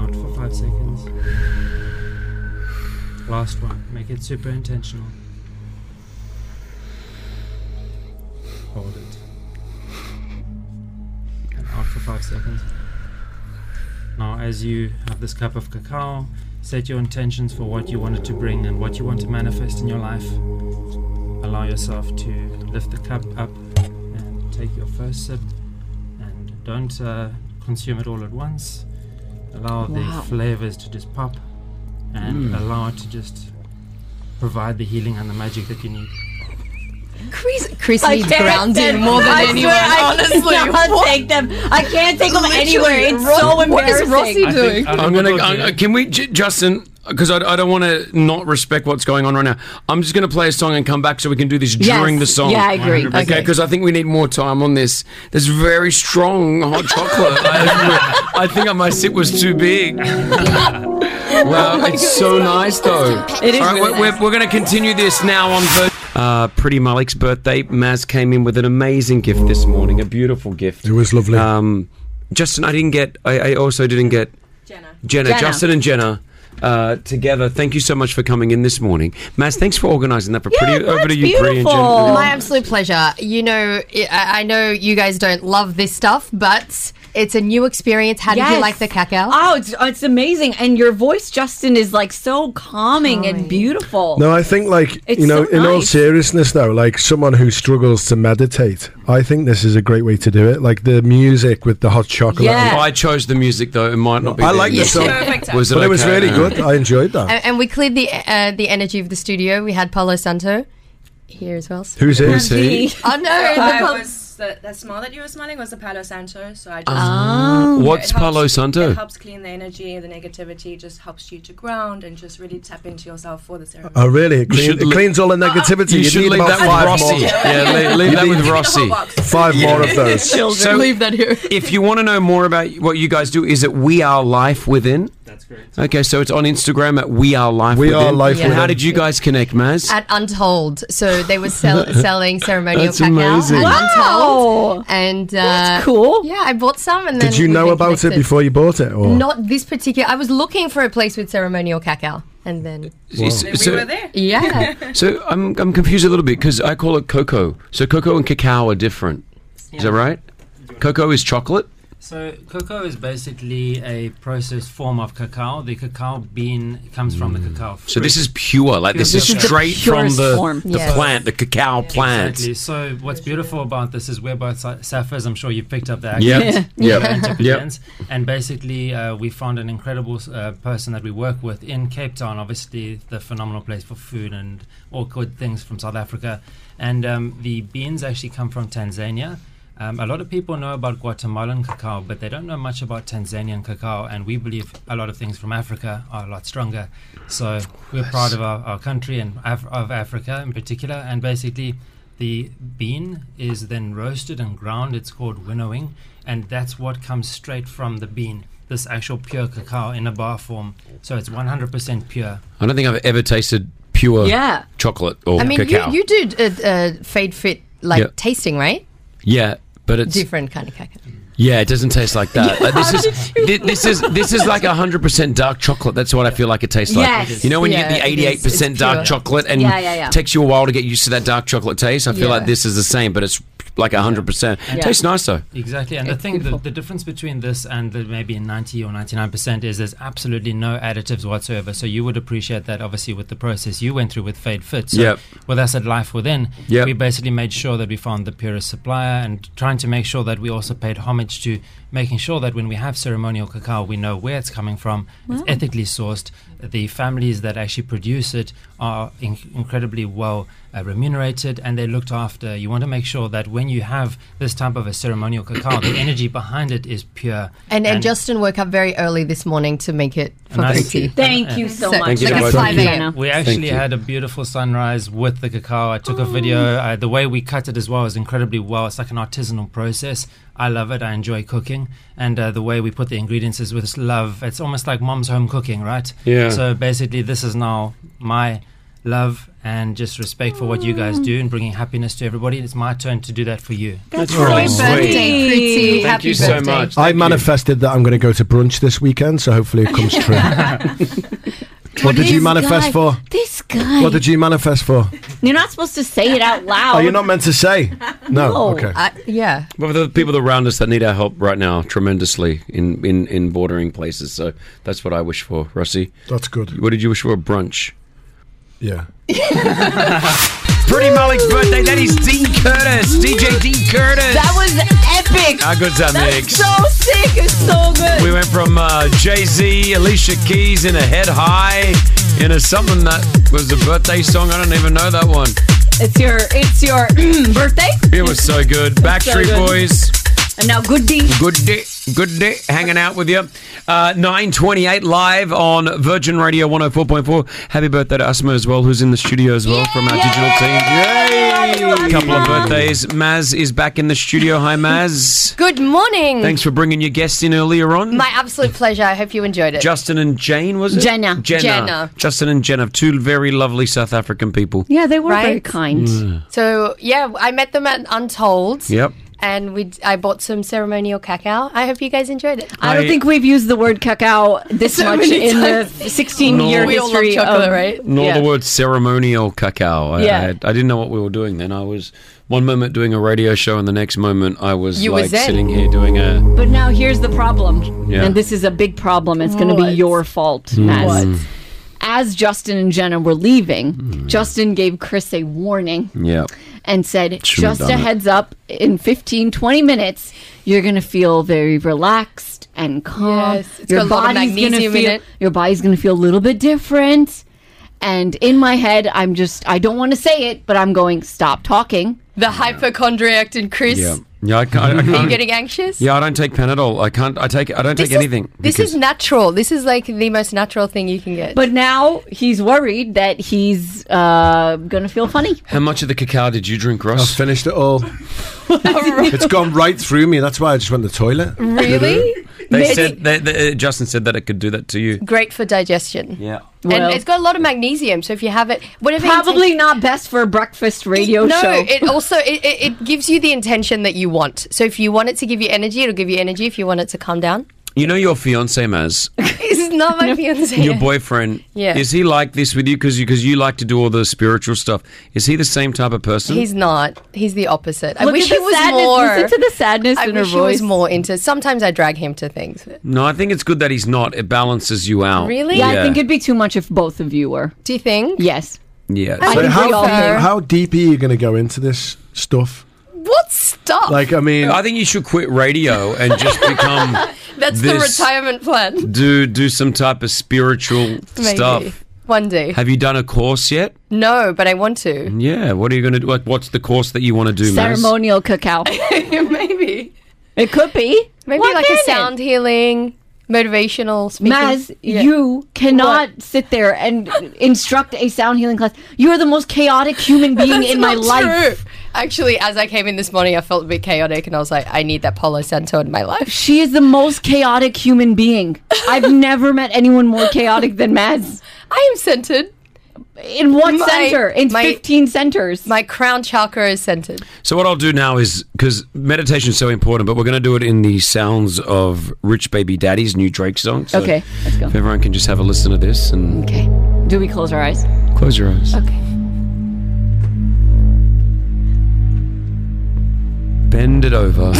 Speaker 21: Out for five seconds. Last one. Make it super intentional. Hold it. And out for five seconds. Now, as you have this cup of cacao, set your intentions for what you want it to bring and what you want to manifest in your life. Allow yourself to lift the cup up and take your first sip. And don't uh, consume it all at once.
Speaker 1: Wow.
Speaker 21: Allow the flavors to just pop and
Speaker 1: Mm.
Speaker 21: allow it to just provide the healing and the magic that you need.
Speaker 3: Chris,
Speaker 7: Chris
Speaker 3: I
Speaker 7: needs
Speaker 3: can't
Speaker 7: grounding
Speaker 3: take-
Speaker 7: more than
Speaker 3: I
Speaker 7: anyone,
Speaker 3: Swear, I
Speaker 7: honestly.
Speaker 3: cannot
Speaker 7: What?
Speaker 3: take them. I can't take them
Speaker 7: Literally,
Speaker 3: anywhere. It's
Speaker 7: Ros-
Speaker 3: so
Speaker 7: what is
Speaker 3: embarrassing.
Speaker 7: Rossi I think- doing?
Speaker 5: I'm gonna. i can we, J- Justin? Because I, I don't want to not respect what's going on right now. I'm just gonna play a song and come back so we can do this
Speaker 3: Yes.
Speaker 5: during the song.
Speaker 3: Yeah, I agree. 100%.
Speaker 5: Okay,
Speaker 3: Okay.
Speaker 5: because I think we need more time on this. There's very strong hot chocolate. I, I think my sip was too big.
Speaker 3: Oh
Speaker 5: wow, it's so nice though.
Speaker 1: It is
Speaker 5: All right,
Speaker 1: really
Speaker 5: we're,
Speaker 1: nice.
Speaker 5: we're, we're gonna continue this now on. Vir- uh, Pretty Malik's birthday. Maz came in with an amazing gift this morning. A beautiful gift. It was lovely. Um, Justin, I didn't get. I, I also didn't get. Jenna. Jenna.
Speaker 1: Jenna.
Speaker 5: Justin and Jenna. Uh, together, thank you so much for coming in this morning, Maz. Thanks for organising that. But pretty over to you, Pretty and Jenna.
Speaker 7: My absolute pleasure. You know, I- I I know you guys don't love this stuff, but it's a new experience. How did you
Speaker 3: Yes.
Speaker 7: like the cacao?
Speaker 3: Oh, it's, it's amazing. And your voice, Justin, is like so calming and beautiful.
Speaker 9: No, I think like
Speaker 3: It's
Speaker 9: you know,
Speaker 3: so
Speaker 9: in all
Speaker 3: nice.
Speaker 9: seriousness though, like someone who struggles to meditate, I think this is a great way to do it. Like the music with the hot chocolate.
Speaker 5: If I chose the music, though, it might not be.
Speaker 9: I
Speaker 5: there
Speaker 9: like the
Speaker 5: yet.
Speaker 9: song,
Speaker 5: Was it
Speaker 9: but it was
Speaker 5: okay?
Speaker 9: really
Speaker 5: Yeah.
Speaker 9: good. I enjoyed that.
Speaker 7: And, and we cleared the uh, the energy of the studio. We had Palo Santo here as well.
Speaker 9: Who's he? Who's he?
Speaker 7: Oh no! the
Speaker 4: I
Speaker 7: Palo-
Speaker 4: was the, the smell that you were smelling was the Palo Santo, so I just
Speaker 5: Ah.
Speaker 4: Yeah, it
Speaker 5: What's Palo
Speaker 4: helps-
Speaker 5: Santo?
Speaker 4: It helps clean the energy, the negativity, just helps you to ground and just really tap into yourself for the ceremony. Ah.
Speaker 9: Oh, really? It,
Speaker 5: You
Speaker 9: clean,
Speaker 5: should
Speaker 9: it
Speaker 5: le-
Speaker 9: cleans all the negativity.
Speaker 5: You should
Speaker 9: need
Speaker 5: leave
Speaker 9: about
Speaker 5: that with
Speaker 9: five
Speaker 5: Rossi.
Speaker 9: more.
Speaker 5: Yeah, leave, leave
Speaker 9: You
Speaker 5: that
Speaker 9: need
Speaker 5: with Rossi.
Speaker 9: Five more of those.
Speaker 5: So,
Speaker 7: that here.
Speaker 5: if you want to know more about what you guys do, is it We Are Life Within? That's correct. Okay, so it's on Instagram at We Are Life
Speaker 9: We
Speaker 5: Within.
Speaker 9: Are Life
Speaker 5: And How
Speaker 9: Within.
Speaker 5: did you guys connect, Maz?
Speaker 7: At Untold. So they were sell- selling ceremonial
Speaker 5: That's
Speaker 7: cacao
Speaker 5: amazing.
Speaker 7: at
Speaker 3: Wow.
Speaker 7: Untold. And uh,
Speaker 3: That's cool.
Speaker 7: Yeah, I bought some and then
Speaker 9: Did you
Speaker 7: we
Speaker 9: know
Speaker 7: got
Speaker 9: about it
Speaker 7: connected.
Speaker 9: before you bought it? Or?
Speaker 7: Not this particular. I was looking for a place with ceremonial cacao, and then
Speaker 5: Wow. Then we So- were
Speaker 7: there. Yeah.
Speaker 5: So I'm, I'm confused a little bit because I call it cocoa. So cocoa and cacao are different. Is that right? Cocoa is chocolate.
Speaker 21: So cocoa is basically a processed form of cacao. The cacao bean comes from the cacao. Fruit.
Speaker 5: Mm. So this is pure. Like this
Speaker 21: Pure
Speaker 5: is
Speaker 21: cacao.
Speaker 5: straight from the, the plant, the cacao plant.
Speaker 21: Exactly. So what's beautiful about this is we're both sa- Sapphirs. I'm sure you picked up that.
Speaker 5: Yep.
Speaker 21: accent.
Speaker 5: Yeah.
Speaker 21: We're
Speaker 5: Yep.
Speaker 21: Antipodeans. And basically, uh, we found an incredible uh, person that we work with in Cape Town. Obviously, the phenomenal place for food and all good things from South Africa. And um, the beans actually come from Tanzania. Um, a lot of people know about Guatemalan cacao, but they don't know much about Tanzanian cacao. And we believe a lot of things from Africa are a lot stronger. So we're proud of our, our country and Af- of Africa in particular. And basically, the bean is then roasted and ground. It's called winnowing, and that's what comes straight from the bean. This actual pure cacao in a bar form, so it's 100% pure.
Speaker 5: I don't think I've ever tasted pure
Speaker 7: Yeah.
Speaker 5: chocolate or
Speaker 7: I mean,
Speaker 5: Oh, cacao.
Speaker 7: you you do uh, uh, fade fit like
Speaker 5: Yeah.
Speaker 7: tasting, right?
Speaker 5: yeah, but it's
Speaker 7: Different kind of cacao.
Speaker 5: Yeah, it doesn't taste like that.
Speaker 1: Yeah,
Speaker 5: Uh, this
Speaker 1: how
Speaker 5: is
Speaker 1: did you
Speaker 5: thi- this is
Speaker 1: know?
Speaker 5: this is like hundred percent dark chocolate. That's what I feel like it tastes like.
Speaker 1: Yes.
Speaker 5: You know when you
Speaker 1: Yeah,
Speaker 5: get the
Speaker 1: it is.
Speaker 5: eighty-eight percent
Speaker 1: It's
Speaker 5: dark
Speaker 1: pure.
Speaker 5: chocolate and
Speaker 1: Yeah, yeah, yeah.
Speaker 5: takes you a while to get used to that dark chocolate taste. I feel
Speaker 21: Yeah.
Speaker 5: like this is the same, but it's like hundred percent.
Speaker 21: Yeah.
Speaker 5: Tastes nice though.
Speaker 21: Exactly, and the thing, the, the difference between this and the, maybe 90 or 99 percent is there's absolutely no additives whatsoever. So you would appreciate that, obviously, with the process you went through with Fade Fit. So
Speaker 5: Yep.
Speaker 21: with us at Life Within,
Speaker 5: Yep.
Speaker 21: we basically made sure that we found the purest supplier and trying to make sure that we also paid homage to making sure that when we have ceremonial cacao, we know where it's coming from.
Speaker 9: Wow.
Speaker 21: It's ethically sourced. The families that actually produce it are in- incredibly well uh, remunerated and they're looked after. You want to make sure that when you have this type of a ceremonial cacao, the energy behind it is pure.
Speaker 7: And, and, Justin woke up very early this morning to make it for
Speaker 21: Nice.
Speaker 7: Betty.
Speaker 21: Thank you so
Speaker 7: like it's 5 a.m.
Speaker 21: We actually had a beautiful sunrise with the cacao. I took a
Speaker 5: Oh.
Speaker 21: video. Uh, the way we cut it as well is incredibly well. It's like an artisanal process. I love it. I enjoy cooking, and uh, the way we put the ingredients is with love. It's almost like mom's home cooking, right?
Speaker 5: Yeah.
Speaker 21: So basically, this is now my love and just respect for what you guys do and bringing happiness to everybody. It's my turn to do that for you.
Speaker 5: That's That's really really sweet. birthday, Kriti. Thank Happy you so birthday. much.
Speaker 9: I
Speaker 5: Thank you.
Speaker 9: manifested that I'm going to go to brunch this weekend, so hopefully it comes true. what did you
Speaker 3: This
Speaker 9: manifest
Speaker 3: guy-
Speaker 9: for?
Speaker 3: This guy.
Speaker 9: What did you manifest for?
Speaker 3: You're not supposed to say it out loud.
Speaker 9: Oh, you're not meant to say.
Speaker 5: No,
Speaker 9: okay.
Speaker 7: I- yeah.
Speaker 5: But for the people around us that need our help right now tremendously in, in, in bordering places. So that's what I wish for, Rossi.
Speaker 9: That's good.
Speaker 5: What did you wish for? A brunch.
Speaker 9: Yeah.
Speaker 1: Pretty Malik's birthday. That is Dean Curtis. DJ Dean Curtis.
Speaker 3: That was epic.
Speaker 1: How good's that
Speaker 3: That's
Speaker 1: mix?
Speaker 3: so sick. It's so good.
Speaker 1: We went from uh, Jay Z, Alicia Keys in a head high, in a something that was a birthday song. I don't even know that one.
Speaker 3: It's your it's your birthday.
Speaker 1: It was so good. Backstreet
Speaker 3: good.
Speaker 1: Boys.
Speaker 3: And now good deed.
Speaker 1: Good day, good day, hanging out with you. Uh, Nine twenty-eight live on Virgin Radio one hundred four point four. Happy birthday to Asma as well, who's in the studio as well from our digital team. Yay! Couple of birthdays. Maz is back in the studio. Hi, Maz.
Speaker 7: Good morning.
Speaker 1: Thanks for bringing your guests in earlier on.
Speaker 7: My absolute pleasure. I hope you enjoyed it.
Speaker 1: Justin and Jane, was it?
Speaker 7: Jenna.
Speaker 1: Jenna.
Speaker 7: Jenna.
Speaker 5: Justin and Jenna, two very lovely South African people.
Speaker 3: Yeah, they
Speaker 7: were Right? very kind.
Speaker 5: Mm.
Speaker 7: So yeah, I met them at Untold.
Speaker 5: Yep.
Speaker 7: And we, I bought some ceremonial cacao. I hope you guys enjoyed it.
Speaker 3: I don't think we've used the word cacao this
Speaker 7: So
Speaker 3: much
Speaker 7: many
Speaker 3: in the
Speaker 7: times.
Speaker 3: 16
Speaker 7: No.
Speaker 3: year
Speaker 7: We all love
Speaker 3: history
Speaker 7: chocolate,
Speaker 3: of
Speaker 7: right?
Speaker 5: Nor
Speaker 3: Yeah.
Speaker 5: the word ceremonial cacao. I,
Speaker 3: Yeah.
Speaker 5: I, I didn't know what we were doing then. I was one moment doing a radio show, and the next moment I was
Speaker 3: You were
Speaker 5: like
Speaker 3: zen.
Speaker 5: sitting here doing a.
Speaker 3: But now here's the problem,
Speaker 5: Yeah.
Speaker 3: and this is a big problem. It's going to be your fault,
Speaker 9: Hmm.
Speaker 3: Maz.
Speaker 5: Mm.
Speaker 3: As Justin and Jenna were leaving,
Speaker 9: Hmm.
Speaker 3: Justin gave Chris a warning
Speaker 5: Yeah.
Speaker 3: and said,
Speaker 5: Should've
Speaker 3: just
Speaker 5: done
Speaker 3: a
Speaker 5: it."
Speaker 3: heads up, in 15, 20 minutes, you're going to feel very relaxed and calm.
Speaker 7: Yes, it's got a lot of
Speaker 3: gonna
Speaker 7: magnesium in
Speaker 3: feel,
Speaker 7: it.
Speaker 3: Your body's going to feel a little bit different. And in my head, I'm just, I don't want to say it, but I'm going, stop talking.
Speaker 7: The hypochondriac in Chris.
Speaker 5: Yeah. Yeah, I can't. I
Speaker 7: Are you
Speaker 5: can't
Speaker 7: getting anxious?
Speaker 5: yeah, I don't take Panadol. I can't. I take. I don't
Speaker 7: This
Speaker 5: take
Speaker 7: is-
Speaker 5: anything.
Speaker 7: This
Speaker 5: because-
Speaker 7: is natural. This is like the most natural thing you can get.
Speaker 3: But now he's worried that he's uh, going to feel funny.
Speaker 5: How much of the cacao did you drink, Ross?
Speaker 9: I finished it all. it's gone right through me. That's why I just went to the toilet.
Speaker 7: Really?
Speaker 5: They
Speaker 7: Maybe-
Speaker 5: said they, they, uh, Justin said that it could do that to you.
Speaker 7: great for digestion.
Speaker 5: Yeah.
Speaker 7: and it's got a lot of magnesium. So if you have it, whatever.
Speaker 3: Probably not best for a breakfast radio
Speaker 7: no,
Speaker 3: show.
Speaker 7: it also it, it, it gives you the intention that you want. So if you want it to give you energy, it'll give you energy. If you want it to calm down,
Speaker 5: You know your fiance Maz,
Speaker 7: this is not my fiance.
Speaker 5: your boyfriend.
Speaker 7: Yeah.
Speaker 5: Is he like this with you? Because you because you like to do all the spiritual stuff. Is he the same type of person?
Speaker 7: He's not. He's the opposite. I
Speaker 3: Look
Speaker 7: wish
Speaker 3: at the
Speaker 7: he was
Speaker 3: sadness-
Speaker 7: more.
Speaker 3: listen to the sadness
Speaker 7: I
Speaker 3: in her
Speaker 7: wish he was
Speaker 3: voice.
Speaker 7: more into. Sometimes I drag him to things.
Speaker 5: no, I think it's good that he's not. It balances you out.
Speaker 3: Oh, Yeah, I think it'd be too much if both of you were.
Speaker 7: Do you think?
Speaker 3: Yes.
Speaker 5: Yeah.
Speaker 9: So how,
Speaker 3: all
Speaker 9: deep,
Speaker 3: do.
Speaker 9: how deep are you going to go into this stuff?
Speaker 7: What stuff?
Speaker 9: Like, I mean,
Speaker 5: I think you should quit radio and just become
Speaker 7: That's
Speaker 5: this-
Speaker 7: the retirement plan.
Speaker 5: do do some type of spiritual
Speaker 7: Maybe.
Speaker 5: stuff.
Speaker 7: One day.
Speaker 5: Have you done a course yet?
Speaker 7: no, but I want to.
Speaker 5: Yeah. What are you going to do? Like, what's the course that you want to do, Maz?
Speaker 3: Ceremonial cacao.
Speaker 7: Maybe.
Speaker 3: It could be.
Speaker 7: Maybe
Speaker 3: Why
Speaker 7: like a
Speaker 3: can't it?
Speaker 7: sound healing, motivational speaking.
Speaker 3: Maz,
Speaker 7: Yeah.
Speaker 3: you cannot sit there and instruct a sound healing class. You are the most chaotic human being
Speaker 7: That's
Speaker 3: in my
Speaker 7: not
Speaker 3: life.
Speaker 7: true. Actually, as I came in this morning, I felt a bit chaotic, and I was like, I need that Palo Santo in my life.
Speaker 3: She is the most chaotic human being. I've never met anyone more chaotic than Maz.
Speaker 7: I am centered.
Speaker 3: In what
Speaker 7: My-
Speaker 3: center? In
Speaker 7: my-
Speaker 3: 15 centers.
Speaker 7: My crown chakra is centered.
Speaker 5: So what I'll do now is because meditation is so important, but we're going to do it in the sounds of Rich Baby Daddy's new Drake song. So
Speaker 3: Okay, let's go.
Speaker 5: If everyone can just have a listen to this and
Speaker 3: okay, Do we close our eyes?
Speaker 5: close your eyes.
Speaker 3: Okay.
Speaker 5: Bend it over.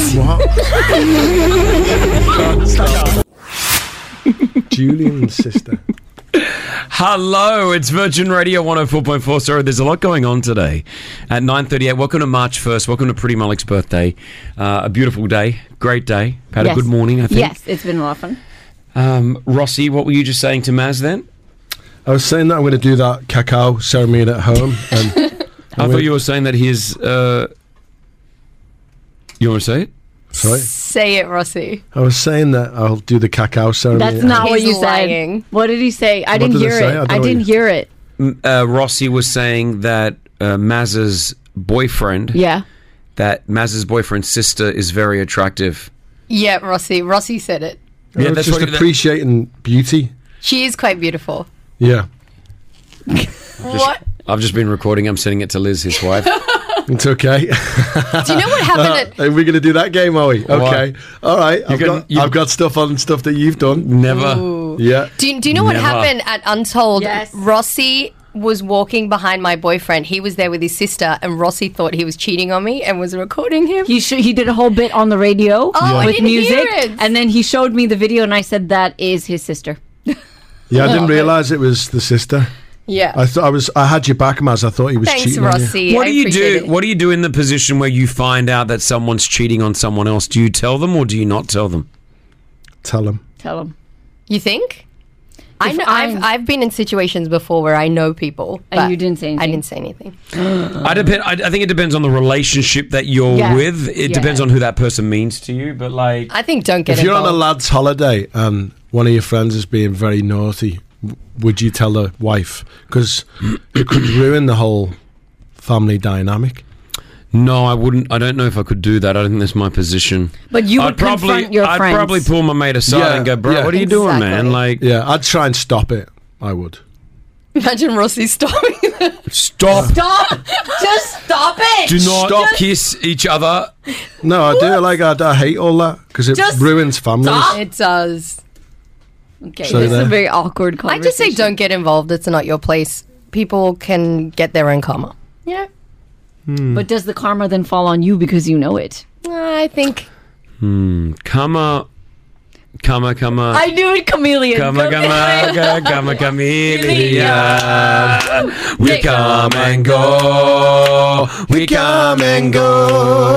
Speaker 9: Julian's sister.
Speaker 5: Hello, it's Virgin Radio 104.4. Sorry, there's a lot going on today. At 9.38, welcome to March 1st. Welcome to Pretty Malik's birthday. Uh, a beautiful day. Great day. Had a good morning, I think.
Speaker 3: Yes, it's been a lot of fun.
Speaker 5: Um, Rossi, what were you just saying to Maz then?
Speaker 9: I was saying that I'm going to do that cacao ceremony at home. And
Speaker 5: I thought you were saying that his. Uh, you want to say it?
Speaker 9: Sorry.
Speaker 7: Say it, Rossi.
Speaker 9: I was saying that I'll do the cacao ceremony.
Speaker 3: That's
Speaker 9: at
Speaker 3: not
Speaker 9: home.
Speaker 3: what
Speaker 7: He's
Speaker 3: you
Speaker 7: lying.
Speaker 3: said. What did he say? I
Speaker 9: What
Speaker 3: didn't
Speaker 9: did I
Speaker 3: hear
Speaker 9: say? I
Speaker 3: it.
Speaker 9: don't
Speaker 3: I,
Speaker 9: know
Speaker 3: didn't
Speaker 9: what
Speaker 3: hear it.
Speaker 5: M- Uh, Rossi was saying that uh, Maz's boyfriend.
Speaker 3: Yeah.
Speaker 5: That Maz's boyfriend's sister is very attractive.
Speaker 7: Yeah, Rossi. Rossi said it.
Speaker 9: I was
Speaker 5: that's
Speaker 9: just
Speaker 5: what- that-
Speaker 9: appreciating beauty.
Speaker 7: She is quite beautiful.
Speaker 9: Yeah.
Speaker 7: What?
Speaker 5: I've just been recording. I'm sending it to Liz, his wife.
Speaker 9: It's okay. Uh,
Speaker 7: Do you know what happened
Speaker 9: Are we going to do that game, are we? Okay. All right. I've,
Speaker 5: can-
Speaker 9: got, I've got stuff on stuff that you've done.
Speaker 5: Never.
Speaker 7: Ooh.
Speaker 9: Yeah.
Speaker 7: Do you, do you know what happened at Untold? Rossi was walking behind my boyfriend. He was there with his sister, and Rossi thought he was cheating on me and was recording him.
Speaker 3: He sh- he did a whole bit on the radio
Speaker 7: Oh, I
Speaker 3: with
Speaker 7: didn't hear
Speaker 3: music,
Speaker 7: it.
Speaker 3: and then he showed me the video, and I said that is his sister.
Speaker 9: Yeah, I
Speaker 3: Oh,
Speaker 9: didn't
Speaker 3: okay.
Speaker 9: realise it was the sister.
Speaker 7: Yeah.
Speaker 9: I thought I was. I had your back, Maz. I thought he was cheating. on you.
Speaker 5: What do you do? What do you do in the position where you find out that someone's cheating on someone else? Do you tell them or do you not tell them?
Speaker 9: Tell him.
Speaker 3: Tell him.
Speaker 7: You think? I know. I've, I've been in situations before where I know people, and you
Speaker 3: didn't say anything.
Speaker 7: I didn't say anything.
Speaker 5: I depend. I, I think it depends on the relationship that you're
Speaker 7: Yeah.
Speaker 5: with. It
Speaker 7: Yeah.
Speaker 5: depends on who that person means to you. But like,
Speaker 7: I think don't get
Speaker 9: if you're on a
Speaker 7: involved.
Speaker 9: lad's holiday and one of your friends is being very naughty, w- would you tell the wife? Because it could ruin the whole family dynamic.
Speaker 5: no, I wouldn't. I don't know if I could do that. I don't think that's my position.
Speaker 3: But you
Speaker 5: I'd
Speaker 3: would
Speaker 5: probably,
Speaker 3: confront your
Speaker 5: I'd
Speaker 3: friends.
Speaker 5: probably pull my mate aside
Speaker 9: Yeah,
Speaker 5: and go, "Bro,
Speaker 9: yeah.
Speaker 5: what are you doing, man?" Like,
Speaker 9: yeah, I'd try and stop it. I would.
Speaker 7: Imagine Rossi stopping.
Speaker 5: stop.
Speaker 3: Stop! Just stop it!
Speaker 5: Do not kiss each other.
Speaker 9: No, I do. Like I, I hate all that because it
Speaker 7: Just
Speaker 9: ruins families.
Speaker 7: It does.
Speaker 3: Okay,
Speaker 9: So this is a there. very
Speaker 3: awkward
Speaker 7: I just say don't get involved. It's not your place. People can get their own karma. Yeah,
Speaker 3: Hmm.
Speaker 5: Hmm.
Speaker 3: But does the karma then fall on you because you know it?
Speaker 7: Uh, I think
Speaker 5: Hmm. Karma. Karma. Karma.
Speaker 3: I knew it, chameleon.
Speaker 5: Come on, come on, come come on, chameleon. We come and go. We come and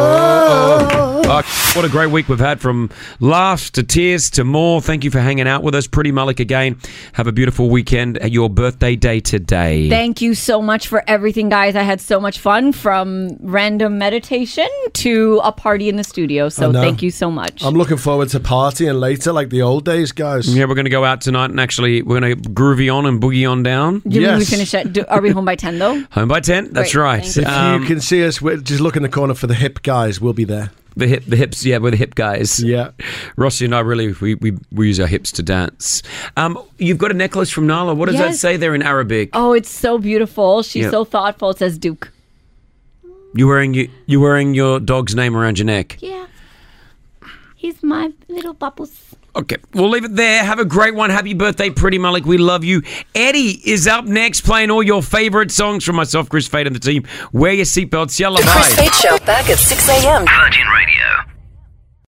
Speaker 5: go. Uh, what a great week we've had from laughs to tears to more. Thank you for hanging out with us. Pretty Mullick again. Have a beautiful weekend. Your birthday day today.
Speaker 3: Thank you so much for everything, guys. I had so much fun from random meditation to a party in the studio.
Speaker 9: I
Speaker 3: So
Speaker 9: know.
Speaker 3: thank you so much.
Speaker 9: I'm looking forward to partying later, like the old days, guys.
Speaker 5: Yeah, we're going to go out tonight and actually we're going to groovy on and boogie on down.
Speaker 3: Do we finish at, do, are we home by 10 though?
Speaker 5: Home by 10. That's
Speaker 3: Great,
Speaker 5: right. Um,
Speaker 9: If you can see us, we just look in the corner for the hip guys. We'll be there.
Speaker 5: The hip, the hips, yeah, we're the hip guys.
Speaker 9: Yeah,
Speaker 5: Rossi and I really we, we, we use our hips to dance. Um, you've got a necklace from Nala. What does that
Speaker 3: Yes.
Speaker 5: say there in Arabic?
Speaker 3: Oh, it's so beautiful. She's
Speaker 5: Yeah.
Speaker 3: so thoughtful. It says Duke.
Speaker 5: You wearing you you wearing your dog's name around your neck.
Speaker 3: Yeah. He's my little bubbles.
Speaker 5: Okay, we'll leave it there. Have a great one. Happy birthday, Pretty Malik. We love you. Eddie is up next, playing all your favorite songs from myself, Chris Fade, and the team. Wear your seatbelts. Yellow
Speaker 1: The Chris
Speaker 5: bye.
Speaker 1: Fade Show back at 6 a.m. Virgin Radio.